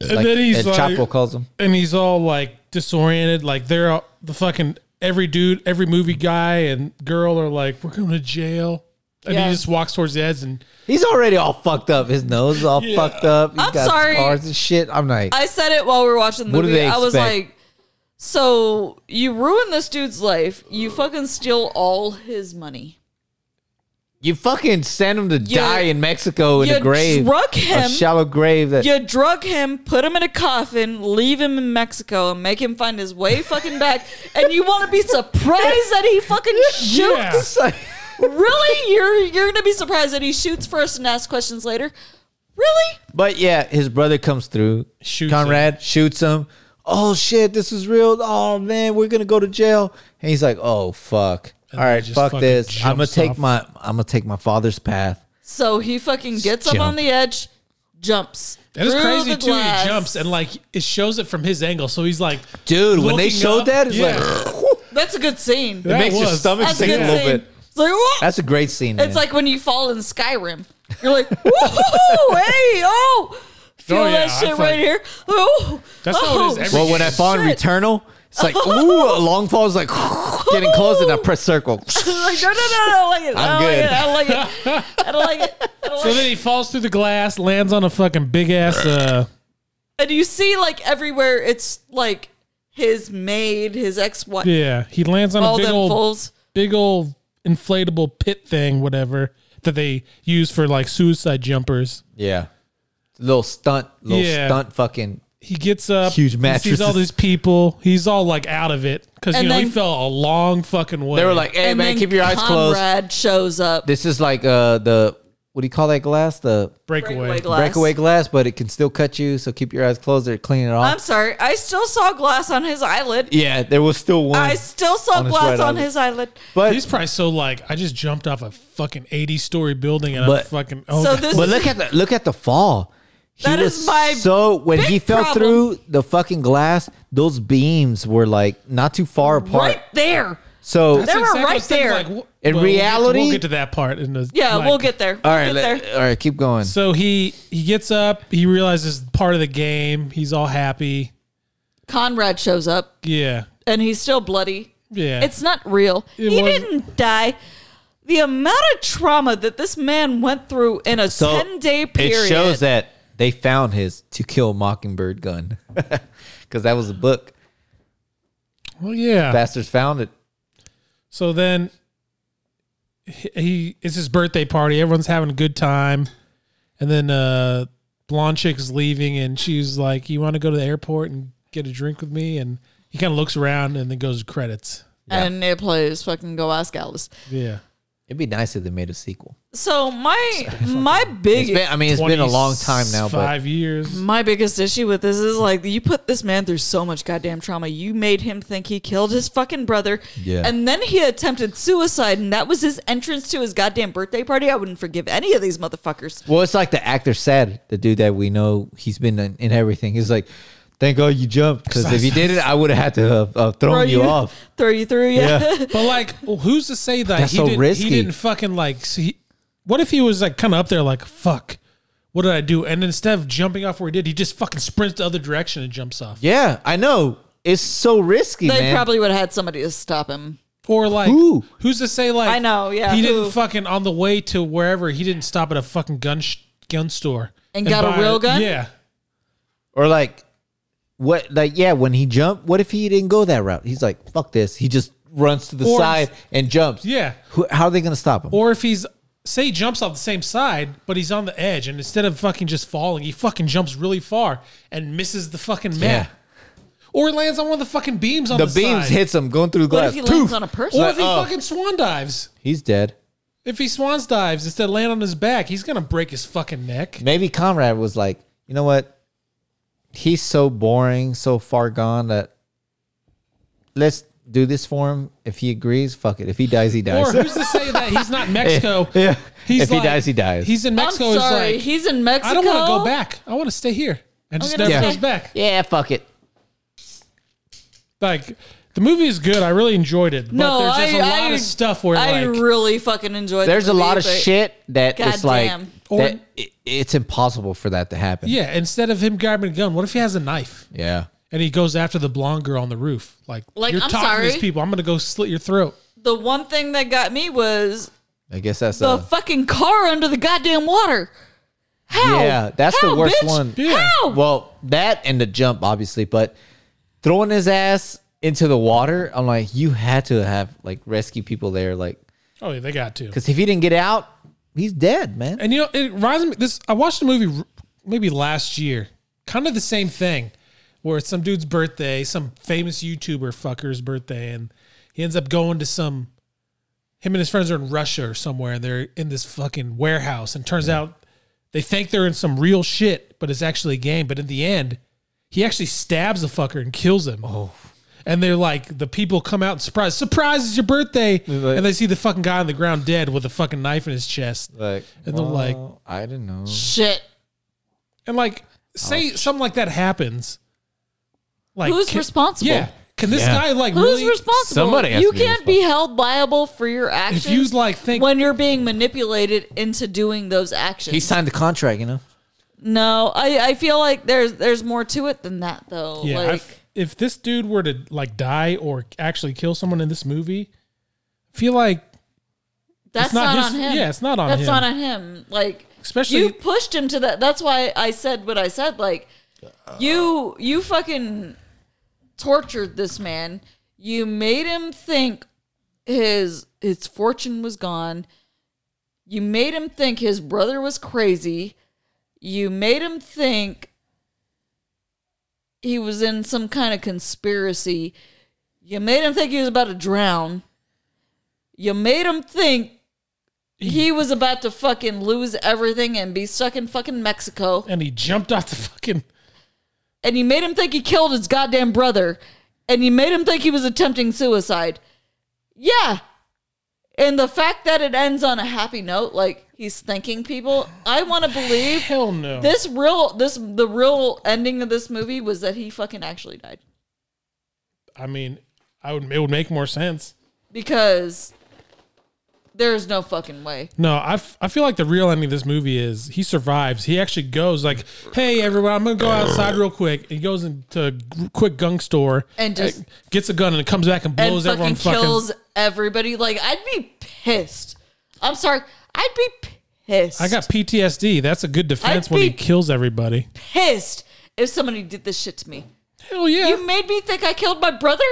S1: And then he's like-
S2: Chapo calls him.
S1: and he's all like disoriented. Like they're all, the fucking every dude, every movie guy and girl are like, we're going to jail. And
S3: Yeah.
S1: he just walks towards the edge and
S2: He's already all fucked up. His nose is all
S1: Yeah.
S2: fucked up. He's
S3: I'm
S2: got
S3: sorry.
S2: scars and shit. I'm like,
S3: I said it while we were watching the
S2: What do
S3: movie.
S2: they
S3: I was
S2: expect?
S3: like, so you ruin this dude's life. You fucking steal all his money.
S2: you fucking send him to
S3: You-
S2: die in Mexico in
S3: you
S2: a grave,
S3: drug
S2: a
S3: him.
S2: shallow grave that
S3: You drug him, put him in a coffin, leave him in Mexico, and make him find his way fucking back. and you want to be surprised that he fucking
S1: Yeah.
S3: shoots? Really? You're you're gonna be surprised that he shoots first and asks questions later? Really?
S2: But yeah, his brother comes through.
S1: Shoots
S2: Conrad shoots him. "Oh shit, this is real. Oh man, we're gonna go to jail." And he's like, "Oh fuck.
S1: And
S2: All
S1: then he
S2: right,
S1: just
S2: fuck
S1: fucking
S2: this. I'm gonna
S1: jumps
S2: take
S1: off.
S2: my I'm gonna take my father's path."
S3: So he fucking gets up on
S2: Jump.
S3: the edge, jumps.
S1: That is
S3: through
S1: crazy
S3: the
S1: too.
S3: glass.
S1: He jumps and like it shows it from his angle, so he's like,
S2: Dude, when they
S1: looking
S2: showed
S1: up.
S2: that, it's
S1: Yeah.
S2: like
S3: That's a good scene.
S1: That
S2: makes your
S1: was-
S2: stomach-
S3: That's a
S2: sink a
S3: good
S2: little
S3: scene.
S2: bit.
S3: It's like, "Whoa!"
S2: that's a great scene. man.
S3: It's like when you fall in Skyrim. You're like, woo, hey, oh, feel
S1: yeah,
S3: that
S1: I
S3: shit
S1: felt-
S3: right here. Oh,
S1: That's how it
S3: oh.
S1: is every-
S2: well, when I fall in
S3: Shit.
S2: Returnal, it's like ooh, a long fall is like getting close, and I press circle.
S3: like, no, no, no, I don't like it.
S2: I'm
S3: I don't like it. I don't like it. I don't like it. I don't
S1: So
S3: like
S1: then
S3: it.
S1: he falls through the glass, lands on a fucking big ass. Uh,
S3: And you see, like, everywhere it's like his maid, his ex wife,
S1: yeah, he lands on a
S3: all
S1: big
S3: them
S1: old,
S3: fools.
S1: big old inflatable pit thing, whatever that they use for like suicide jumpers.
S2: Yeah, little stunt, little
S1: Yeah.
S2: stunt, fucking
S1: He gets up,
S2: Huge
S1: he sees all
S2: mattresses.
S1: these people. He's all like out of it because you
S3: And
S1: know he
S3: then-
S1: fell a long fucking way.
S2: They were like, "Hey
S3: and
S2: man,
S3: then
S2: keep your eyes closed.
S3: Conrad shows up.
S2: This is like uh the what do you call that glass? The
S1: breakaway.
S3: Breakaway glass.
S2: breakaway glass, but it can still cut you. So keep your eyes closed. They're cleaning it off.
S3: I'm sorry. I still saw glass on his eyelid.
S2: yeah, there was still one.
S3: I still saw
S2: On his
S3: glass
S2: right
S3: on
S2: eyelid.
S3: his eyelid.
S2: but
S1: He's probably so like I just jumped off a fucking eighty story building and I'm
S2: But-
S1: fucking oh
S3: So
S1: God.
S3: this
S2: but
S3: is
S2: look at the look at the fall. He
S3: That is
S2: was
S3: my
S2: so when he
S3: big
S2: fell
S3: problem.
S2: through the fucking glass, those beams were like not too far apart.
S3: right there.
S2: So
S1: That's
S3: They were right
S1: those things,
S3: there.
S1: w-
S2: In
S1: we'll get-
S2: reality-
S1: we'll get to that part in the
S3: Yeah,
S1: like-
S3: we'll get there.
S2: all
S3: We'll
S2: right,
S3: get
S2: let-
S3: there.
S2: all right, keep going.
S1: So he he gets up. He realizes part of the game. He's all happy.
S3: Conrad shows up
S1: Yeah,
S3: and he's still bloody.
S1: yeah.
S3: It's not real.
S1: It
S3: he
S1: wasn't-
S3: didn't die. The amount of trauma that this man went through in a
S2: So
S3: 10 day period.
S2: It shows that they found his To Kill a Mockingbird gun because that was a book.
S1: well, yeah.
S2: Bastards found it.
S1: so then he, he it's his birthday party. Everyone's having a good time, and then uh blonde chick's leaving, and she's like, "You want to go to the airport and get a drink with me?" And he kind of looks around, and then goes to credits.
S3: And it plays fucking Go Ask Alice.
S1: Yeah,
S2: It'd be nice if they made a sequel.
S3: So my my big
S2: It's been, I mean, it's been a long time now, but
S1: five years.
S3: my biggest issue with this is like you put this man through so much goddamn trauma. You made him think he killed his fucking brother.
S2: Yeah.
S3: And then he attempted suicide and that was his entrance to his goddamn birthday party. I wouldn't forgive any of these motherfuckers.
S2: well, it's like the actor said, the dude that we know, he's been in, in everything. He's like, thank God you jumped because if you didn't, I would have had to have uh,
S3: Throw
S2: thrown you, off.
S3: Throw you through, yeah.
S2: Yeah.
S1: But like, who's to say that
S2: That's
S1: he,
S2: so
S1: didn't,
S2: risky.
S1: he didn't fucking like? See, what if he was like kind of up there, like fuck, what did I do? And instead of jumping off where he did, he just fucking sprints the other direction and jumps off.
S2: Yeah, I know. It's so risky,
S3: they
S2: man.
S3: probably would have had somebody to stop him.
S1: Or like,
S2: Who?
S1: who's to say like?
S3: I know, yeah,
S1: He
S3: who?
S1: didn't fucking on the way to wherever he didn't stop at a fucking gun sh- gun store
S3: And got a
S1: buy
S3: real gun?
S1: Yeah,
S2: or like, what? Like, yeah, when he jumped, what if he didn't go that route? He's like, fuck this. He just runs to the
S1: Or-
S2: side and jumps.
S1: yeah.
S2: Who, how are they going to stop him?
S1: Or if he's say he jumps off the same side, but he's on the edge, and instead of fucking just falling, he fucking jumps really far and misses the fucking
S2: Yeah.
S1: map. Or lands on one of the fucking beams on
S2: the
S1: the,
S2: beams
S1: side.
S2: hits him going through the
S3: What
S2: glass.
S3: if he lands
S2: Poof!
S3: on a person?
S1: Or if he
S2: oh.
S1: fucking swan dives.
S2: He's dead.
S1: If he swans dives instead of land on his back, he's gonna break his fucking neck.
S2: Maybe Conrad was like, you know what? He's so boring, so far gone that let's do this for him. If he agrees, fuck it. If he dies, he
S1: Or
S2: dies.
S1: who's to say that he's not in Mexico?
S2: Yeah.
S1: He's
S2: If he
S1: like-
S2: dies, he dies.
S1: He's in Mexico.
S3: I'm
S1: he's
S3: sorry.
S1: like,
S3: He's in Mexico.
S1: I don't want to go back. I want to stay here and just
S3: gonna
S1: never
S2: stay.
S1: goes back.
S2: yeah, fuck it.
S1: Like the movie is good. I really enjoyed it. But
S3: No,
S1: there's just a
S3: I-
S1: lot
S3: I-
S1: of stuff where
S3: I
S1: like
S3: really fucking enjoyed the
S2: There's a lot of
S3: movie, but
S2: shit that it's like
S3: Goddamn.
S1: Or-
S2: that it, it's impossible for that to happen.
S1: yeah. Instead of him grabbing a gun, what if he has a knife
S2: Yeah.
S1: and he goes after the blonde girl on the roof? Like,
S3: Like,
S1: you're
S3: I'm
S1: talking to
S3: sorry.
S1: these people. I'm gonna go slit your throat.
S3: The one thing that got me was
S2: I guess that's
S3: the
S2: a,
S3: fucking car under the goddamn water. How?
S2: Yeah, that's the
S3: How,
S2: worst
S3: bitch?
S2: one.
S1: Yeah.
S3: How?
S2: Oh. Well, that and the jump, obviously, but throwing his ass into the water, I'm like, you had to have like rescue people there, like,
S1: Oh yeah, they got to.
S2: because if he didn't get out, he's dead, man.
S1: And you know, it reminds me this I watched a movie r- maybe last year, kind of the same thing, where it's some dude's birthday, some famous YouTuber fucker's birthday, and he ends up going to some him and his friends are in Russia or somewhere and they're in this fucking warehouse and turns out they think they're in some real shit, but it's actually a game. But in the end, He actually stabs a fucker and kills him. Oh. And they're like, the people come out and surprise, surprise, it's your birthday.
S2: like-
S1: and they see the fucking guy on the ground dead with a fucking knife in his chest.
S2: Like,
S1: And they're like-
S2: well, I didn't know.
S3: Shit.
S1: And like, say something like that happens. Like,
S3: Who's
S1: can-
S3: responsible?
S1: Yeah. Can this
S4: Yeah.
S1: guy like
S3: Who's
S1: really?
S3: responsible?
S4: Somebody has
S3: you
S4: to be
S3: can't be held liable for your actions.
S1: if you like think
S3: when you're being manipulated into doing those actions.
S2: He signed the contract, you know.
S3: no, I, I feel like there's there's more to it than that though.
S1: Yeah,
S3: like
S1: if, if this dude were to like die or actually kill someone in this movie, I feel like
S3: that's
S1: it's
S3: not,
S1: not, his.
S3: on him.
S1: Yeah, it's not on
S3: that's
S1: him.
S3: not on him. Like
S1: Especially-
S3: you pushed him to that. That's why I said what I said. Like you you fucking tortured this man. You made him think his his fortune was gone. You made him think his brother was crazy. You made him think he was in some kind of conspiracy. You made him think he was about to drown. You made him think he was about to fucking lose everything and be stuck in fucking Mexico.
S1: and he jumped off the fucking.
S3: And you made him think he killed his goddamn brother. And you made him think he was attempting suicide. Yeah. And the fact that it ends on a happy note, like he's thanking people, I want to believe
S1: Hell no.
S3: this real this the real ending of this movie was that he fucking actually died
S1: I mean, I would. It would make more sense.
S3: because there's no fucking way.
S1: No, I, f- I feel like the real ending of this movie is he survives. He actually goes like, "Hey everyone, I'm gonna go outside real quick." He goes into a g- quick gun store
S3: And just-
S1: gets a gun and comes back and
S3: And
S1: blows
S3: fucking
S1: everyone fucking.
S3: kills everybody. Like I'd be pissed. I'm sorry. I'd be pissed.
S1: I got PTSD. That's a good defense when he
S3: be-
S1: kills everybody.
S3: pissed if somebody did this shit to me.
S1: Hell yeah.
S3: You made me think I killed my brother?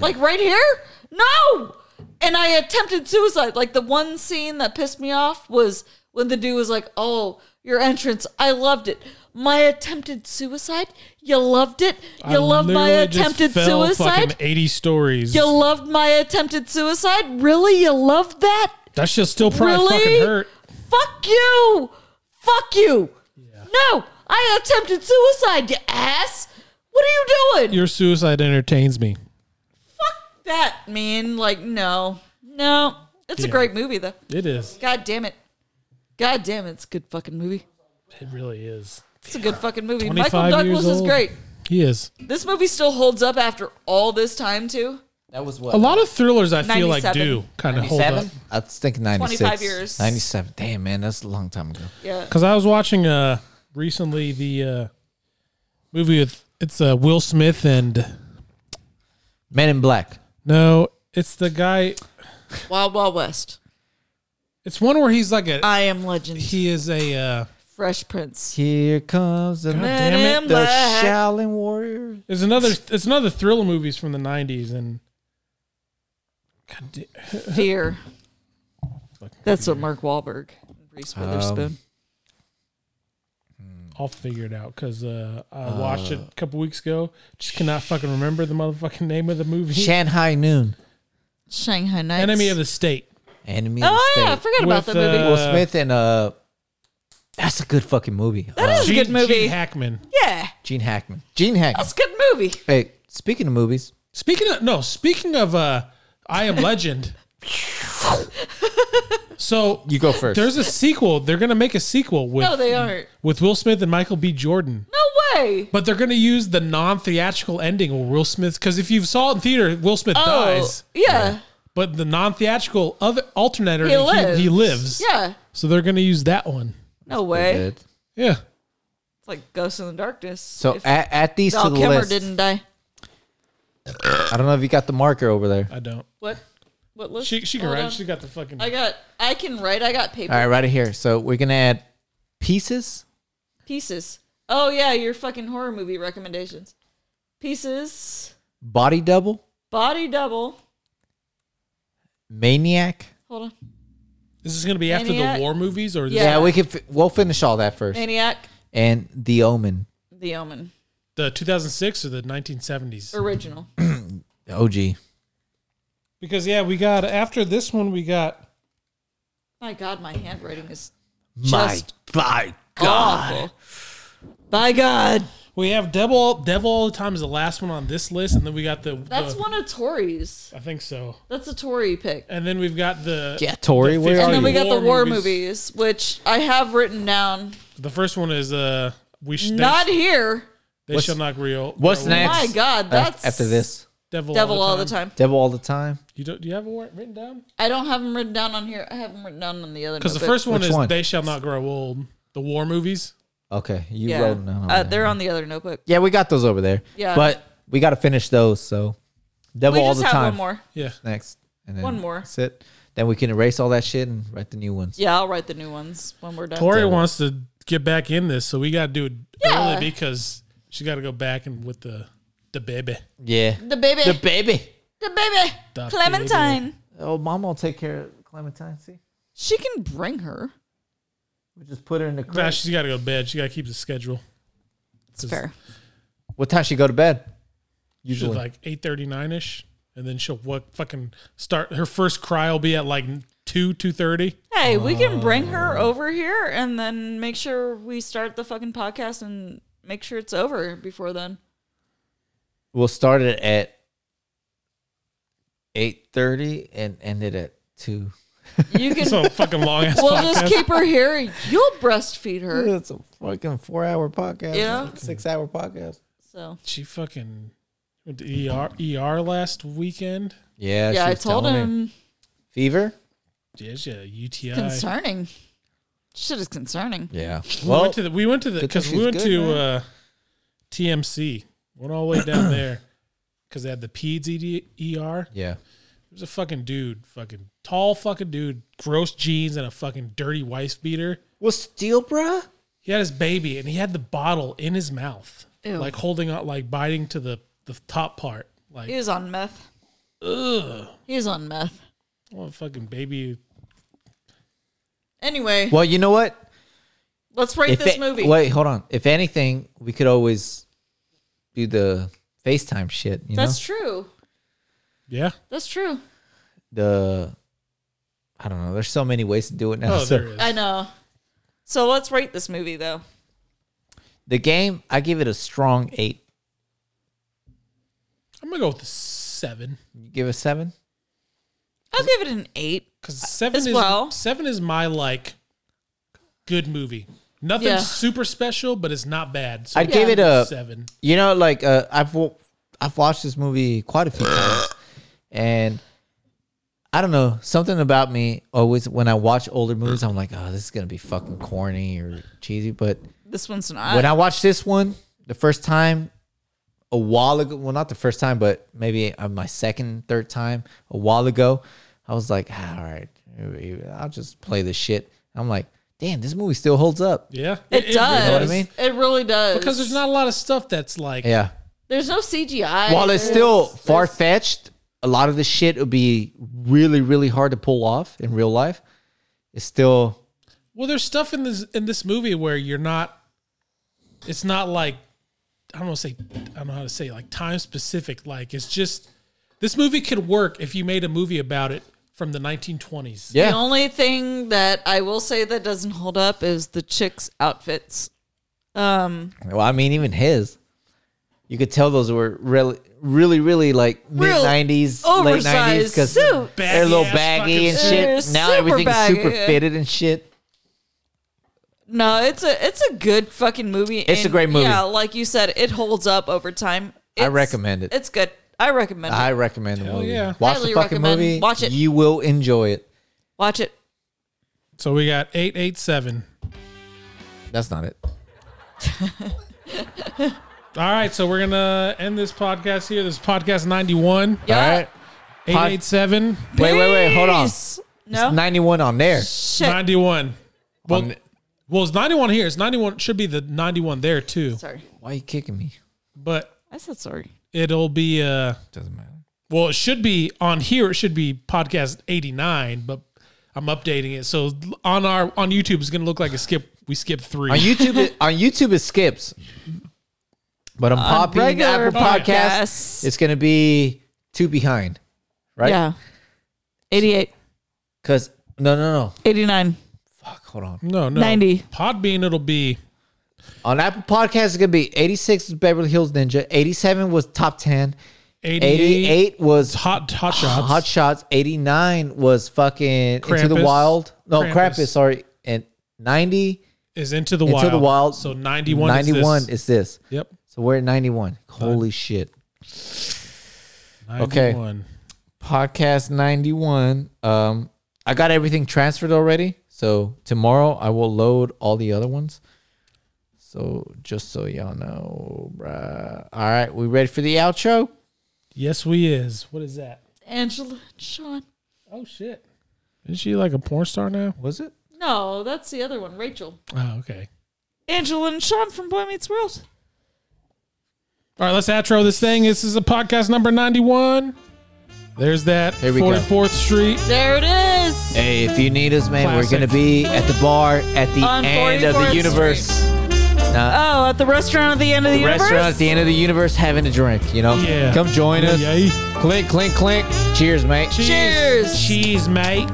S3: Like right here? No! And I attempted suicide. Like the one scene that pissed me off was when the dude was like, Oh, your entrance, I loved it. My attempted suicide? You loved it?
S1: I
S3: You loved my
S1: literally just
S3: attempted
S1: fell
S3: suicide?
S1: Fucking eighty stories.
S3: You loved my attempted suicide? Really? You loved that?
S1: that shit still probably
S3: Really?
S1: fucking hurt.
S3: Fuck you! Fuck you! No! I attempted suicide, you ass! What are you doing?
S1: Your suicide entertains me.
S3: Fuck that, man. Like, no. No. It's a
S1: Yeah.
S3: great movie, though.
S1: It is.
S3: God damn it. God damn it. It's a good fucking movie.
S1: It really is.
S3: It's a good fucking movie. Michael
S1: 25
S3: Douglas
S1: years
S3: is
S1: old.
S3: great.
S1: He is.
S3: This movie still holds up after all this time, too.
S2: That was what
S1: A lot of thrillers I feel like
S3: 97.
S1: do kind of hold up.
S2: Seven. I think ninety six.
S3: 25 years.
S2: Ninety seven. Damn man, that's a long time ago.
S3: Yeah.
S1: Because I was watching uh recently the uh movie with it's uh Will Smith and
S2: Men in Black.
S1: no, it's the guy.
S3: Wild Wild West.
S1: It's one where he's like a
S3: I Am Legend.
S1: he is a uh
S3: Fresh Prince.
S2: Here comes the
S1: God
S3: Men
S1: damn
S3: in
S1: it.
S2: the
S3: Black.
S2: Shaolin warrior.
S1: There's another it's another thriller movies from the '90s and. God da-
S3: Fear. That's what Mark Wahlberg and Reese Witherspoon.
S1: Um, I'll figure it out because uh, I watched it a couple weeks ago. Just cannot fucking remember the motherfucking name of the movie.
S2: Shanghai Noon.
S3: Shanghai Nights.
S1: Enemy of the State.
S2: Enemy of
S3: Oh,
S2: the
S3: yeah. I
S2: State.
S3: forgot about
S1: With,
S3: that movie.
S1: uh,
S2: Will Smith and uh, that's a good fucking movie. Uh,
S3: That's a good movie.
S1: Gene Hackman.
S3: yeah.
S2: Gene Hackman. Gene Hackman.
S3: That's a good movie.
S2: Hey, speaking of movies,
S1: Speaking of no, speaking of uh, I Am Legend. so
S2: you go first.
S1: there's a sequel. They're gonna make a sequel with
S3: No, they aren't.
S1: with Will Smith and Michael B. Jordan.
S3: No way.
S1: But they're gonna use the non-theatrical ending where Will Smith, because if you saw it in theater, Will Smith
S3: Oh,
S1: dies.
S3: yeah.
S1: But the non-theatrical other alternator,
S3: He
S1: he, he lives.
S3: lives. Yeah.
S1: So they're gonna use that one.
S3: No way.
S2: Good.
S3: It's
S1: Yeah.
S3: like Ghost in the Darkness.
S2: So
S3: if
S2: add, add these to
S3: Val
S2: the
S3: Kilmer
S2: list.
S3: didn't die.
S2: I don't know if you got the marker over there.
S1: I don't.
S3: What? What list?
S1: She she can
S3: Hold
S1: write.
S3: on.
S1: She got the fucking.
S3: I got. I can write. I got paper
S2: All right, right here. So we're gonna add pieces.
S3: pieces. Oh yeah, your fucking horror movie recommendations. Pieces.
S2: Body double.
S3: Body double.
S2: Maniac.
S3: Hold on.
S1: This is gonna be after
S3: Maniac.
S1: the war movies, or is
S3: Yeah.
S2: Yeah, we can. Fi- we'll finish all that first.
S3: Maniac.
S2: And The Omen.
S3: The Omen.
S1: the 2006 or the
S3: Er
S1: 1970s?
S3: Original.
S2: OG.
S1: Because yeah, we got after this one we got
S3: My God, my handwriting is
S2: My
S3: Just
S2: by God.
S3: awful. By God.
S1: We have Devil Devil All the Time is the last one on this list, and then we got the
S3: That's
S1: the-
S3: one of Tori's.
S1: I think so.
S3: That's a Tory pick.
S1: And then we've got the
S2: Yeah, Tori,
S1: the
S2: where
S1: fifth-
S2: are
S3: And then
S2: you?
S3: we got the
S1: War
S3: war
S1: movies.
S3: movies, which I have written down.
S1: the first one is uh we sh-
S3: Not
S1: they,
S3: here.
S1: they
S2: What's-
S1: shall not grow
S2: What's
S1: grow-
S2: next?
S3: Oh My God,
S2: Af-
S3: that's
S2: after this.
S1: Devil,
S3: Devil all the time.
S2: Devil all the time.
S1: You don't, do you have a war written down?
S3: I don't have them written down on here. I have them written down on the other.
S1: Because the
S3: notebook.
S1: first one
S2: Which
S1: is
S2: one?
S1: they shall not grow old. The war movies.
S2: Okay, you
S3: yeah,
S2: wrote them down. over
S3: uh,
S2: there.
S3: they're on the other notebook.
S2: Yeah, we got those over there.
S3: Yeah.
S2: but we got to finish those. So Devil
S3: We
S2: all
S3: just
S2: the
S3: have
S2: time.
S3: one more.
S1: Yeah.
S2: next, and then
S3: One more.
S2: That's it. Then we can erase all that shit and write the new ones.
S3: Yeah, I'll write the new ones when we're done.
S1: Tori wants to get back in this, so we got to do it
S3: Yeah.
S1: early because she got to go back and with the the baby.
S2: Yeah,
S3: The baby,
S2: the
S3: the,
S2: baby.
S3: baby,
S1: The
S3: Clementine.
S2: Oh, Mama will take care of Clementine. See,
S3: She can bring her.
S2: we just put her in the crib.
S1: Nah, she's got to go to bed. She got to keep the schedule.
S3: It's fair.
S2: what time she go to bed?
S1: She's
S2: Usually,
S1: like eight thirty nine ish, and then she'll what fucking start. Her first cry will be at like two two thirty.
S3: Hey, we can bring her
S2: Oh.
S3: over here and then make sure we start the fucking podcast and make sure it's over before then.
S2: we'll start it at eight thirty and end it at two.
S3: You can.
S1: So fucking long ass.
S3: we'll
S1: podcast.
S3: just keep her here. and You'll breastfeed her.
S2: It's a fucking four-hour podcast.
S3: Yeah.
S2: six-hour podcast.
S3: So
S1: She fucking went to ER ER last weekend.
S2: Yeah,
S3: yeah,
S2: she
S3: I
S2: was
S3: told
S2: telling me.
S3: him
S2: fever.
S1: Yeah, she had a UTI.
S3: concerning. Shit is concerning.
S2: Yeah.
S1: We went to the we went to the
S2: good thing
S1: because
S2: she's
S1: we went
S2: good,
S1: to
S2: man.
S1: uh, TMC. Went all the way down there because they had the E peds ED, ER.
S2: yeah.
S1: There's a fucking dude, fucking tall fucking dude, gross jeans and a fucking dirty wife beater.
S2: Was steel, bruh?
S1: He had his baby and he had the bottle in his mouth,
S3: Ew.
S1: like holding on, like biting to the the top part. Like,
S3: He was on meth.
S1: ugh,
S3: He was on meth.
S1: what a fucking baby.
S3: Anyway,
S2: Well, you know what?
S3: let's rate this
S2: it-
S3: movie.
S2: Wait, hold on. If anything, we could always do the FaceTime shit. You
S3: That's
S2: know
S3: true.
S1: Yeah.
S3: That's true.
S2: the. I don't know. There's so many ways to do it now.
S1: Oh,
S2: so
S1: there it is.
S3: I know. So let's rate this movie though.
S2: the game, I give it a strong eight.
S1: I'm gonna go with the seven
S2: You give a seven?
S3: I'll give it an eight.
S1: because seven
S3: As
S1: is
S3: well.
S1: seven is my like good movie. Nothing
S3: Yeah.
S1: super special, but it's not bad. So
S2: I gave it a.
S1: seven.
S2: You know, like uh, I've wa- I've watched this movie quite a few times, and I don't know something about me always when I watch older movies, I'm like, oh, this is gonna be fucking corny or cheesy. But
S3: This one's an
S2: when
S3: eye.
S2: I watched this one the first time, a while ago, well, not the first time, but maybe on my second, third time, a while ago, I was like, ah, all right, I'll just play this shit. I'm like, damn, this movie still holds up.
S1: Yeah,
S3: It,
S1: really
S3: does.
S2: know what I mean?
S3: It really does.
S1: because there's not a lot of stuff that's like
S2: Yeah.
S3: there's no CGI.
S2: While it's
S3: There's-
S2: still far fetched, a lot of this shit would be really, really hard to pull off in real life. It's still
S1: Well, there's stuff in this in this movie where you're not. It's not like I don't know say I don't know how to say like time specific. Like it's just this movie could work if you made a movie about it from the 1920s.
S2: yeah.
S3: The only thing that I will say that doesn't hold up is the chicks' outfits. Um,
S2: Well, I mean, even his, you could tell those were really, really, really like mid
S3: Real
S2: nineties, late
S3: oversized
S2: nineties, because
S3: suit.
S2: they're a little
S1: Baggy-ass
S2: baggy
S1: fucking
S2: and
S1: suit.
S2: shit.
S3: They're
S2: Now
S3: super
S2: everything's super
S3: baggy.
S2: fitted and shit.
S3: no, it's a it's a good fucking movie.
S2: It's a great movie.
S3: Yeah, like you said, it holds up over time. It's,
S2: recommend it.
S3: It's good. I recommend it.
S2: I recommend the
S1: Hell
S2: movie.
S1: yeah.
S2: Watch
S3: Highly
S2: the fucking
S3: recommend.
S2: movie.
S3: Watch it.
S2: You will enjoy it.
S3: Watch it.
S1: So we got eight eight seven.
S2: That's not it.
S1: All right, so we're gonna end this podcast here. This is podcast 91
S3: Yeah.
S2: All right.
S1: eight eight seven
S2: Wait, wait, wait. Hold on.
S3: Peace. No.
S2: Ninety one on there.
S3: Shit.
S1: ninety one. Well,
S2: On-
S1: well, it's 91 here. It's 91. Should be the 91 there too.
S3: Sorry.
S2: Why are you kicking me?
S1: But
S3: I said sorry.
S1: it'll be uh
S2: Doesn't matter.
S1: Well, it should be on here. It should be podcast eighty nine, but I'm updating it. So on our on YouTube, it's gonna look like a skip. We skip three.
S2: On YouTube, it, on YouTube it skips. But on Poppy and
S3: regular
S2: Apple Podcasts,
S3: podcasts.
S2: it's gonna be two behind, right?
S3: Yeah. 88,
S2: Because no, no, no.
S3: 89.
S2: Fuck, hold on.
S1: no, no.
S3: 90.
S1: Podbean. It'll be
S2: On Apple Podcasts, it's gonna be 86 was Beverly Hills Ninja, 87 was top 10,
S1: 88
S2: 88 was
S1: Hot hot shots.
S2: Hot Shots, 89 was fucking Into the
S1: Krampus.
S2: Wild. No,
S1: Krampus.
S2: Krampus, sorry, and 90
S1: is into the
S2: Into
S1: wild.
S2: the Wild.
S1: So ninety one. Ninety
S2: 91
S1: one
S2: is this.
S1: Yep.
S2: So we're at 91. Holy shit. Okay.
S1: 91.
S2: podcast 91 um i got everything transferred already so tomorrow i will load all the other ones so just so y'all know bruh. all right we ready for the outro
S1: Yes, we is. What is that?
S3: Angela, Sean.
S1: Oh shit! Isn't she like a porn star now?
S2: was it
S3: No, that's the other one, Rachel.
S1: Oh, okay.
S3: Angela and Sean from Boy Meets World.
S1: All right, let's outro this thing. This is a podcast number ninety-one. There's that
S2: Here we go.
S1: Forty-fourth Street.
S3: There it is.
S2: hey if you need us man we're
S1: Classic.
S2: gonna be at the bar at the
S3: On
S2: end of
S3: 44th
S2: the universe Nah,
S3: Oh, at the restaurant at the end of the, universe.
S2: restaurant at the end of the universe having a drink you know
S1: Yeah.
S2: come join us
S1: Yay.
S2: clink clink clink cheers mate
S3: Cheers.
S1: Cheers, mate.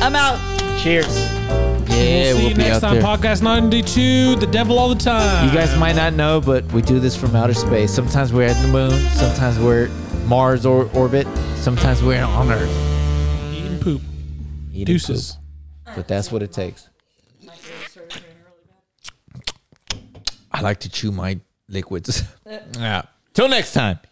S3: I'm out.
S2: cheers yeah
S1: we'll
S2: we'll,
S1: see you
S2: be
S1: next
S2: out
S1: time.
S2: there
S1: Podcast ninety-two. The devil all the time.
S2: You guys might not know, but we do this from outer space. Sometimes we're at the moon, sometimes we're Mars or orbit, sometimes we're on Earth.
S1: eating poop.
S2: Eating
S1: Deuces.
S2: poop, but that's what it takes. I like to chew my liquids. yeah. Till next time.